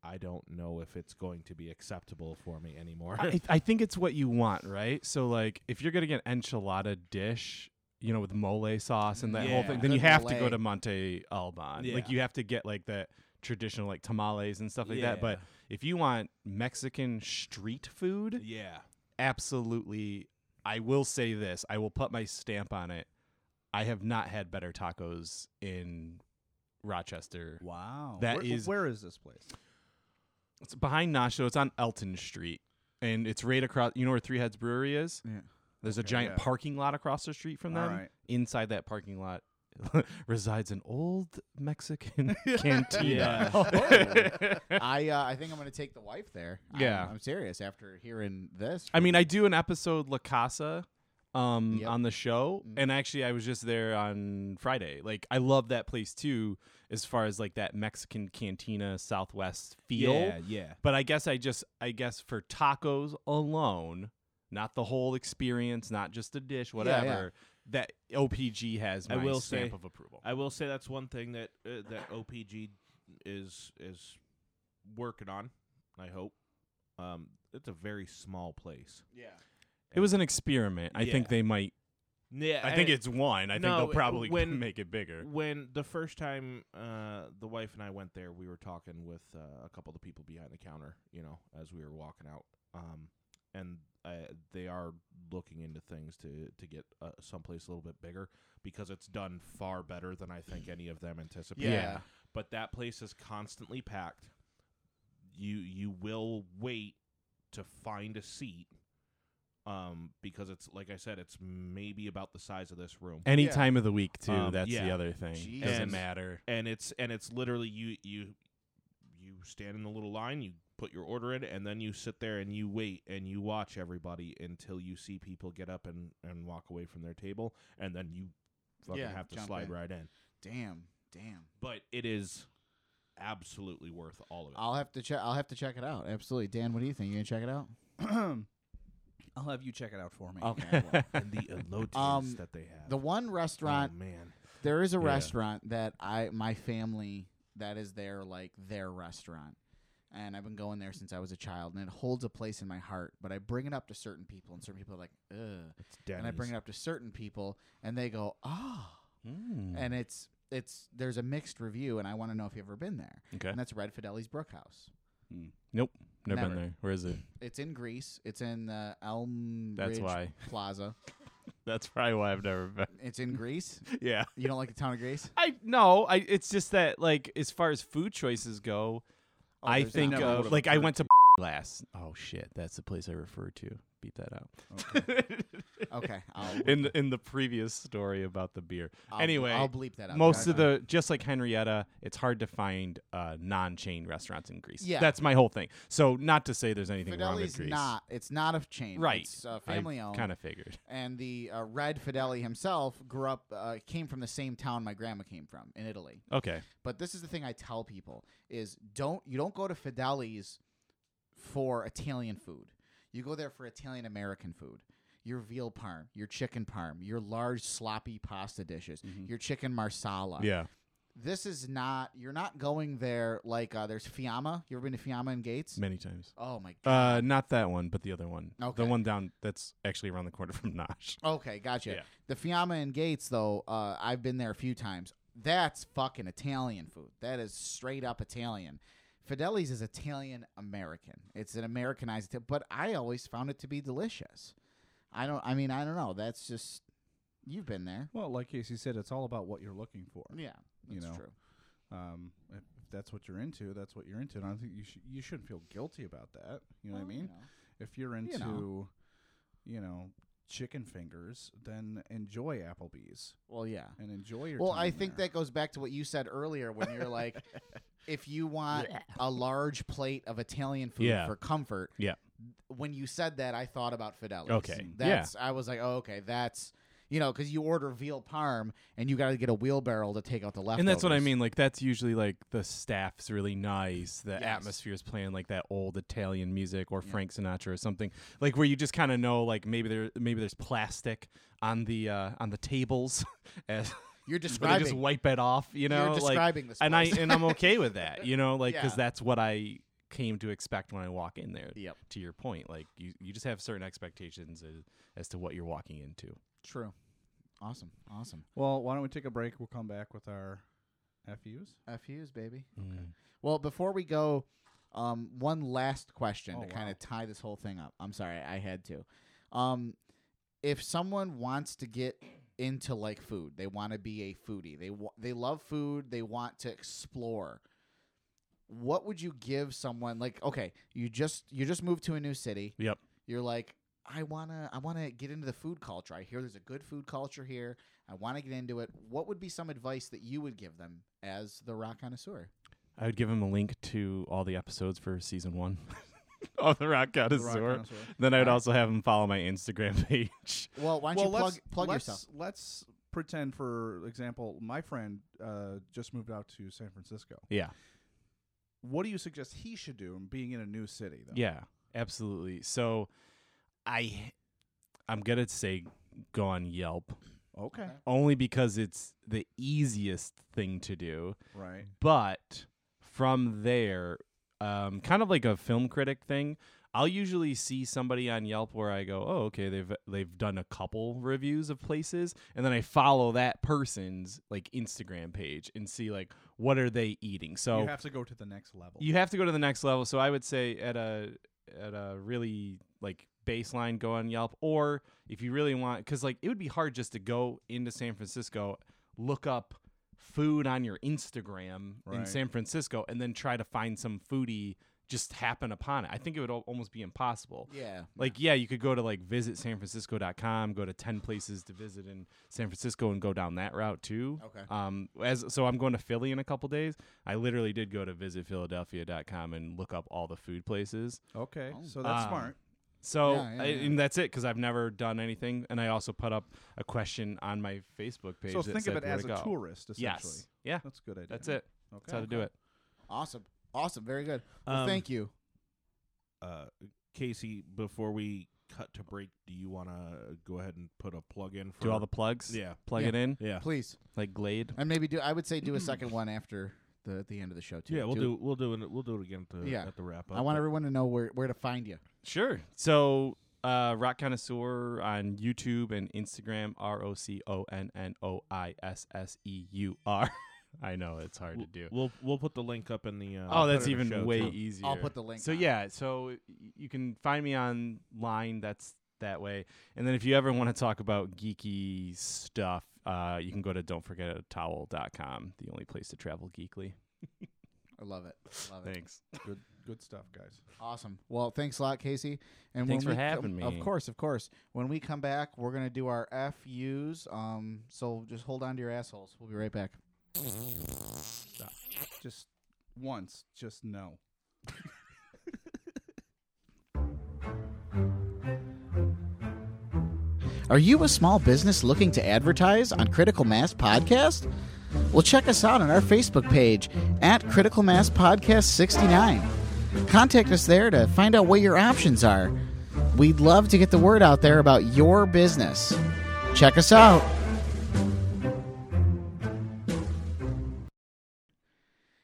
[SPEAKER 8] I don't know if it's going to be acceptable for me anymore.
[SPEAKER 6] I, I think it's what you want, right? So like if you're gonna get an enchilada dish, you know, with mole sauce and that whole
[SPEAKER 8] Yeah.
[SPEAKER 6] thing, then you
[SPEAKER 8] Good
[SPEAKER 6] have to
[SPEAKER 8] mole.
[SPEAKER 6] go to Monte Alban. Like
[SPEAKER 8] Yeah.
[SPEAKER 6] you have to get like that traditional like tamales and stuff like that. But
[SPEAKER 8] Yeah.
[SPEAKER 6] if you want Mexican street food,
[SPEAKER 8] Yeah.
[SPEAKER 6] absolutely I will say this. I will put my stamp on it. I have not had better tacos in Rochester.
[SPEAKER 5] Wow.
[SPEAKER 6] that
[SPEAKER 5] Where-
[SPEAKER 6] is
[SPEAKER 5] where is this place?
[SPEAKER 6] it's behind Nacho. It's on Elton Street, and it's right across. You know where Three Heads Brewery is?
[SPEAKER 5] Yeah.
[SPEAKER 6] There's a
[SPEAKER 5] Okay,
[SPEAKER 6] giant
[SPEAKER 5] yeah.
[SPEAKER 6] parking lot across the street from
[SPEAKER 5] All
[SPEAKER 6] them.
[SPEAKER 5] right.
[SPEAKER 6] Inside that parking lot resides an old Mexican cantina.
[SPEAKER 7] I uh, I think I'm gonna take the wife there. I'm-
[SPEAKER 6] Yeah.
[SPEAKER 7] I'm, serious. After hearing this,
[SPEAKER 6] I mean, I do an episode La Casa um,
[SPEAKER 7] Yep.
[SPEAKER 6] on the show, and actually, I was just there on Friday. Like, I love that place too, as far as like that Mexican cantina Southwest feel.
[SPEAKER 8] Yeah, yeah.
[SPEAKER 6] But I guess I just, I guess for tacos alone, not the whole experience, not just a dish,
[SPEAKER 8] yeah.
[SPEAKER 6] whatever. That OPG has my
[SPEAKER 8] I will
[SPEAKER 6] stamp
[SPEAKER 8] say,
[SPEAKER 6] of approval.
[SPEAKER 8] I will say that's one thing that uh, that OPG is is working on. I hope. Um, it's a very small place.
[SPEAKER 7] Yeah.
[SPEAKER 6] It was an experiment. I think
[SPEAKER 8] Yeah.
[SPEAKER 6] they might.
[SPEAKER 8] Yeah,
[SPEAKER 6] I think
[SPEAKER 8] and-
[SPEAKER 6] it's one. I think
[SPEAKER 8] No,
[SPEAKER 6] they'll probably
[SPEAKER 8] when-
[SPEAKER 6] make it bigger.
[SPEAKER 8] When the first time uh, the wife and I went there, we were talking with uh, a couple of the people behind the counter, you know, as we were walking out, um, and uh, they are looking into things to to get uh, someplace a little bit bigger because it's done far better than I think any of them anticipated.
[SPEAKER 6] Yeah.
[SPEAKER 8] but that place is constantly packed. You you will wait to find a seat. Um, because it's like I said, it's maybe about the size of this room.
[SPEAKER 6] Any time of the week too.
[SPEAKER 8] Um,
[SPEAKER 6] that's the
[SPEAKER 8] yeah.
[SPEAKER 6] other thing.
[SPEAKER 8] Doesn't
[SPEAKER 6] Doesn't matter.
[SPEAKER 8] And it's and it's literally you you you stand in the little line, you put your order in, and then you sit there and you wait and you watch everybody until you see people get up and and walk away from their table, and then you fucking
[SPEAKER 7] Yeah,
[SPEAKER 8] have to
[SPEAKER 7] jump
[SPEAKER 8] slide
[SPEAKER 7] in.
[SPEAKER 8] right in.
[SPEAKER 7] damn, damn.
[SPEAKER 8] But it is absolutely worth all of it.
[SPEAKER 7] I'll have to check. I'll have to check it out. Absolutely, Dan. What do you think? You gonna check it out?
[SPEAKER 5] I'll have you check it out for me.
[SPEAKER 7] Okay. well.
[SPEAKER 8] and the elotes
[SPEAKER 7] Um,
[SPEAKER 8] that they have.
[SPEAKER 7] the one restaurant.
[SPEAKER 8] oh man,
[SPEAKER 7] There is a
[SPEAKER 6] Yeah.
[SPEAKER 7] restaurant that I my family that is their like their restaurant. And I've been going there since I was a child and it holds a place in my heart, but I bring it up to certain people and certain people are like, "Ugh." And I bring it up to certain people and they go, "Ah."
[SPEAKER 6] Hmm.
[SPEAKER 7] And it's it's there's a mixed review and I want to know if you've ever been there.
[SPEAKER 6] Okay.
[SPEAKER 7] And that's Red Fideli's Brookhouse.
[SPEAKER 6] Nope. Never,
[SPEAKER 7] Never.
[SPEAKER 6] been there. Where is it?
[SPEAKER 7] It's in Greece. It's in the Elm
[SPEAKER 6] That's
[SPEAKER 7] Ridge
[SPEAKER 6] why.
[SPEAKER 7] Plaza.
[SPEAKER 6] That's probably why I've never been.
[SPEAKER 7] It's in Greece.
[SPEAKER 6] Yeah.
[SPEAKER 7] You don't like the town of Greece?
[SPEAKER 6] I no. I it's just that like as far as food choices go, I
[SPEAKER 7] there's
[SPEAKER 6] think
[SPEAKER 5] never
[SPEAKER 6] of,
[SPEAKER 5] would've
[SPEAKER 6] like I
[SPEAKER 5] occurred
[SPEAKER 6] went to last. Oh shit, that's the place I referred to. Beat that out.
[SPEAKER 7] Okay. I'll,
[SPEAKER 6] in the, in the previous story about the beer.
[SPEAKER 7] I'll-
[SPEAKER 6] anyway,
[SPEAKER 7] I'll bleep that out.
[SPEAKER 6] Most
[SPEAKER 7] Okay.
[SPEAKER 6] of the just like Henrietta, it's hard to find uh, non-chain restaurants in Greece.
[SPEAKER 7] Yeah.
[SPEAKER 6] that's my whole thing. So not to say there's anything wrong with
[SPEAKER 7] Fideli's
[SPEAKER 6] Greece.
[SPEAKER 7] not. It's not a chain.
[SPEAKER 6] right.
[SPEAKER 7] It's uh, family owned.
[SPEAKER 6] Kind of figured.
[SPEAKER 7] And the uh, Red Fideli himself grew up, uh, came from the same town my grandma came from in Italy.
[SPEAKER 6] Okay.
[SPEAKER 7] But this is the thing I tell people: is don't you don't go to Fideli's for Italian food. You go there for Italian American food. Your veal parm, your chicken parm, your large sloppy pasta dishes, your chicken marsala.
[SPEAKER 6] Mm-hmm. Yeah.
[SPEAKER 7] This is not. You're not going there like uh, there's Fiamma. You ever been to Fiamma and Gates?
[SPEAKER 6] Many times.
[SPEAKER 7] Oh my god.
[SPEAKER 6] Uh, not that one, but the other one.
[SPEAKER 7] Okay.
[SPEAKER 6] The one down that's actually around the corner from Nosh.
[SPEAKER 7] Okay, gotcha.
[SPEAKER 6] Yeah.
[SPEAKER 7] The Fiamma and Gates, though, uh, I've been there a few times. That's fucking Italian food. That is straight up Italian. Fideli's is Italian American. It's an Americanized, Ita- but I always found it to be delicious. I don't. I mean, I don't know. That's just you've been there.
[SPEAKER 5] Well, like Casey said, it's all about what you're looking for.
[SPEAKER 7] Yeah,
[SPEAKER 5] you
[SPEAKER 7] that's
[SPEAKER 5] know,
[SPEAKER 7] true.
[SPEAKER 5] Um, if if that's what you're into, that's what you're into, and I don't think you should you shouldn't feel guilty about that. You know what I
[SPEAKER 7] Well, you
[SPEAKER 5] mean?
[SPEAKER 7] know.
[SPEAKER 5] If you're
[SPEAKER 7] Oh, You
[SPEAKER 5] into, you
[SPEAKER 7] know.
[SPEAKER 5] know. chicken fingers, then enjoy Applebee's.
[SPEAKER 7] Well, yeah,
[SPEAKER 5] and enjoy your.
[SPEAKER 7] Well,
[SPEAKER 5] time
[SPEAKER 7] I
[SPEAKER 5] there.
[SPEAKER 7] think that goes back to what you said earlier when you're like, if you want a large plate of Italian food
[SPEAKER 6] Yeah.
[SPEAKER 7] for comfort,
[SPEAKER 6] Yeah.
[SPEAKER 7] When you said that, I thought about Fidelis.
[SPEAKER 6] Okay, yeah.
[SPEAKER 7] that's I was like, oh, okay, that's you know, because you order veal parm and you got to get a wheelbarrow to take out the leftovers.
[SPEAKER 6] And that's what I mean. Like that's usually like the staff's really nice. The
[SPEAKER 7] Yes.
[SPEAKER 6] atmosphere's playing like that old Italian music or Frank Sinatra or something. Like where you just kind of know like maybe there maybe there's plastic on the uh, on the tables. as but They
[SPEAKER 7] You're
[SPEAKER 6] just
[SPEAKER 7] describing-
[SPEAKER 6] wipe it off. You
[SPEAKER 7] you're
[SPEAKER 6] know, like-
[SPEAKER 7] describing this
[SPEAKER 6] And I
[SPEAKER 7] place.
[SPEAKER 6] and I'm okay with that. You know, like because
[SPEAKER 7] Yeah.
[SPEAKER 6] that's what I came to expect when I walk in there.
[SPEAKER 7] Yep.
[SPEAKER 6] To your point, like you you just have certain expectations as, as to what you're walking into.
[SPEAKER 7] True. Awesome. Awesome.
[SPEAKER 5] Well, why don't we take a break? We'll come back with our FUs.
[SPEAKER 7] FUs, baby. Well, before we go, um, one last question
[SPEAKER 5] Oh,
[SPEAKER 7] to kind of tie this whole thing up. I'm sorry, I had to. Um, if someone wants to get into like food, they want to be a foodie. They wa- they love food. They want to explore. What would you give someone like? Okay, you just you just moved to a new city.
[SPEAKER 6] Yep.
[SPEAKER 7] You're like, I wanna I wanna get into the food culture. I hear there's a good food culture here. I want to get into it. What would be some advice that you would give them as the rock connoisseur?
[SPEAKER 6] I would give him a link to all the episodes for season one of The Rock Connoisseur.
[SPEAKER 5] Connoisseur.
[SPEAKER 6] Then I would also have him follow my Instagram page.
[SPEAKER 7] Well, why don't
[SPEAKER 5] Well,
[SPEAKER 7] you plug
[SPEAKER 5] let's-
[SPEAKER 7] plug
[SPEAKER 5] let's-
[SPEAKER 7] yourself?
[SPEAKER 5] Let's pretend, for example, my friend uh, just moved out to San Francisco.
[SPEAKER 6] Yeah.
[SPEAKER 5] What do you suggest he should do in being in a new city, though?
[SPEAKER 6] Yeah, absolutely. So I I'm going to say go on Yelp.
[SPEAKER 5] Okay. Okay.
[SPEAKER 6] Only because it's the easiest thing to do.
[SPEAKER 5] Right.
[SPEAKER 6] But from there, um, kind of like a film critic thing, I'll usually see somebody on Yelp where I go, "Oh, okay, they've they've done a couple reviews of places," and then I follow that person's like Instagram page and see like what are they eating. So
[SPEAKER 5] you have to go to the next level.
[SPEAKER 6] you have to go to the next level. So I would say at a at a really like baseline, go on Yelp, or if you really want, because like it would be hard just to go into San Francisco, look up food on your Instagram in
[SPEAKER 5] Right.
[SPEAKER 6] San Francisco, and then try to find some foodie just happen upon it. I think it would al- almost be impossible.
[SPEAKER 7] Yeah.
[SPEAKER 6] Like yeah, you could go to like visitsanfrancisco.com, go to 10 places to visit in San Francisco and go down that route too.
[SPEAKER 7] Okay.
[SPEAKER 6] Um, as so, I'm going to Philly in a couple days. I literally did go to visitphiladelphia.com and look up all the food places.
[SPEAKER 5] Okay, Oh. so that's
[SPEAKER 6] Um,
[SPEAKER 5] smart.
[SPEAKER 6] So
[SPEAKER 5] Yeah, yeah,
[SPEAKER 6] I-
[SPEAKER 5] yeah.
[SPEAKER 6] and that's it because I've never done anything, and I also put up a question on my Facebook page.
[SPEAKER 5] So
[SPEAKER 6] that
[SPEAKER 5] think of
[SPEAKER 6] said
[SPEAKER 5] it
[SPEAKER 6] where
[SPEAKER 5] as
[SPEAKER 6] to
[SPEAKER 5] a
[SPEAKER 6] go.
[SPEAKER 5] tourist, essentially.
[SPEAKER 6] Yes. Yeah.
[SPEAKER 5] That's a good idea.
[SPEAKER 6] That's it. That's how to do it.
[SPEAKER 7] Awesome. Awesome. Very good. Well,
[SPEAKER 8] Um,
[SPEAKER 7] thank you.
[SPEAKER 8] Uh, Casey, before we cut to break, do you want to go ahead and put a plug in for
[SPEAKER 6] Do all the plugs?
[SPEAKER 8] Yeah,
[SPEAKER 6] Plug
[SPEAKER 8] Yeah.
[SPEAKER 6] it in.
[SPEAKER 8] Yeah,
[SPEAKER 7] Please.
[SPEAKER 6] Like Glade.
[SPEAKER 7] And maybe do I would say do a second one after the the end of the show too.
[SPEAKER 8] Yeah, we'll do, we'll do it we'll do it again at the,
[SPEAKER 7] yeah.
[SPEAKER 8] at the wrap up.
[SPEAKER 7] I want everyone to know where where to find you.
[SPEAKER 6] Sure. So, uh, Rock Connoisseur on YouTube and Instagram, R O C O N N O I S S E U R. I know it's hard to do.
[SPEAKER 8] We'll we'll put the link up in the. Uh,
[SPEAKER 6] Oh,
[SPEAKER 8] put
[SPEAKER 6] that's
[SPEAKER 8] it in the
[SPEAKER 6] even
[SPEAKER 8] show,
[SPEAKER 6] way
[SPEAKER 8] too.
[SPEAKER 6] easier. So
[SPEAKER 8] So
[SPEAKER 6] yeah, so y- you can find me online. That's that way. And then if you ever want to talk about geeky stuff, uh, you can go to don'tforgetatowel.com, the only place to travel geekly.
[SPEAKER 7] I love it. Love it.
[SPEAKER 6] Thanks.
[SPEAKER 5] Good, good stuff, guys.
[SPEAKER 7] Awesome. Well, thanks a lot, Casey. And
[SPEAKER 6] Thanks
[SPEAKER 7] when
[SPEAKER 6] for
[SPEAKER 7] we
[SPEAKER 6] having
[SPEAKER 7] come- Of
[SPEAKER 6] me.
[SPEAKER 7] course, of course. When we come back, we're gonna do our FUs. Um, so just hold on to your assholes. We'll be right back.
[SPEAKER 5] Just once, just no.
[SPEAKER 7] Are you a small business looking to advertise on Critical Mass Podcast? Well, check us out on our Facebook page at Critical Mass Podcast 69. Contact us there to find out what your options are. We'd love to get the word out there about your business. Check us out.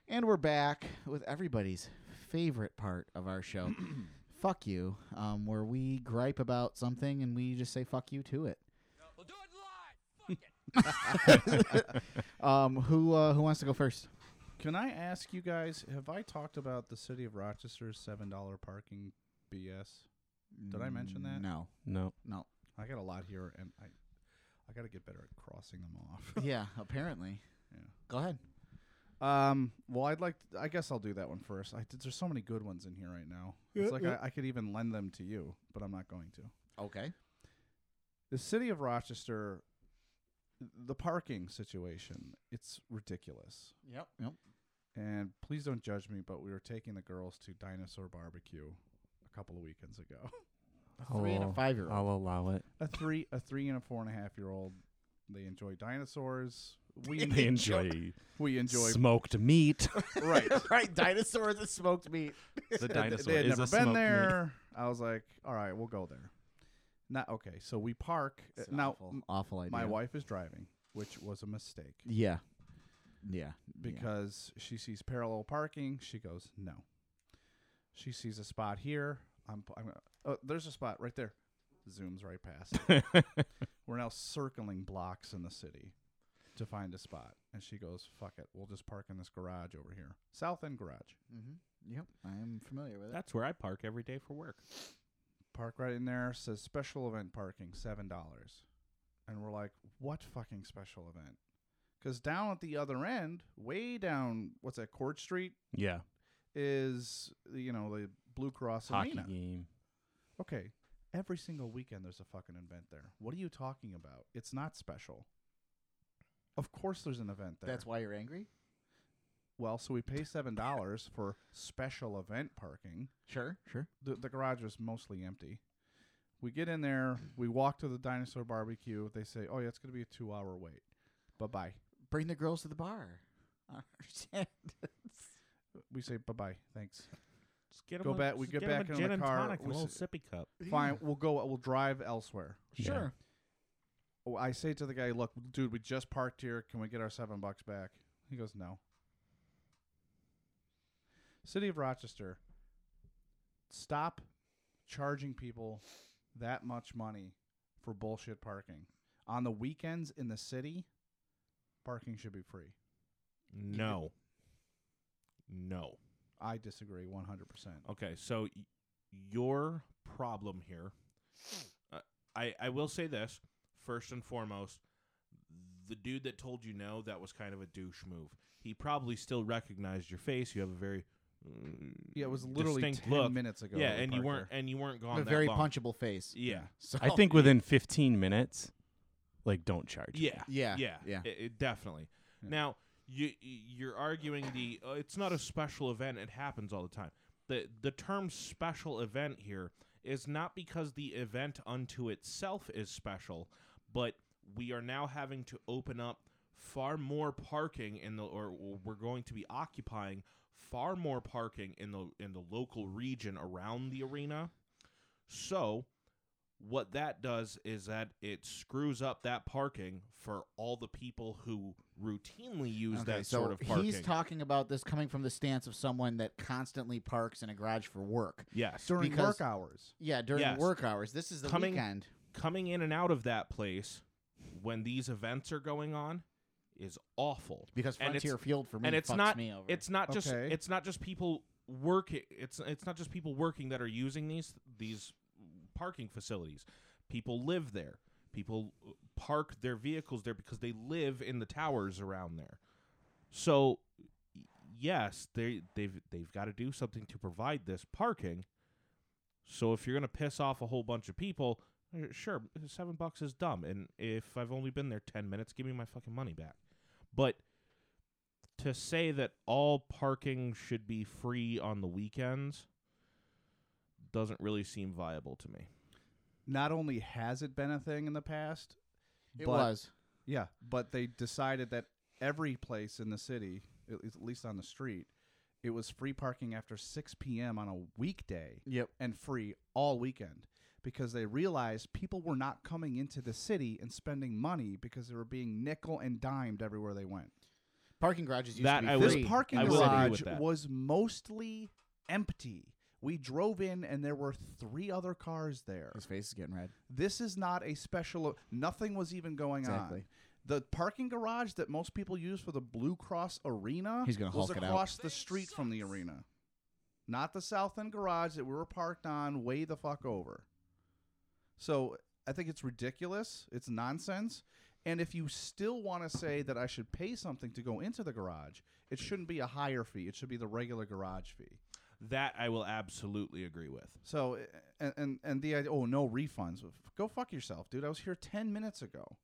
[SPEAKER 7] And we're back with everybody's favorite part of our show, Fuck You, um, where we gripe about something and we just say fuck you to it. um, who uh, who wants to go first?
[SPEAKER 5] Can I ask you guys? Have I talked about the city of Rochester's seven dollar parking BS? Did I mention that?
[SPEAKER 7] No.
[SPEAKER 6] No.
[SPEAKER 7] No.
[SPEAKER 5] I got a lot here, and I I got to get better at crossing them off.
[SPEAKER 7] Yeah, apparently.
[SPEAKER 5] Yeah.
[SPEAKER 7] Go ahead.
[SPEAKER 5] Um. Well, I'd like. I guess I'll do that one first. I, there's so many good ones in here right now.
[SPEAKER 7] Yeah,
[SPEAKER 5] It's like
[SPEAKER 7] yeah.
[SPEAKER 5] I, I could even lend them to you, but I'm not going to.
[SPEAKER 7] Okay.
[SPEAKER 5] The city of Rochester, the parking situation, it's ridiculous.
[SPEAKER 7] Yep. Yep.
[SPEAKER 5] And please don't judge me, but we were taking the girls to Dinosaur Barbecue a couple of weekends ago.
[SPEAKER 6] A three and a I'll- five-year-old. I'll allow it.
[SPEAKER 5] A three, a three and a four and a half year old. They enjoy dinosaurs. We
[SPEAKER 6] They enjoy
[SPEAKER 5] We enjoy
[SPEAKER 6] smoked meat.
[SPEAKER 5] right.
[SPEAKER 7] right. Dinosaurs and smoked meat.
[SPEAKER 6] oh. The
[SPEAKER 5] And
[SPEAKER 6] dinosaur
[SPEAKER 5] They had
[SPEAKER 6] is
[SPEAKER 5] never been
[SPEAKER 6] a smoked meat.
[SPEAKER 5] there. I was like, all right, we'll go there. Not okay. So we park
[SPEAKER 7] It's
[SPEAKER 5] uh,
[SPEAKER 7] an
[SPEAKER 5] now.
[SPEAKER 7] awful-
[SPEAKER 5] m-
[SPEAKER 7] awful
[SPEAKER 5] My
[SPEAKER 7] idea.
[SPEAKER 5] wife is driving, which was a mistake.
[SPEAKER 7] Yeah. Yeah.
[SPEAKER 5] because she sees parallel parking. She goes, no. She sees a spot here. I'm. p- I'm. uh, Oh, there's a spot right there. Zooms right past. it. We're now circling blocks in the city to find a spot, and she goes, "Fuck it, we'll just park in this garage over here, South End Garage."
[SPEAKER 7] Mm-hmm. Yep. I am familiar with it.
[SPEAKER 5] That's
[SPEAKER 10] where I park every day for work.
[SPEAKER 5] Park right in there. Says special event parking, seven dollars, and we're like, "What fucking special event?" Because down at the other end, way down, what's that? Court Street.
[SPEAKER 6] Yeah.
[SPEAKER 5] is you know the Blue Cross
[SPEAKER 6] Hockey
[SPEAKER 5] Arena.
[SPEAKER 6] game.
[SPEAKER 5] Okay, every single weekend there's a fucking event there. What are you talking about? It's not special. Of course, there's an event there.
[SPEAKER 7] That's why you're angry.
[SPEAKER 5] well, so we pay seven dollars for special event parking.
[SPEAKER 7] Sure, sure.
[SPEAKER 5] The, the garage was mostly empty. We get in there. We walk to the dinosaur barbecue. They say, "Oh yeah, it's gonna be a two-hour wait." Bye bye.
[SPEAKER 7] Bring the girls to the bar. I don't understand.
[SPEAKER 5] We say bye bye. Thanks.
[SPEAKER 8] Just get 'em
[SPEAKER 5] go
[SPEAKER 8] a-
[SPEAKER 5] back. We
[SPEAKER 8] just
[SPEAKER 5] get,
[SPEAKER 8] get 'em a
[SPEAKER 5] back in
[SPEAKER 8] gin
[SPEAKER 5] the
[SPEAKER 8] and
[SPEAKER 5] car.
[SPEAKER 8] tonic and a
[SPEAKER 5] we
[SPEAKER 8] little
[SPEAKER 5] s-
[SPEAKER 8] sippy cup.
[SPEAKER 5] Fine.
[SPEAKER 8] Yeah.
[SPEAKER 5] We'll go. We'll drive elsewhere.
[SPEAKER 8] Yeah. Sure.
[SPEAKER 5] Oh, I say to the guy, "Look, dude, we just parked here. Can we get our seven bucks back?" He goes, "No." City of Rochester, stop charging people that much money for bullshit parking. On the weekends in the city, parking should be free.
[SPEAKER 8] No. No.
[SPEAKER 5] I disagree 100%.
[SPEAKER 8] Okay, so y- your problem here, uh, I I will say this first and foremost, the dude that told you no, that was kind of a douche move. He probably still recognized your face. You have a very mm,
[SPEAKER 5] Yeah, it was literally
[SPEAKER 8] distinct
[SPEAKER 5] 10
[SPEAKER 8] look.
[SPEAKER 5] minutes ago
[SPEAKER 8] Yeah,
[SPEAKER 5] that we
[SPEAKER 8] and you
[SPEAKER 5] parked
[SPEAKER 8] weren't
[SPEAKER 5] there.
[SPEAKER 8] and you weren't gone.
[SPEAKER 7] A
[SPEAKER 8] that
[SPEAKER 7] very
[SPEAKER 8] long.
[SPEAKER 7] punchable face.
[SPEAKER 8] Yeah.
[SPEAKER 7] So
[SPEAKER 6] I think within 15 minutes, like, don't charge.
[SPEAKER 8] Yeah,
[SPEAKER 7] Oh, Yeah,
[SPEAKER 8] yeah,
[SPEAKER 7] yeah.
[SPEAKER 8] It, it definitely. Now you you're arguing the uh, it's not a special event. It happens all the time. the The term special event here is not because the event unto itself is special, but we are now having to open up far more parking in the or we're going to be occupying far more parking in the in the local region around the arena. So what that does is that it screws up that parking for all the people who routinely use
[SPEAKER 7] Okay,
[SPEAKER 8] that
[SPEAKER 7] so
[SPEAKER 8] sort of parking.
[SPEAKER 7] He's talking about this coming from the stance of someone that constantly parks in a garage for work.
[SPEAKER 8] Yes.
[SPEAKER 5] During
[SPEAKER 7] Because-
[SPEAKER 5] work hours.
[SPEAKER 7] Yeah, during
[SPEAKER 8] Yes.
[SPEAKER 7] work hours. This is the
[SPEAKER 8] coming
[SPEAKER 7] weekend.
[SPEAKER 8] coming in and out of that place when these events are going on is awful
[SPEAKER 7] Because
[SPEAKER 8] And it's-
[SPEAKER 7] Frontier Field for me
[SPEAKER 8] and it's
[SPEAKER 7] fucks
[SPEAKER 8] not
[SPEAKER 7] me over.
[SPEAKER 8] it's not just
[SPEAKER 5] Okay.
[SPEAKER 8] it's not just people working it's it's not just people working that are using these these parking facilities people live there people uh, park their vehicles there because they live in the towers around there so y- yes, they they've they've got to do something to provide this parking. So if you're going to piss off a whole bunch of people, uh, sure, 7 bucks is dumb and if I've only been there 10 minutes, give me my fucking money back. But to say that all parking should be free on the weekends doesn't really seem viable to me.
[SPEAKER 5] Not only has it been a thing in the past,
[SPEAKER 7] It
[SPEAKER 5] but-
[SPEAKER 7] was.
[SPEAKER 5] Yeah, but they decided that every place in the city, at least- at least on the street, it was free parking after 6 p.m. on a weekday.
[SPEAKER 7] Yep.
[SPEAKER 5] And free all weekend because they realized people were not coming into the city and spending money because they were being nickel and dimed everywhere they went.
[SPEAKER 7] Parking garages used
[SPEAKER 8] That
[SPEAKER 7] to be
[SPEAKER 8] I
[SPEAKER 7] free.
[SPEAKER 8] will-
[SPEAKER 5] This parking
[SPEAKER 8] I will agree
[SPEAKER 5] garage
[SPEAKER 8] with that.
[SPEAKER 5] was mostly empty. We drove in and there were three other cars there.
[SPEAKER 7] His face is getting red.
[SPEAKER 5] This is not a special. Nothing was even going
[SPEAKER 7] Exactly.
[SPEAKER 5] on. The parking garage that most people use for the Blue Cross Arena
[SPEAKER 7] He's gonna
[SPEAKER 5] was
[SPEAKER 7] Hulk it out.
[SPEAKER 5] across the street from the arena. Not the south end garage that we were parked on way the fuck over. So I think it's ridiculous. It's nonsense. And if you still want to say that I should pay something to go into the garage, it shouldn't be a higher fee. It should be the regular garage fee.
[SPEAKER 8] That I will absolutely agree with.
[SPEAKER 5] So uh, and and, and the idea oh no refunds. Go fuck yourself, dude. I was here ten minutes ago.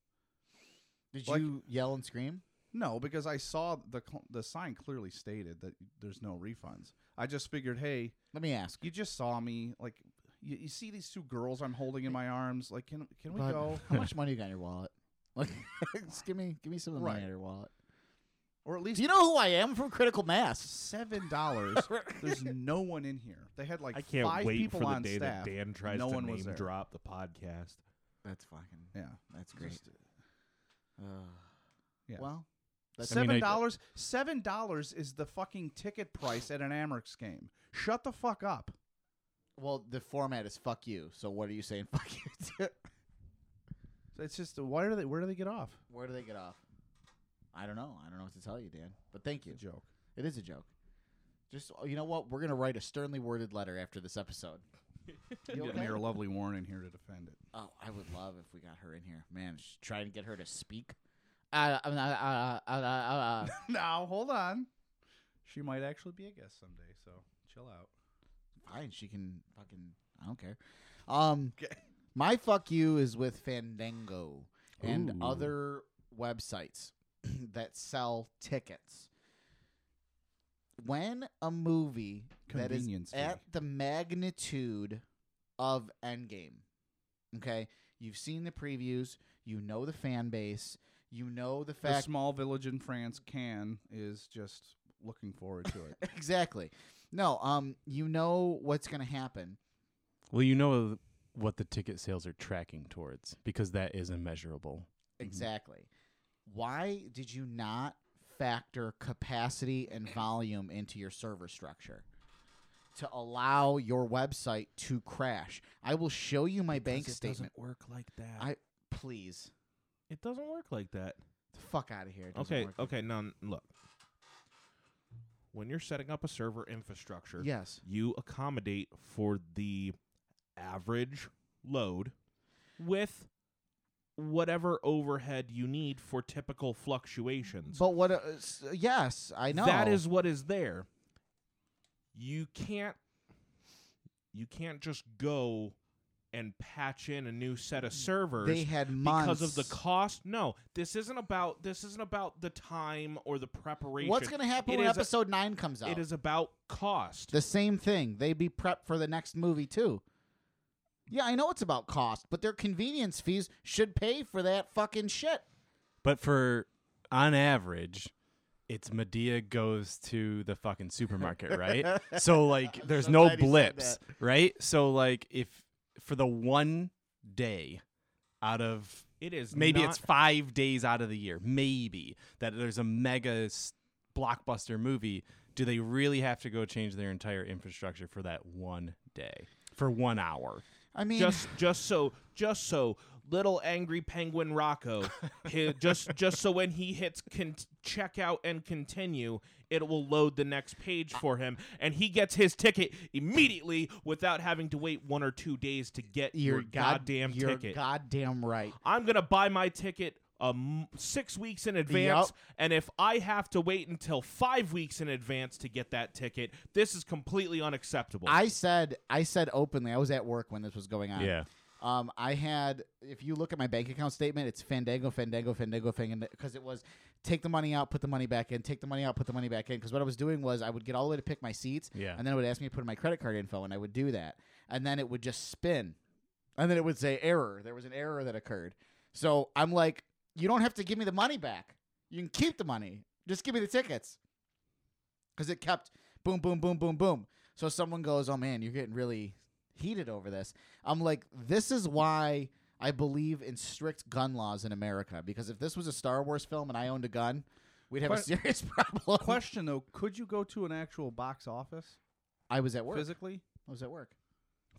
[SPEAKER 7] Did
[SPEAKER 5] Like-
[SPEAKER 7] you yell and scream?
[SPEAKER 5] No, because I saw the cl- the sign clearly stated that there's no refunds. I just figured, hey,
[SPEAKER 7] let me ask.
[SPEAKER 5] You just saw me, like you, you see these two girls I'm holding in my arms. Like, can can we
[SPEAKER 7] Bud,
[SPEAKER 5] go?
[SPEAKER 7] How much money you got in your wallet? Like, just give me give me some of the money
[SPEAKER 5] Right.
[SPEAKER 7] in your wallet.
[SPEAKER 5] Or at least
[SPEAKER 7] Do you know who I am from Critical Mass?
[SPEAKER 5] Seven dollars. There's no one in here. They had like
[SPEAKER 8] I can't
[SPEAKER 5] five
[SPEAKER 8] wait
[SPEAKER 5] people
[SPEAKER 8] for the
[SPEAKER 5] on
[SPEAKER 8] day
[SPEAKER 5] staff.
[SPEAKER 8] that Dan tries
[SPEAKER 5] no
[SPEAKER 8] to
[SPEAKER 5] one
[SPEAKER 8] name
[SPEAKER 5] was there.
[SPEAKER 8] drop the podcast.
[SPEAKER 7] That's fucking.
[SPEAKER 5] Yeah,
[SPEAKER 7] That's great.
[SPEAKER 5] Just- yeah.
[SPEAKER 7] Well, that's
[SPEAKER 5] seven dollars. Seven dollars is the fucking ticket price at an Amherst game. Shut the fuck up.
[SPEAKER 7] well, the format is fuck you. So what are you saying? Fuck you. to?
[SPEAKER 5] It's just why are they? Where do they get off?
[SPEAKER 7] Where do they get off? I don't know. I don't know what to tell you, Dan. But thank you.
[SPEAKER 5] It's a joke.
[SPEAKER 7] It is a joke. Just you know what? We're gonna write a sternly worded letter after this episode.
[SPEAKER 5] You get
[SPEAKER 7] okay?
[SPEAKER 5] Mayor Lovely Warren in here to defend it.
[SPEAKER 7] Oh, I would love if we got her in here, man. sh- Try and get her to speak. Uh, uh, uh, uh, uh, uh, uh.
[SPEAKER 5] now hold on. She might actually be a guest someday, so chill out.
[SPEAKER 7] Fine, she can fucking. I don't care. Um, my fuck you is with Fandango and other websites that sell tickets. When a movie that is
[SPEAKER 5] Convenience fee.
[SPEAKER 7] at the magnitude of Endgame, okay, you've seen the previews, you know the fan base, you know the
[SPEAKER 5] The
[SPEAKER 7] fact
[SPEAKER 5] small village in France, Cannes, is just looking forward to it.
[SPEAKER 7] exactly. No, um, you know what's gonna happen.
[SPEAKER 6] Well, you know what the ticket sales are tracking towards because that is immeasurable.
[SPEAKER 8] Mm-hmm.
[SPEAKER 7] Exactly. Why did you not factor capacity and volume into your server structure to allow your website to crash? I will show you my bank
[SPEAKER 8] Because it
[SPEAKER 7] statement.
[SPEAKER 8] doesn't work like that.
[SPEAKER 7] I please
[SPEAKER 8] it doesn't work like that.
[SPEAKER 7] the fuck out of here. It doesn't
[SPEAKER 8] Okay,
[SPEAKER 7] work like-
[SPEAKER 8] okay. Now n- look, when you're setting up a server infrastructure,
[SPEAKER 7] Yes.
[SPEAKER 8] you accommodate for the average load with whatever overhead you need for typical fluctuations.
[SPEAKER 7] But what? Uh, s- yes, I know
[SPEAKER 8] That is what is there. You can't you can't just go and patch in a new set of servers
[SPEAKER 7] They had
[SPEAKER 8] because of the
[SPEAKER 7] months.
[SPEAKER 8] cost. No, this isn't about this isn't about the time or the preparation.
[SPEAKER 7] What's going to happen
[SPEAKER 8] It
[SPEAKER 7] when
[SPEAKER 8] is a-
[SPEAKER 7] episode nine comes out?
[SPEAKER 8] It is about cost.
[SPEAKER 7] the same thing. They be prepped for the next movie too. Yeah, I know it's about cost, but their convenience fees should pay for that fucking shit.
[SPEAKER 6] But for on average, it's Medea goes to the fucking supermarket, right? so like there's
[SPEAKER 7] so
[SPEAKER 6] no
[SPEAKER 7] glad you said
[SPEAKER 6] blips, right? So like if for the one day out of
[SPEAKER 8] It is
[SPEAKER 6] maybe
[SPEAKER 8] not-
[SPEAKER 6] it's 5 days out of the year, maybe that there's a mega s- blockbuster movie, do they really have to go change their entire infrastructure for that one day? For 1 hour.
[SPEAKER 7] I mean,
[SPEAKER 8] just just so just so little angry penguin Rocco, he, just just so when he hits con- check out and continue, it will load the next page for him, and he gets his ticket immediately without having to wait one or two days to get your,
[SPEAKER 7] you're god-
[SPEAKER 8] goddamn
[SPEAKER 7] you're
[SPEAKER 8] ticket.
[SPEAKER 7] goddamn right.
[SPEAKER 8] I'm gonna buy my ticket. Um, six weeks in advance,
[SPEAKER 7] Yup.
[SPEAKER 8] and if I have to wait until five weeks in advance to get that ticket, this is completely unacceptable.
[SPEAKER 7] I said, I said openly, I was at work when this was going on.
[SPEAKER 6] Yeah.
[SPEAKER 7] Um, I had, if you look at my bank account statement, it's Fandango, Fandango, Fandango, Fandango, because it was take the money out, put the money back in, take the money out, put the money back in. Because what I was doing was I would get all the way to pick my seats,
[SPEAKER 6] Yeah.
[SPEAKER 7] and then it would ask me to put in my credit card info, and I would do that, and then it would just spin, and then it would say error. There was an error that occurred. So I'm like, you don't have to give me the money back. You can keep the money. Just give me the tickets. Because it kept boom, boom, boom, boom, boom. So someone goes, oh man, you're getting really heated over this. I'm like, this is why I believe in strict gun laws in America. Because if this was a Star Wars film and I owned a gun, we'd have a
[SPEAKER 5] Que-
[SPEAKER 7] serious problem.
[SPEAKER 5] Question though, could you go to an actual box office
[SPEAKER 7] I was at work.
[SPEAKER 5] physically?
[SPEAKER 7] I was at work.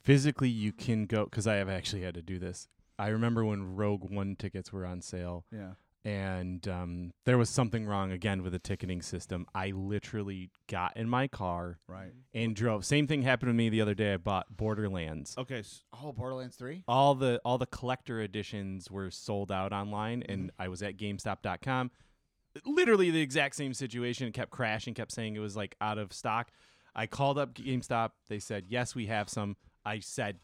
[SPEAKER 6] physically you can go because i have actually had to do this i remember when rogue one tickets were on sale
[SPEAKER 5] Yeah.
[SPEAKER 6] and um, there was something wrong again with the ticketing system. I literally got in my car
[SPEAKER 5] Right.
[SPEAKER 6] and drove. Same thing happened to me the other day. I bought Borderlands.
[SPEAKER 8] Okay.
[SPEAKER 7] Oh, Borderlands Three.
[SPEAKER 6] All the all the collector editions were sold out online, and
[SPEAKER 7] Mm-hmm.
[SPEAKER 6] I was at GameStop.com. Literally the exact same situation. It kept crashing, kept saying it was like out of stock. I called up GameStop. They said yes, we have some. I said,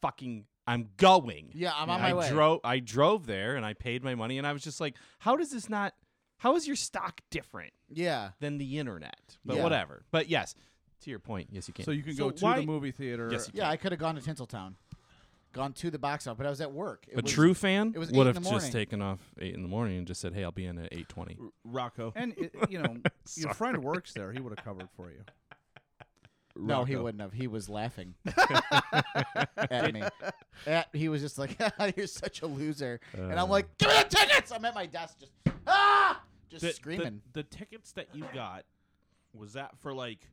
[SPEAKER 6] "Fucking, I'm going."
[SPEAKER 7] Yeah, I'm on
[SPEAKER 6] I
[SPEAKER 7] my way.
[SPEAKER 6] Drove, I drove there and I paid my money, and I was just like, "How does this not? How is your stock different?
[SPEAKER 7] Yeah.
[SPEAKER 6] than the internet, but
[SPEAKER 7] Yeah.
[SPEAKER 6] whatever. But yes, to your point, yes, you can.
[SPEAKER 5] So you can go to the movie theater.
[SPEAKER 6] Yes, you
[SPEAKER 7] yeah, I could have gone to Tinseltown, gone to the box office, but I was at work. It
[SPEAKER 6] a
[SPEAKER 7] was-
[SPEAKER 6] true fan
[SPEAKER 7] It was
[SPEAKER 6] would
[SPEAKER 7] eight in
[SPEAKER 6] have
[SPEAKER 7] the
[SPEAKER 6] just
[SPEAKER 7] morning.
[SPEAKER 6] taken off eight in the morning and just said, "Hey, I'll be in at 8.20.
[SPEAKER 8] Rocco.
[SPEAKER 5] And it, you know, your friend works there. He would have covered for you.
[SPEAKER 7] No, he
[SPEAKER 5] Rocco.
[SPEAKER 7] wouldn't have. He was laughing at me. At, he was just like, "You're such a loser," and I'm like, "Give me the tickets!" I'm at my desk, just ah, just screaming.
[SPEAKER 8] The, tickets that you got was that for like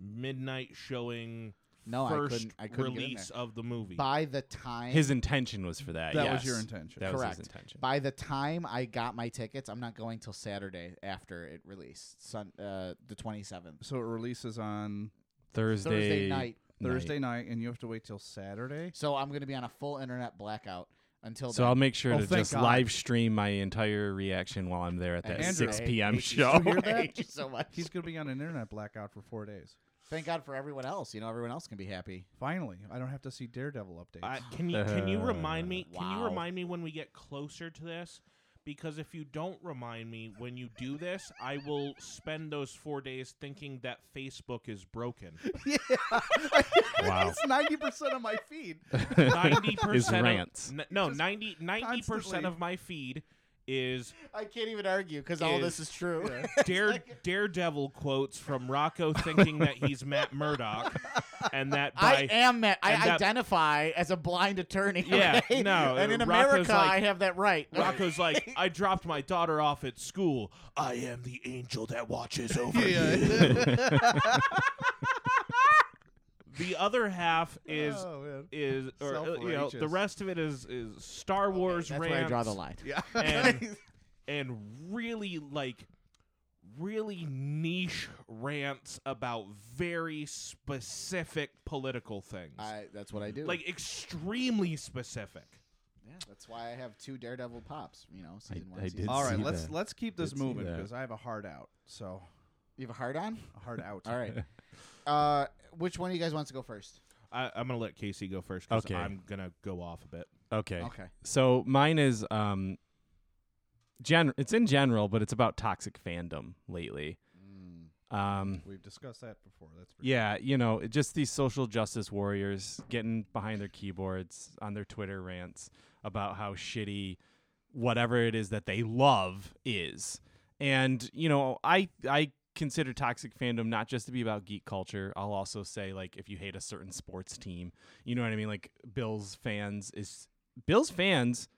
[SPEAKER 8] midnight showing?
[SPEAKER 7] No, I
[SPEAKER 8] first
[SPEAKER 7] couldn't- I couldn't get in
[SPEAKER 8] release
[SPEAKER 7] there.
[SPEAKER 8] of the movie.
[SPEAKER 7] By the time
[SPEAKER 6] His intention was for that.
[SPEAKER 5] That
[SPEAKER 6] yes.
[SPEAKER 5] was your intention.
[SPEAKER 6] That was
[SPEAKER 7] correct.
[SPEAKER 6] his intention.
[SPEAKER 7] By the time I got my tickets, I'm not going till Saturday after it released, sun, uh, the 27th,
[SPEAKER 5] So it releases on
[SPEAKER 6] Thursday,
[SPEAKER 7] Thursday night.
[SPEAKER 5] Thursday night, and you have to wait till Saturday.
[SPEAKER 7] So I'm going to be on a full internet blackout until.
[SPEAKER 6] So
[SPEAKER 7] then.
[SPEAKER 6] I'll make sure
[SPEAKER 5] Oh,
[SPEAKER 6] to
[SPEAKER 5] thank
[SPEAKER 6] just
[SPEAKER 5] God.
[SPEAKER 6] live stream my entire reaction while I'm there at that
[SPEAKER 7] Andrew,
[SPEAKER 6] 6
[SPEAKER 7] I
[SPEAKER 6] p.m.
[SPEAKER 7] hate you.
[SPEAKER 6] show.
[SPEAKER 7] You hear that? Thank you so much.
[SPEAKER 5] He's going to be on an internet blackout for four days.
[SPEAKER 7] Thank God for everyone else. You know, everyone else can be happy.
[SPEAKER 5] Finally, I don't have to see Daredevil updates.
[SPEAKER 8] I- can you can you remind me? Can you
[SPEAKER 7] Wow.
[SPEAKER 8] remind me when we get closer to this? Because if you don't remind me when you do this, I will spend those four days thinking that Facebook is broken.
[SPEAKER 6] Wow.
[SPEAKER 5] it's ninety percent of my feed.
[SPEAKER 8] Ninety
[SPEAKER 6] Is
[SPEAKER 8] percent
[SPEAKER 6] rants.
[SPEAKER 8] Of, n- no, 90 percent
[SPEAKER 5] constantly.
[SPEAKER 8] of my feed is
[SPEAKER 7] I can't even argue because all this
[SPEAKER 8] Is-
[SPEAKER 7] is true.
[SPEAKER 8] dare daredevil quotes from Rocco thinking that he's Matt Murdock, and that
[SPEAKER 7] I
[SPEAKER 8] by
[SPEAKER 7] am Matt. I
[SPEAKER 8] and that-
[SPEAKER 7] identify as a blind attorney.
[SPEAKER 8] Yeah,
[SPEAKER 7] okay?
[SPEAKER 8] no,
[SPEAKER 7] And in
[SPEAKER 8] Rocco's
[SPEAKER 7] America,
[SPEAKER 8] like-
[SPEAKER 7] I have that right.
[SPEAKER 8] Rocco's like, I dropped my daughter off at school. I am the angel that watches over you. the other half is
[SPEAKER 5] Oh, man.
[SPEAKER 8] is or uh, you know the
[SPEAKER 5] Self-righteous.
[SPEAKER 8] rest of it is is Star Wars
[SPEAKER 7] That's
[SPEAKER 8] rants
[SPEAKER 7] where I draw the line.
[SPEAKER 5] Yeah.
[SPEAKER 8] and and really like really niche rants about very specific political things.
[SPEAKER 7] I, that's what I do.
[SPEAKER 8] like extremely specific.
[SPEAKER 7] yeah, that's why I have two Daredevil pops. You know, season one.
[SPEAKER 6] I
[SPEAKER 7] season
[SPEAKER 6] did
[SPEAKER 5] All right,
[SPEAKER 6] see
[SPEAKER 5] let's
[SPEAKER 6] that.
[SPEAKER 5] let's keep this
[SPEAKER 6] Did see
[SPEAKER 5] moving
[SPEAKER 6] that.
[SPEAKER 5] because I have a hard out. So
[SPEAKER 7] You have a hard on.
[SPEAKER 5] a hard out.
[SPEAKER 7] All right. Uh, which one of you guys wants to go first?
[SPEAKER 8] I, I'm gonna let Casey go first because
[SPEAKER 6] Okay.
[SPEAKER 8] I'm gonna go off a bit.
[SPEAKER 6] Okay.
[SPEAKER 7] Okay.
[SPEAKER 6] So mine is um gen it's in general, but it's about toxic fandom lately.
[SPEAKER 7] Mm.
[SPEAKER 6] Um
[SPEAKER 5] We've discussed that before. That's pretty
[SPEAKER 6] yeah, you know, it- just these social justice warriors getting behind their keyboards on their Twitter rants about how shitty whatever it is that they love is. And, you know, I I consider toxic fandom not just to be about geek culture. I'll also say like if you hate a certain sports team, you know what I mean? Like Bills fans is Bills fans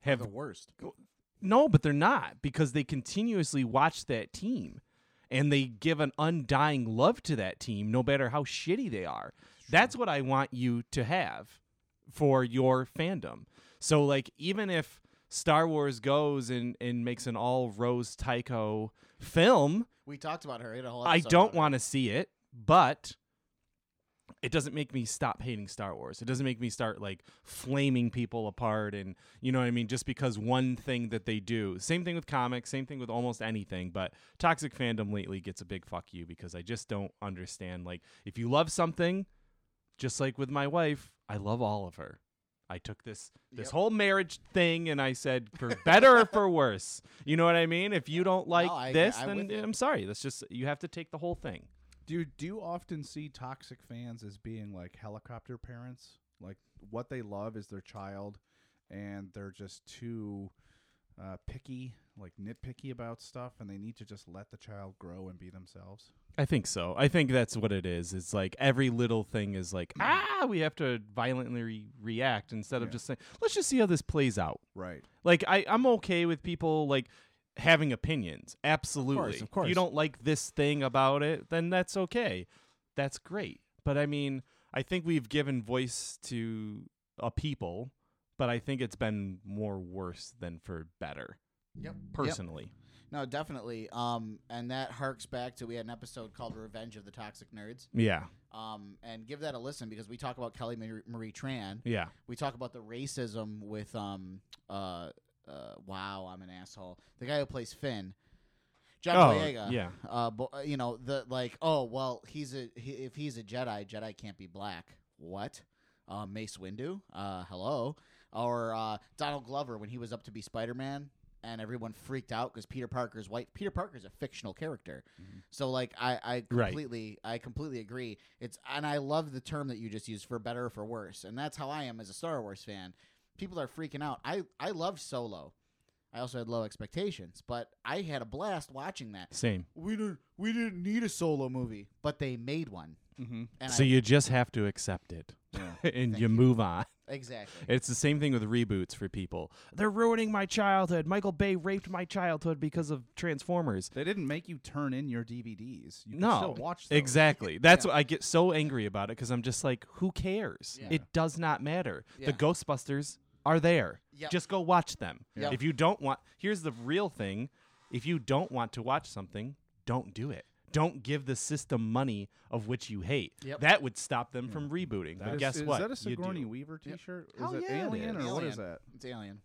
[SPEAKER 6] have
[SPEAKER 7] The worst.
[SPEAKER 6] no, but they're not because they continuously watch that team and they give an undying love to that team no matter how shitty they are. That's what I want you to have for your fandom. So like even if Star Wars goes and, and makes an all rose Tycho film,
[SPEAKER 7] We talked about her. We had a whole
[SPEAKER 6] I
[SPEAKER 7] episode
[SPEAKER 6] don't
[SPEAKER 7] about
[SPEAKER 6] want to see it, but it doesn't make me stop hating Star Wars. It doesn't make me start like flaming people apart and you know what I mean just because one thing that they do. Same thing with comics, same thing with almost anything, but toxic fandom lately gets a big fuck you because I just don't understand like if you love something just like with my wife, I love all of her. I took this this whole marriage thing and I said for better or for worse. You know what I mean? If you don't like
[SPEAKER 7] I-
[SPEAKER 6] this,
[SPEAKER 7] I'm
[SPEAKER 6] then
[SPEAKER 7] with you.
[SPEAKER 6] I'm sorry. That's just you have to take the whole thing.
[SPEAKER 5] Do you, do you often see toxic fans as being like helicopter parents? Like what they love is their child, and they're just too uh, picky, like nitpicky about stuff, and they need to just let the child grow and be themselves.
[SPEAKER 6] I think so. I think that's what it is. It's like every little thing is
[SPEAKER 7] Mm.
[SPEAKER 6] like ah, we have to violently re- react instead of
[SPEAKER 5] Yeah.
[SPEAKER 6] just saying let's just see how this plays out.
[SPEAKER 5] Right.
[SPEAKER 6] Like I, I'm okay with people like having opinions. Absolutely.
[SPEAKER 7] of
[SPEAKER 6] If
[SPEAKER 7] course.
[SPEAKER 6] you don't like this thing about it, then that's okay. That's great. But I mean, I think we've given voice to a people, but I think it's been more worse than for better.
[SPEAKER 7] Yep.
[SPEAKER 6] Personally.
[SPEAKER 7] No, definitely. Um, and that harks back to we had an episode called "Revenge of the Toxic Nerds."
[SPEAKER 6] Yeah.
[SPEAKER 7] Um, and give that a listen because we talk about Kelly Marie, Marie Tran.
[SPEAKER 6] Yeah.
[SPEAKER 7] We talk about the racism with um uh, uh wow I'm an asshole the guy who plays Finn. John
[SPEAKER 6] Oh,
[SPEAKER 7] Boyega,
[SPEAKER 6] yeah.
[SPEAKER 7] Uh, bo- uh, you know the like. Oh well, he's a he, if he's a Jedi, Jedi can't be black. What? Uh, Mace Windu. Uh, hello. Or uh, Donald Glover when he was up to be Spider Man, and everyone freaked out because Peter Parker's white. Peter Parker's a fictional character, so like I I
[SPEAKER 6] Right.
[SPEAKER 7] completely I completely agree. It's and I love the term that you just used for better or for worse, and that's how I am as a Star Wars fan. People are freaking out. I I loved Solo. I also had low expectations, but I had a blast watching that.
[SPEAKER 6] Same.
[SPEAKER 7] We didn't we didn't need a solo movie, but they made one.
[SPEAKER 8] Mm-hmm.
[SPEAKER 5] Mhm.
[SPEAKER 7] And
[SPEAKER 6] so
[SPEAKER 7] I-
[SPEAKER 6] you just have to accept it and you move on.
[SPEAKER 7] Exactly.
[SPEAKER 6] It's the same thing with reboots for people. They're ruining my childhood. Michael Bay raped my childhood because of Transformers.
[SPEAKER 5] They didn't make you turn in your DVDs. You can
[SPEAKER 6] no,
[SPEAKER 5] still watch those.
[SPEAKER 6] exactly. That's what I get so angry about it because I'm just like, who cares?
[SPEAKER 5] Yeah.
[SPEAKER 6] It does not matter.
[SPEAKER 5] Yeah.
[SPEAKER 6] The Ghostbusters are there.
[SPEAKER 5] Yep.
[SPEAKER 6] Just go watch them.
[SPEAKER 5] Yep.
[SPEAKER 6] If you don't want, here's the real thing: if you don't want to watch something, don't do it. Don't give the system money of which you hate.
[SPEAKER 5] Yep.
[SPEAKER 6] That would stop them from rebooting.
[SPEAKER 5] That
[SPEAKER 6] but
[SPEAKER 5] is-
[SPEAKER 6] guess
[SPEAKER 5] is
[SPEAKER 6] what?
[SPEAKER 5] that a
[SPEAKER 6] You do.
[SPEAKER 5] Sigourney Weaver T-shirt? Is
[SPEAKER 7] Hell
[SPEAKER 5] it
[SPEAKER 7] yeah, it
[SPEAKER 5] Alien
[SPEAKER 7] is.
[SPEAKER 5] or what is
[SPEAKER 7] Alien.
[SPEAKER 5] that?
[SPEAKER 7] It's Alien.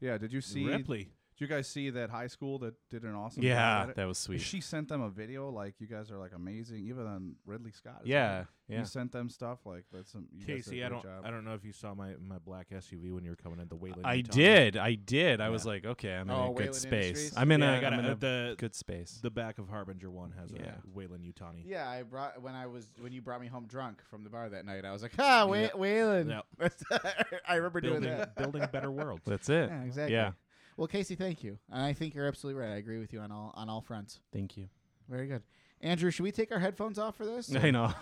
[SPEAKER 5] Yeah. Did you see
[SPEAKER 7] Ripley.
[SPEAKER 5] Did you guys see that high school that did an awesome? job
[SPEAKER 6] Yeah,
[SPEAKER 5] at it?
[SPEAKER 6] that was sweet.
[SPEAKER 5] She sent them a video like you guys are like amazing, even on Ridley Scott. is
[SPEAKER 6] Yeah,
[SPEAKER 5] like,
[SPEAKER 6] yeah.
[SPEAKER 5] You sent them stuff like that's some. You guys did a
[SPEAKER 8] Casey, I
[SPEAKER 5] great
[SPEAKER 8] don't,
[SPEAKER 5] Job.
[SPEAKER 8] I don't know if you saw my, my black SUV when you were coming in the Wayland.
[SPEAKER 6] I
[SPEAKER 8] Utah.
[SPEAKER 6] did. I did. I was like, okay, I'm
[SPEAKER 8] Oh,
[SPEAKER 6] in a good
[SPEAKER 8] Wayland
[SPEAKER 6] space.
[SPEAKER 8] Industries?
[SPEAKER 6] I'm in
[SPEAKER 8] Yeah,
[SPEAKER 6] a,
[SPEAKER 8] I got
[SPEAKER 6] I'm
[SPEAKER 8] a- uh,
[SPEAKER 6] in a
[SPEAKER 8] the-
[SPEAKER 6] good space.
[SPEAKER 8] The back of Harbinger one has
[SPEAKER 6] Yeah.
[SPEAKER 8] a Wayland Utani.
[SPEAKER 7] Yeah, I brought when I was when you brought me home drunk from the bar that night. I was like, "Ah, Way Waylon." I remember doing
[SPEAKER 8] Building-
[SPEAKER 7] that.
[SPEAKER 8] building better world.
[SPEAKER 6] That's it.
[SPEAKER 7] Yeah, exactly.
[SPEAKER 6] Yeah.
[SPEAKER 7] Well, Casey, thank you, and I think you're absolutely right. I agree with you on all on all fronts.
[SPEAKER 6] Thank you.
[SPEAKER 7] Very good, Andrew. Should we take our headphones off for this?
[SPEAKER 6] I know.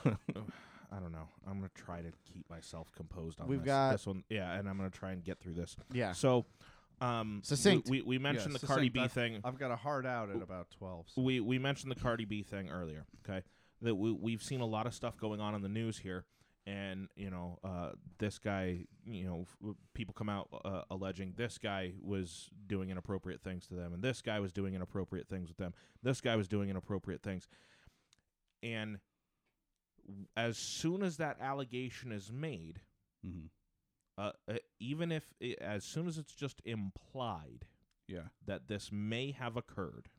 [SPEAKER 8] I don't know. I'm gonna try to keep myself composed on
[SPEAKER 7] We've
[SPEAKER 8] this.
[SPEAKER 7] got-
[SPEAKER 8] this one. Yeah, and I'm gonna try and get through this.
[SPEAKER 7] Yeah.
[SPEAKER 8] So, um, we-
[SPEAKER 7] Succinct.
[SPEAKER 8] We, we mentioned
[SPEAKER 5] Yeah,
[SPEAKER 8] the Cardi
[SPEAKER 5] succinct.
[SPEAKER 8] B
[SPEAKER 5] I've-
[SPEAKER 8] thing.
[SPEAKER 5] I've got a hard out at about twelve. so-
[SPEAKER 8] We we mentioned the Cardi B thing earlier. Okay, that we we've seen a lot of stuff going on in the news here, and you know, uh, this guy, you know, f- people come out uh, alleging this guy was doing inappropriate things to them, and this guy was doing inappropriate things with them. This guy was doing inappropriate things, and as soon as that allegation is made, uh, uh, even if i as soon as it's just implied,
[SPEAKER 5] Yeah.
[SPEAKER 8] that this may have occurred,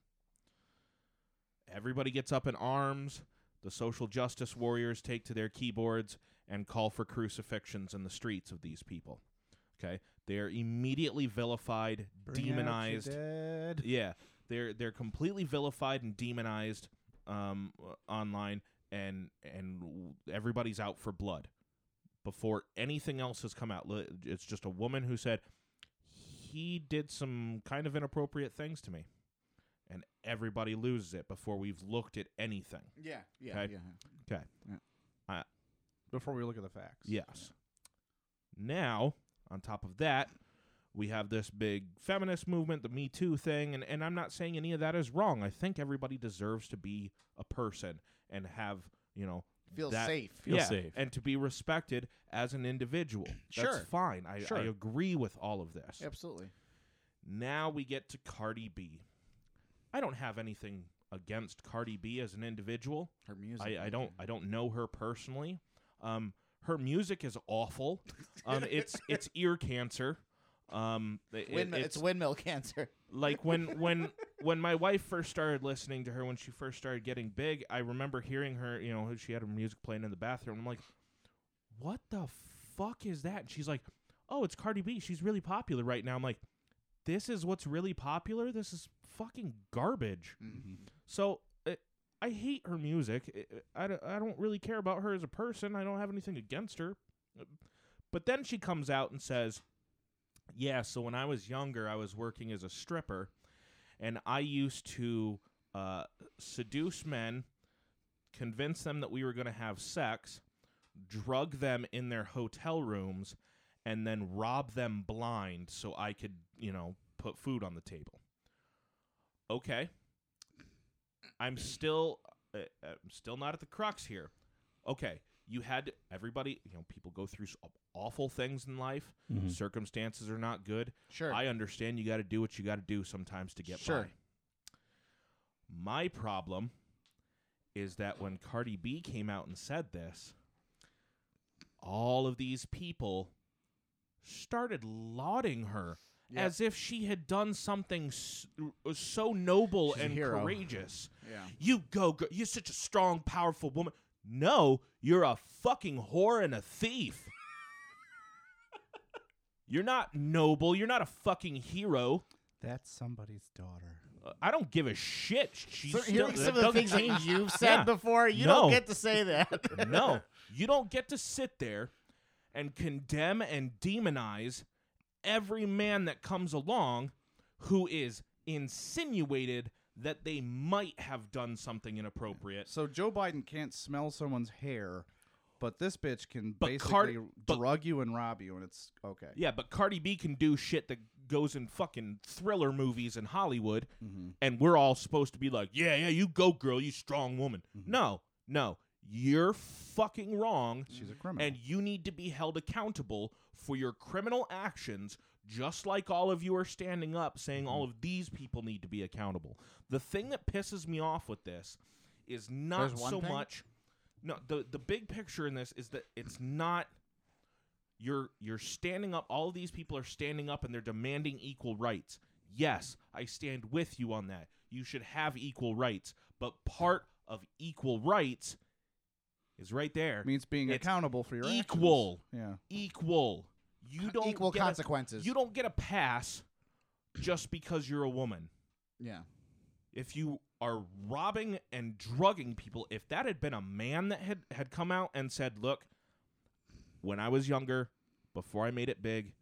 [SPEAKER 8] everybody gets up in arms. The social justice warriors take to their keyboards and call for crucifixions in the streets of these people. Okay, they are immediately vilified,
[SPEAKER 5] Bring out your
[SPEAKER 8] demonized.
[SPEAKER 5] dead.
[SPEAKER 8] Yeah, they're they're completely vilified and demonized um, uh, online, and and w- everybody's out for blood before anything else has come out. Li- It's just a woman who said he did some kind of inappropriate things to me, and everybody loses it before we've looked at anything.
[SPEAKER 7] Yeah, yeah,
[SPEAKER 8] Okay?
[SPEAKER 7] yeah.
[SPEAKER 8] Okay. I-
[SPEAKER 5] Before we look at the facts.
[SPEAKER 8] Yes. Now, on top of that, we have this big feminist movement, the Me Too thing, and, and I'm not saying any of that is wrong. I think everybody deserves to be a person and have, you know,
[SPEAKER 7] Feel
[SPEAKER 8] that-
[SPEAKER 7] safe.
[SPEAKER 6] Feel
[SPEAKER 8] yeah,
[SPEAKER 6] safe.
[SPEAKER 8] And to be respected as an individual.
[SPEAKER 7] Sure.
[SPEAKER 8] That's fine. I,
[SPEAKER 7] Sure.
[SPEAKER 8] I agree with all of this.
[SPEAKER 7] Absolutely.
[SPEAKER 8] Now we get to Cardi B. I don't have anything against Cardi B as an individual.
[SPEAKER 7] Her music,
[SPEAKER 8] I, I don't. I don't know her personally. Um, her music is awful. Um, it's it's ear cancer. Um, it-
[SPEAKER 7] Windmill, it's, windmill cancer.
[SPEAKER 8] like when when when my wife first started listening to her when she first started getting big i remember hearing her you know she had her music playing in the bathroom i'm like what the fuck is that and she's like oh it's cardi b she's really popular right now i'm like this is what's really popular this is fucking garbage so it, i hate her music It- I, don't- I don't really care about her as a person i don't have anything against her but then she comes out and says yeah, so when I was younger, I was working as a stripper, and I used to uh, seduce men, convince them that we were going to have sex, drug them in their hotel rooms, and then rob them blind so I could, you know, put food on the table. Okay. uh, I'm still uh, I'm still not at the crux here. Okay, you had to- everybody, you know, people go through s- awful things in life.
[SPEAKER 6] Mhm.
[SPEAKER 8] Circumstances are not good.
[SPEAKER 7] Sure.
[SPEAKER 8] I understand you got to do what you got to do sometimes to get
[SPEAKER 7] Sure.
[SPEAKER 8] by. My problem is that when Cardi B came out and said this, all of these people started lauding her
[SPEAKER 7] Yep.
[SPEAKER 8] as if she had done something s- so noble
[SPEAKER 7] She's a
[SPEAKER 8] and
[SPEAKER 7] hero.
[SPEAKER 8] courageous.
[SPEAKER 7] Yeah.
[SPEAKER 8] You go, girl. You're such a strong, powerful woman. No, you're a fucking whore and a thief. you're not noble. You're not a fucking hero.
[SPEAKER 5] That's somebody's daughter.
[SPEAKER 8] I don't give a shit. She's
[SPEAKER 7] So
[SPEAKER 8] still,
[SPEAKER 7] hearing
[SPEAKER 8] that
[SPEAKER 7] some of the
[SPEAKER 8] doesn't
[SPEAKER 7] things that
[SPEAKER 8] change-
[SPEAKER 7] you've said
[SPEAKER 8] Yeah.
[SPEAKER 7] before, you
[SPEAKER 8] No.
[SPEAKER 7] don't get to say that.
[SPEAKER 8] no, you don't get to sit there and condemn and demonize every man that comes along who is insinuated that they might have done something inappropriate.
[SPEAKER 5] So Joe Biden can't smell someone's hair, but this bitch can
[SPEAKER 8] But Card-
[SPEAKER 5] basically
[SPEAKER 8] but-
[SPEAKER 5] drug you and rob you, and it's okay.
[SPEAKER 8] Yeah, but Cardi B can do shit that goes in fucking thriller movies in Hollywood, and we're all supposed to be like, yeah, yeah, you go, girl, you strong woman. No, no, you're fucking wrong.
[SPEAKER 5] She's a criminal.
[SPEAKER 8] And you need to be held accountable for your criminal actions, just like all of you are standing up saying all of these people need to be accountable. The thing that pisses me off with this is not
[SPEAKER 7] There's one
[SPEAKER 8] so
[SPEAKER 7] thing?
[SPEAKER 8] much. No, the the big picture in this is that it's not you're you're standing up all of these people are standing up and they're demanding equal rights yes i stand with you on that you should have equal rights but part of equal rights is right there
[SPEAKER 5] means being
[SPEAKER 8] It's
[SPEAKER 5] accountable for your actions.
[SPEAKER 8] equal
[SPEAKER 5] Yeah.
[SPEAKER 8] equal you don't
[SPEAKER 7] Equal
[SPEAKER 8] get a-
[SPEAKER 7] consequences.
[SPEAKER 8] you don't get a pass just because you're a woman
[SPEAKER 5] Yeah.
[SPEAKER 8] if you are robbing and drugging people, if that had been a man that had, had come out and said, Look, when I was younger, before I made it big,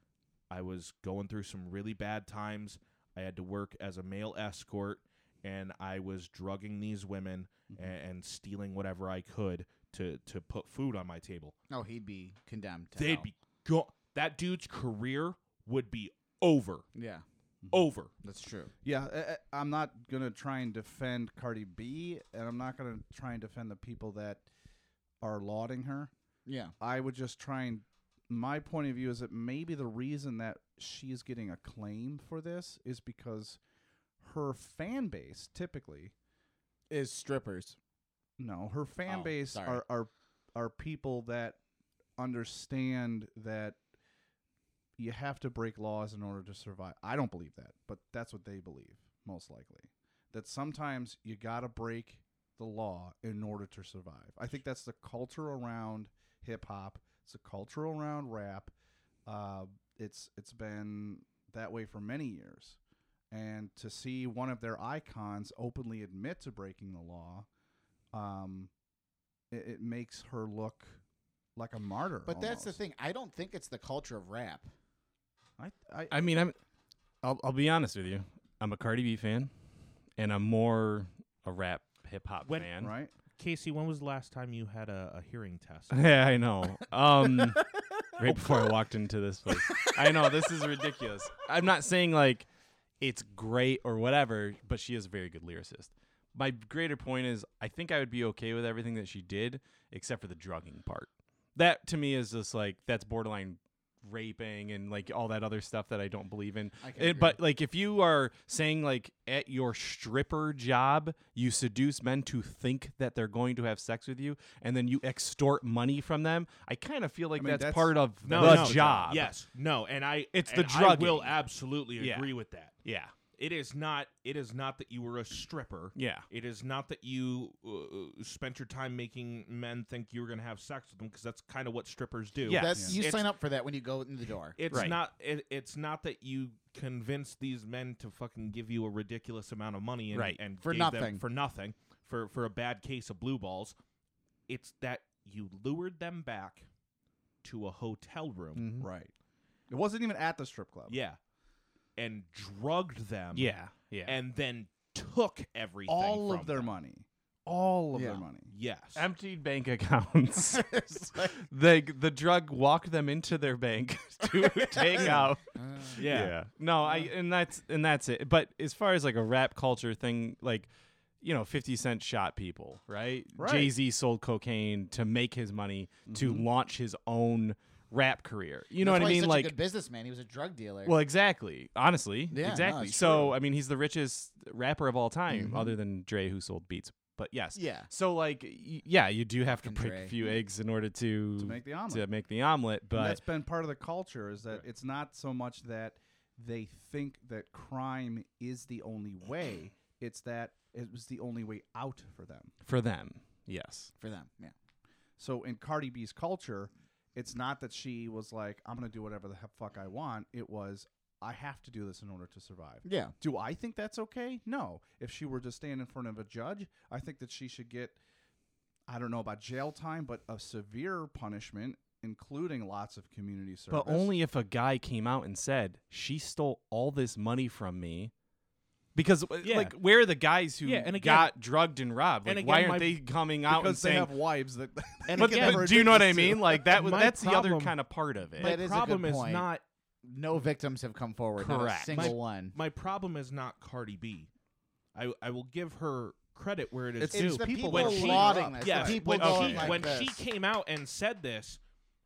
[SPEAKER 8] I was going through some really bad times. I had to work as a male escort and I was drugging these women a- and, stealing whatever I could to, to put food on my table.
[SPEAKER 7] No, Oh, he'd be condemned. to
[SPEAKER 8] They'd
[SPEAKER 7] hell.
[SPEAKER 8] be go that dude's career would be over.
[SPEAKER 7] Yeah,
[SPEAKER 8] Over.
[SPEAKER 7] that's true.
[SPEAKER 5] Yeah, I- I- I'm not going to try and defend Cardi B, and I'm not going to try and defend the people that are lauding her.
[SPEAKER 7] Yeah.
[SPEAKER 5] I would just try and. My point of view is that maybe the reason that she's getting acclaim for this is because her fan base, typically,
[SPEAKER 7] Is strippers.
[SPEAKER 5] no, her fan
[SPEAKER 7] Oh,
[SPEAKER 5] base
[SPEAKER 7] sorry.
[SPEAKER 5] are, are are people that understand that you have to break laws in order to survive. I don't believe that, but that's what they believe most likely. That sometimes you got to break the law in order to survive. I think that's the culture around hip hop. It's a culture around rap. Uh, it's it's been that way for many years. And to see one of their icons openly admit to breaking the law, um, it, it makes her look like a martyr.
[SPEAKER 7] But that's the
[SPEAKER 5] almost.
[SPEAKER 7] thing. I don't think it's the culture of rap.
[SPEAKER 5] I, I,
[SPEAKER 6] I mean, I'm. I'll, I'll be honest with you. I'm a Cardi B fan, and I'm more a rap hip hop
[SPEAKER 8] When-
[SPEAKER 6] fan.
[SPEAKER 5] right?
[SPEAKER 8] Casey, when was the last time you had a, a hearing test?
[SPEAKER 6] Yeah, I know. Um, right before I walked into this place, I know this is ridiculous. I'm not saying like it's great or whatever, but she is a very good lyricist. My greater point is, I think I would be okay with everything that she did except for the drugging part. That to me is just like that's borderline raping and like all that other stuff that I don't believe in.
[SPEAKER 7] I can
[SPEAKER 6] It-
[SPEAKER 7] agree.
[SPEAKER 6] but like if you are saying like at your stripper job, you seduce men to think that they're going to have sex with you and then you extort money from them, I kind of feel like
[SPEAKER 5] mean,
[SPEAKER 6] that's,
[SPEAKER 5] that's-
[SPEAKER 6] part of
[SPEAKER 8] no,
[SPEAKER 6] the
[SPEAKER 8] no,
[SPEAKER 6] job.
[SPEAKER 8] Yes, no, and I
[SPEAKER 6] It's
[SPEAKER 8] and
[SPEAKER 6] the drugging.
[SPEAKER 8] I will absolutely
[SPEAKER 6] Yeah.
[SPEAKER 8] agree with that.
[SPEAKER 6] Yeah.
[SPEAKER 8] It is not. It is not that you were a stripper.
[SPEAKER 6] Yeah.
[SPEAKER 8] It is not that you uh, spent your time making men think you were going to have sex with them because that's kind of what strippers do.
[SPEAKER 6] Yeah.
[SPEAKER 7] That's you
[SPEAKER 8] It's-
[SPEAKER 7] sign up for that when you go in the door.
[SPEAKER 8] It's
[SPEAKER 6] Right.
[SPEAKER 8] not. It, it's not that you convince these men to fucking give you a ridiculous amount of money and,
[SPEAKER 6] Right.
[SPEAKER 8] and
[SPEAKER 7] For
[SPEAKER 8] gave them
[SPEAKER 7] nothing.
[SPEAKER 8] for nothing for for a bad case of blue balls. It's that you lured them back to a hotel room.
[SPEAKER 5] Right. It wasn't even at the strip club.
[SPEAKER 8] Yeah. And drugged them.
[SPEAKER 6] Yeah. Yeah.
[SPEAKER 8] And then took everything.
[SPEAKER 5] All
[SPEAKER 8] from
[SPEAKER 5] of their
[SPEAKER 8] them.
[SPEAKER 5] money. All of
[SPEAKER 7] Yeah.
[SPEAKER 5] their money.
[SPEAKER 8] Yes.
[SPEAKER 6] Emptied bank accounts. the the drug walked them into their bank to take out.
[SPEAKER 8] yeah.
[SPEAKER 6] No, I and that's and that's it. But as far as like a rap culture thing, like you know, 50 Cent shot people, right?
[SPEAKER 11] Right.
[SPEAKER 6] Jay Z sold cocaine to make his money to
[SPEAKER 7] Mhm.
[SPEAKER 6] launch his own rap career. You know
[SPEAKER 7] That's
[SPEAKER 6] what
[SPEAKER 7] why
[SPEAKER 6] I mean?
[SPEAKER 7] he's such
[SPEAKER 6] Like,
[SPEAKER 7] a good businessman. He was a drug dealer.
[SPEAKER 6] well, exactly. Honestly,
[SPEAKER 7] Yeah, no,
[SPEAKER 6] exactly.
[SPEAKER 7] it's
[SPEAKER 6] so, I mean, he's the richest rapper of all time,
[SPEAKER 8] Mm-hmm.
[SPEAKER 7] Mhm.
[SPEAKER 6] other than Dre, who sold beats. But yes,
[SPEAKER 7] Yeah.
[SPEAKER 6] So, like, y- yeah, you do have to
[SPEAKER 5] Fucking
[SPEAKER 6] break
[SPEAKER 5] Dre.
[SPEAKER 6] a few eggs in order to
[SPEAKER 5] To make the omelet.
[SPEAKER 6] To make the omelet,
[SPEAKER 5] And
[SPEAKER 6] but
[SPEAKER 5] that's been part of the culture is that it's not so much that they think that crime is the only way; it's that it was the only way out for them.
[SPEAKER 6] for them, yes,
[SPEAKER 7] for them, yeah.
[SPEAKER 5] So in Cardi B's culture, it's not that she was like, "I'm gonna do whatever the he- fuck I want." It was, "I have to do this in order to survive."
[SPEAKER 7] Yeah.
[SPEAKER 5] Do I think that's okay? No. If she were to stand in front of a judge, I think that she should get, I don't know about jail time, but a severe punishment, including lots of community service.
[SPEAKER 6] But only if a guy came out and said, "She stole all this money from me." Because uh,
[SPEAKER 8] Yeah.
[SPEAKER 6] like where are the guys who
[SPEAKER 8] Yeah, and again-
[SPEAKER 6] got drugged and robbed? Like
[SPEAKER 8] and
[SPEAKER 6] why
[SPEAKER 8] again,
[SPEAKER 6] aren't
[SPEAKER 8] my-
[SPEAKER 6] they coming out and
[SPEAKER 5] because
[SPEAKER 6] saying
[SPEAKER 5] they have wives that.
[SPEAKER 6] And
[SPEAKER 5] that
[SPEAKER 6] again,
[SPEAKER 5] never
[SPEAKER 6] but do you know what I
[SPEAKER 5] addicted to.
[SPEAKER 6] mean? Like that was
[SPEAKER 8] My
[SPEAKER 6] that's the
[SPEAKER 8] problem-
[SPEAKER 6] other kind of part of it.
[SPEAKER 8] my
[SPEAKER 7] That is a good
[SPEAKER 8] problem is
[SPEAKER 7] point.
[SPEAKER 8] not
[SPEAKER 7] No victims have come forward. not a single
[SPEAKER 8] my,
[SPEAKER 7] one.
[SPEAKER 8] My problem is not Cardi B. I I will give her credit where it is
[SPEAKER 7] It's-
[SPEAKER 8] due.
[SPEAKER 7] it's the people
[SPEAKER 8] when she,
[SPEAKER 7] lauding this.
[SPEAKER 8] Yeah,
[SPEAKER 7] The people
[SPEAKER 8] when,
[SPEAKER 7] going
[SPEAKER 8] she,
[SPEAKER 7] like
[SPEAKER 8] when she
[SPEAKER 7] this.
[SPEAKER 8] came out and said this,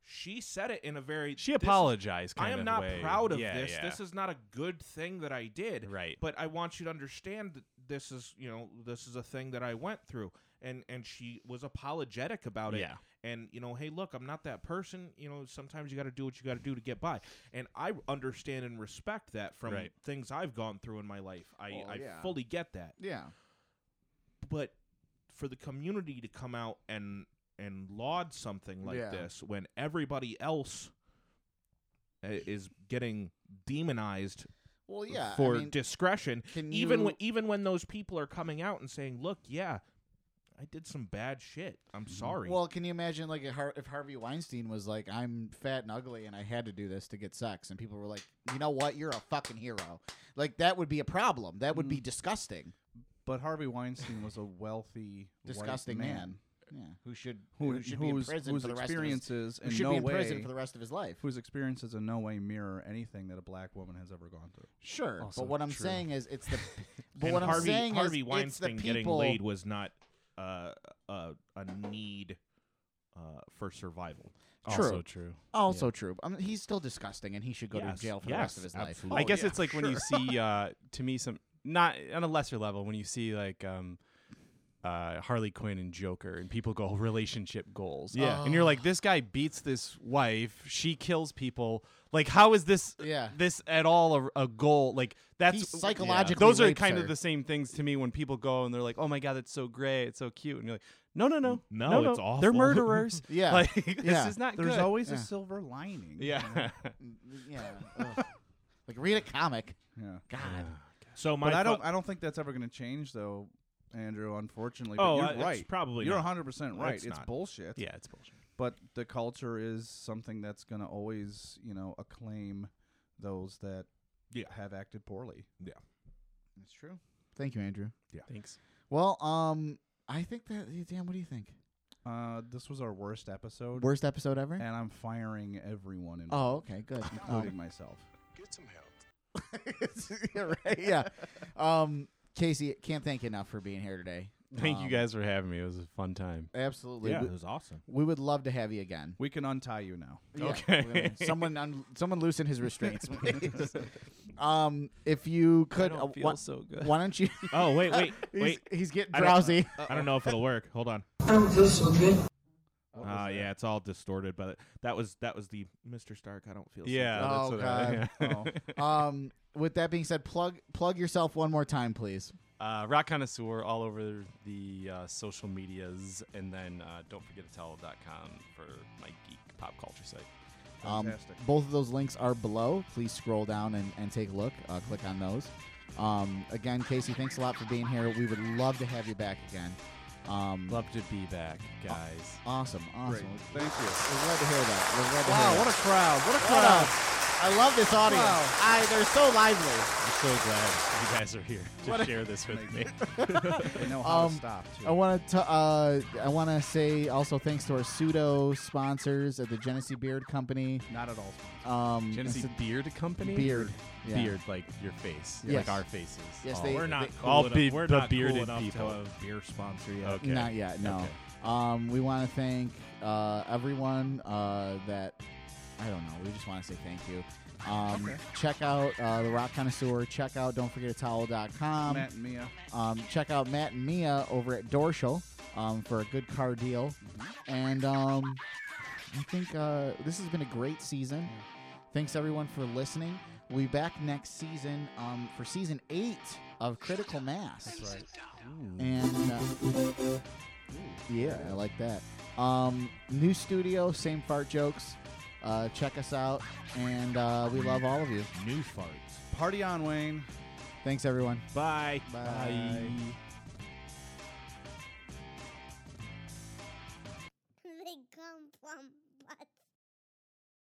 [SPEAKER 8] she said it in a very
[SPEAKER 6] She
[SPEAKER 8] this is-
[SPEAKER 6] apologized
[SPEAKER 8] I
[SPEAKER 6] kind
[SPEAKER 8] am
[SPEAKER 6] of
[SPEAKER 8] not
[SPEAKER 6] way.
[SPEAKER 8] proud of
[SPEAKER 6] Yeah,
[SPEAKER 8] this.
[SPEAKER 6] yeah.
[SPEAKER 8] This is not a good thing that I did.
[SPEAKER 6] Right.
[SPEAKER 8] But I want you to understand that this is you know this is a thing that I went through, and and she was apologetic about it.
[SPEAKER 6] Yeah.
[SPEAKER 8] And you know, hey, look, I'm not that person. You know, sometimes you got to do what you got to do to get by. And I understand and respect that from
[SPEAKER 6] Right.
[SPEAKER 8] things I've gone through in my life. I
[SPEAKER 7] Well,
[SPEAKER 8] I
[SPEAKER 7] Oh, yeah.
[SPEAKER 8] fully get that.
[SPEAKER 7] Yeah.
[SPEAKER 8] But for the community to come out and and laud something like
[SPEAKER 7] Yeah.
[SPEAKER 8] this when everybody else i- is getting demonized
[SPEAKER 7] Well, yeah. I
[SPEAKER 8] for
[SPEAKER 7] mean,
[SPEAKER 8] discretion
[SPEAKER 7] can
[SPEAKER 8] even when
[SPEAKER 7] you-
[SPEAKER 8] even when those people are coming out and saying look yeah i did some bad shit i'm sorry
[SPEAKER 7] Mm-hmm. Well, can you imagine like if Har- if Harvey Weinstein was like, "I'm fat and ugly, and I had to do this to get sex," and people were like, "You know what? You're a fucking hero." Like that would be a problem. That
[SPEAKER 8] Mm.
[SPEAKER 7] would be disgusting.
[SPEAKER 5] But Harvey Weinstein was a wealthy, white
[SPEAKER 7] Disgusting
[SPEAKER 5] man.
[SPEAKER 7] man. Yeah, who should
[SPEAKER 5] Who-
[SPEAKER 7] who, should be in
[SPEAKER 5] whose-
[SPEAKER 7] prison
[SPEAKER 5] whose
[SPEAKER 7] for the rest of
[SPEAKER 5] experiences
[SPEAKER 7] his, who
[SPEAKER 5] in
[SPEAKER 7] should
[SPEAKER 5] no
[SPEAKER 7] be in prison
[SPEAKER 5] way-
[SPEAKER 7] for the rest of his life.
[SPEAKER 5] whose experiences in no way mirror anything that a black woman has ever gone through.
[SPEAKER 7] Sure, but what I'm saying is it's the. But
[SPEAKER 8] and
[SPEAKER 7] what
[SPEAKER 8] harvey,
[SPEAKER 7] I'm saying
[SPEAKER 8] harvey
[SPEAKER 7] is
[SPEAKER 8] weinstein
[SPEAKER 7] it's the
[SPEAKER 8] getting
[SPEAKER 7] people.
[SPEAKER 8] laid was not uh, a, a need uh, for survival
[SPEAKER 7] True. Also true. I mean, he's still disgusting, and he should go
[SPEAKER 8] Yes,
[SPEAKER 7] to jail for the
[SPEAKER 8] yes,
[SPEAKER 7] rest of his
[SPEAKER 8] absolutely.
[SPEAKER 7] life.
[SPEAKER 6] I guess it's like when you see uh to me some not on a lesser level when you see like um uh, Harley Quinn and Joker, and people go relationship goals.
[SPEAKER 7] Yeah.
[SPEAKER 6] and you're like, this guy beats this wife, she kills people. Like, how is this?
[SPEAKER 7] Yeah.
[SPEAKER 6] this at all a, a goal? Like, that's
[SPEAKER 7] He psychologically
[SPEAKER 6] Those are
[SPEAKER 7] rapes
[SPEAKER 6] kind
[SPEAKER 7] her.
[SPEAKER 6] of the same things to me when people go and they're like, oh my god, that's so great, it's so cute, and you're like, no, no, no,
[SPEAKER 8] No,
[SPEAKER 6] no,
[SPEAKER 8] it's awful."
[SPEAKER 6] They're murderers.
[SPEAKER 7] Yeah.
[SPEAKER 6] like
[SPEAKER 7] Yeah.
[SPEAKER 6] this is not.
[SPEAKER 5] There's
[SPEAKER 6] good.
[SPEAKER 5] always a
[SPEAKER 7] Yeah.
[SPEAKER 5] silver lining.
[SPEAKER 6] Yeah.
[SPEAKER 7] yeah. ugh. like read a comic.
[SPEAKER 5] Yeah.
[SPEAKER 7] God.
[SPEAKER 8] so my
[SPEAKER 5] But I
[SPEAKER 8] thou-
[SPEAKER 5] don't. I don't think that's ever going to change, though, Andrew. Unfortunately, but
[SPEAKER 8] Oh,
[SPEAKER 5] you're
[SPEAKER 8] uh, it's
[SPEAKER 5] right.
[SPEAKER 8] probably
[SPEAKER 5] you're
[SPEAKER 8] not.
[SPEAKER 5] 100 percent right.
[SPEAKER 8] It's
[SPEAKER 5] It's,
[SPEAKER 8] not.
[SPEAKER 5] bullshit.
[SPEAKER 6] Yeah, it's bullshit.
[SPEAKER 5] But the culture is something that's going to always, you know, acclaim those that
[SPEAKER 8] Yeah.
[SPEAKER 5] have acted poorly.
[SPEAKER 8] yeah
[SPEAKER 7] That's true. Thank you, Andrew.
[SPEAKER 6] Thanks.
[SPEAKER 7] Well, um, I think that Dan. What do you think?
[SPEAKER 5] Uh, this was our worst episode,
[SPEAKER 7] Worst episode ever.
[SPEAKER 5] and I'm firing everyone in,
[SPEAKER 7] Oh, okay, good.
[SPEAKER 5] including
[SPEAKER 7] Um,
[SPEAKER 5] myself.
[SPEAKER 11] Get some help.
[SPEAKER 7] yeah, right. Yeah. Um, Casey, can't thank you enough for being here today.
[SPEAKER 6] Thank you
[SPEAKER 7] Um,
[SPEAKER 6] guys for having me. It was a fun time.
[SPEAKER 7] Absolutely.
[SPEAKER 8] yeah
[SPEAKER 7] We,
[SPEAKER 8] it was awesome
[SPEAKER 7] we would love to have you again.
[SPEAKER 5] We can untie you now.
[SPEAKER 7] Yeah,
[SPEAKER 6] Okay.
[SPEAKER 7] we're gonna- someone, un- someone loosen his restraints, please. um, if you could,
[SPEAKER 6] don't
[SPEAKER 7] uh,
[SPEAKER 6] feel
[SPEAKER 7] why-
[SPEAKER 6] so good.
[SPEAKER 7] Why don't you?
[SPEAKER 8] oh wait wait
[SPEAKER 7] he's,
[SPEAKER 8] wait
[SPEAKER 7] he's getting
[SPEAKER 8] I don't-
[SPEAKER 7] drowsy.
[SPEAKER 8] I don't know if it'll work. Hold on.
[SPEAKER 11] I don't feel so good.
[SPEAKER 8] Uh, yeah, it's all distorted, but that was that was the Mr. Stark. I don't feel. so
[SPEAKER 6] Yeah,
[SPEAKER 8] good.
[SPEAKER 7] Oh,
[SPEAKER 6] that's what I-
[SPEAKER 7] God. um, with that being said, plug plug yourself one more time, please.
[SPEAKER 6] uh, Rock Connoisseur all over the uh, social medias, and then uh, don't forget Italo.com for my geek pop culture site.
[SPEAKER 7] Um,
[SPEAKER 5] Fantastic.
[SPEAKER 7] both of those links are below. Please scroll down and, and take a look. Uh, click on those. Um, again, Casey, thanks a lot for being here. We would love to have you back again. Um,
[SPEAKER 6] Love to be back, guys.
[SPEAKER 7] awesome, awesome.
[SPEAKER 5] Great. Thank you.
[SPEAKER 7] We're glad to hear that. We're glad to
[SPEAKER 5] Wow,
[SPEAKER 7] hear
[SPEAKER 5] what a
[SPEAKER 7] that.
[SPEAKER 5] crowd! What a
[SPEAKER 7] What
[SPEAKER 5] crowd!
[SPEAKER 7] a I love this audience.
[SPEAKER 5] Wow.
[SPEAKER 7] I, they're so lively.
[SPEAKER 6] I'm so glad you guys are here to
[SPEAKER 7] What a-
[SPEAKER 6] share this with me.
[SPEAKER 5] They know how to
[SPEAKER 7] Um,
[SPEAKER 5] stop, too.
[SPEAKER 7] I want to. Uh, I want to say also thanks to our pseudo sponsors at the Genesee Beard Company.
[SPEAKER 5] Not at all.
[SPEAKER 7] Um,
[SPEAKER 6] Genesee
[SPEAKER 7] it's a-
[SPEAKER 6] Beard Company?
[SPEAKER 7] Beard. Yeah.
[SPEAKER 6] Beard, like your face.
[SPEAKER 7] Yes.
[SPEAKER 6] Like our faces.
[SPEAKER 7] Yes,
[SPEAKER 6] Oh,
[SPEAKER 7] they-
[SPEAKER 6] we're
[SPEAKER 7] they-
[SPEAKER 6] not
[SPEAKER 7] cool
[SPEAKER 6] all
[SPEAKER 7] enough-
[SPEAKER 6] be
[SPEAKER 7] we're
[SPEAKER 6] the
[SPEAKER 7] not cool
[SPEAKER 6] bearded
[SPEAKER 7] enough to
[SPEAKER 6] people.
[SPEAKER 7] have a
[SPEAKER 8] beer sponsor yet.
[SPEAKER 6] Okay.
[SPEAKER 7] Not yet, no.
[SPEAKER 6] Okay.
[SPEAKER 7] Um, we want to thank uh, everyone uh, that I don't know. We just want to say thank you. Um,
[SPEAKER 5] Okay.
[SPEAKER 7] Check out uh, the Rock Connoisseur. Check out don't forget towel.com.
[SPEAKER 5] Matt and Mia.
[SPEAKER 7] Um, check out Matt and Mia over at Dorschel um, for a good car deal. And um, I think uh, this has been a great season. Thanks everyone for listening. We'll be back next season um, for season eight of Critical Mass. That's right. And uh, yeah, I like that. Um, new studio, same fart jokes. Uh, check us out, and uh, we love all of you.
[SPEAKER 8] New farts.
[SPEAKER 5] Party on, Wayne.
[SPEAKER 7] Thanks, everyone.
[SPEAKER 6] Bye.
[SPEAKER 7] Bye.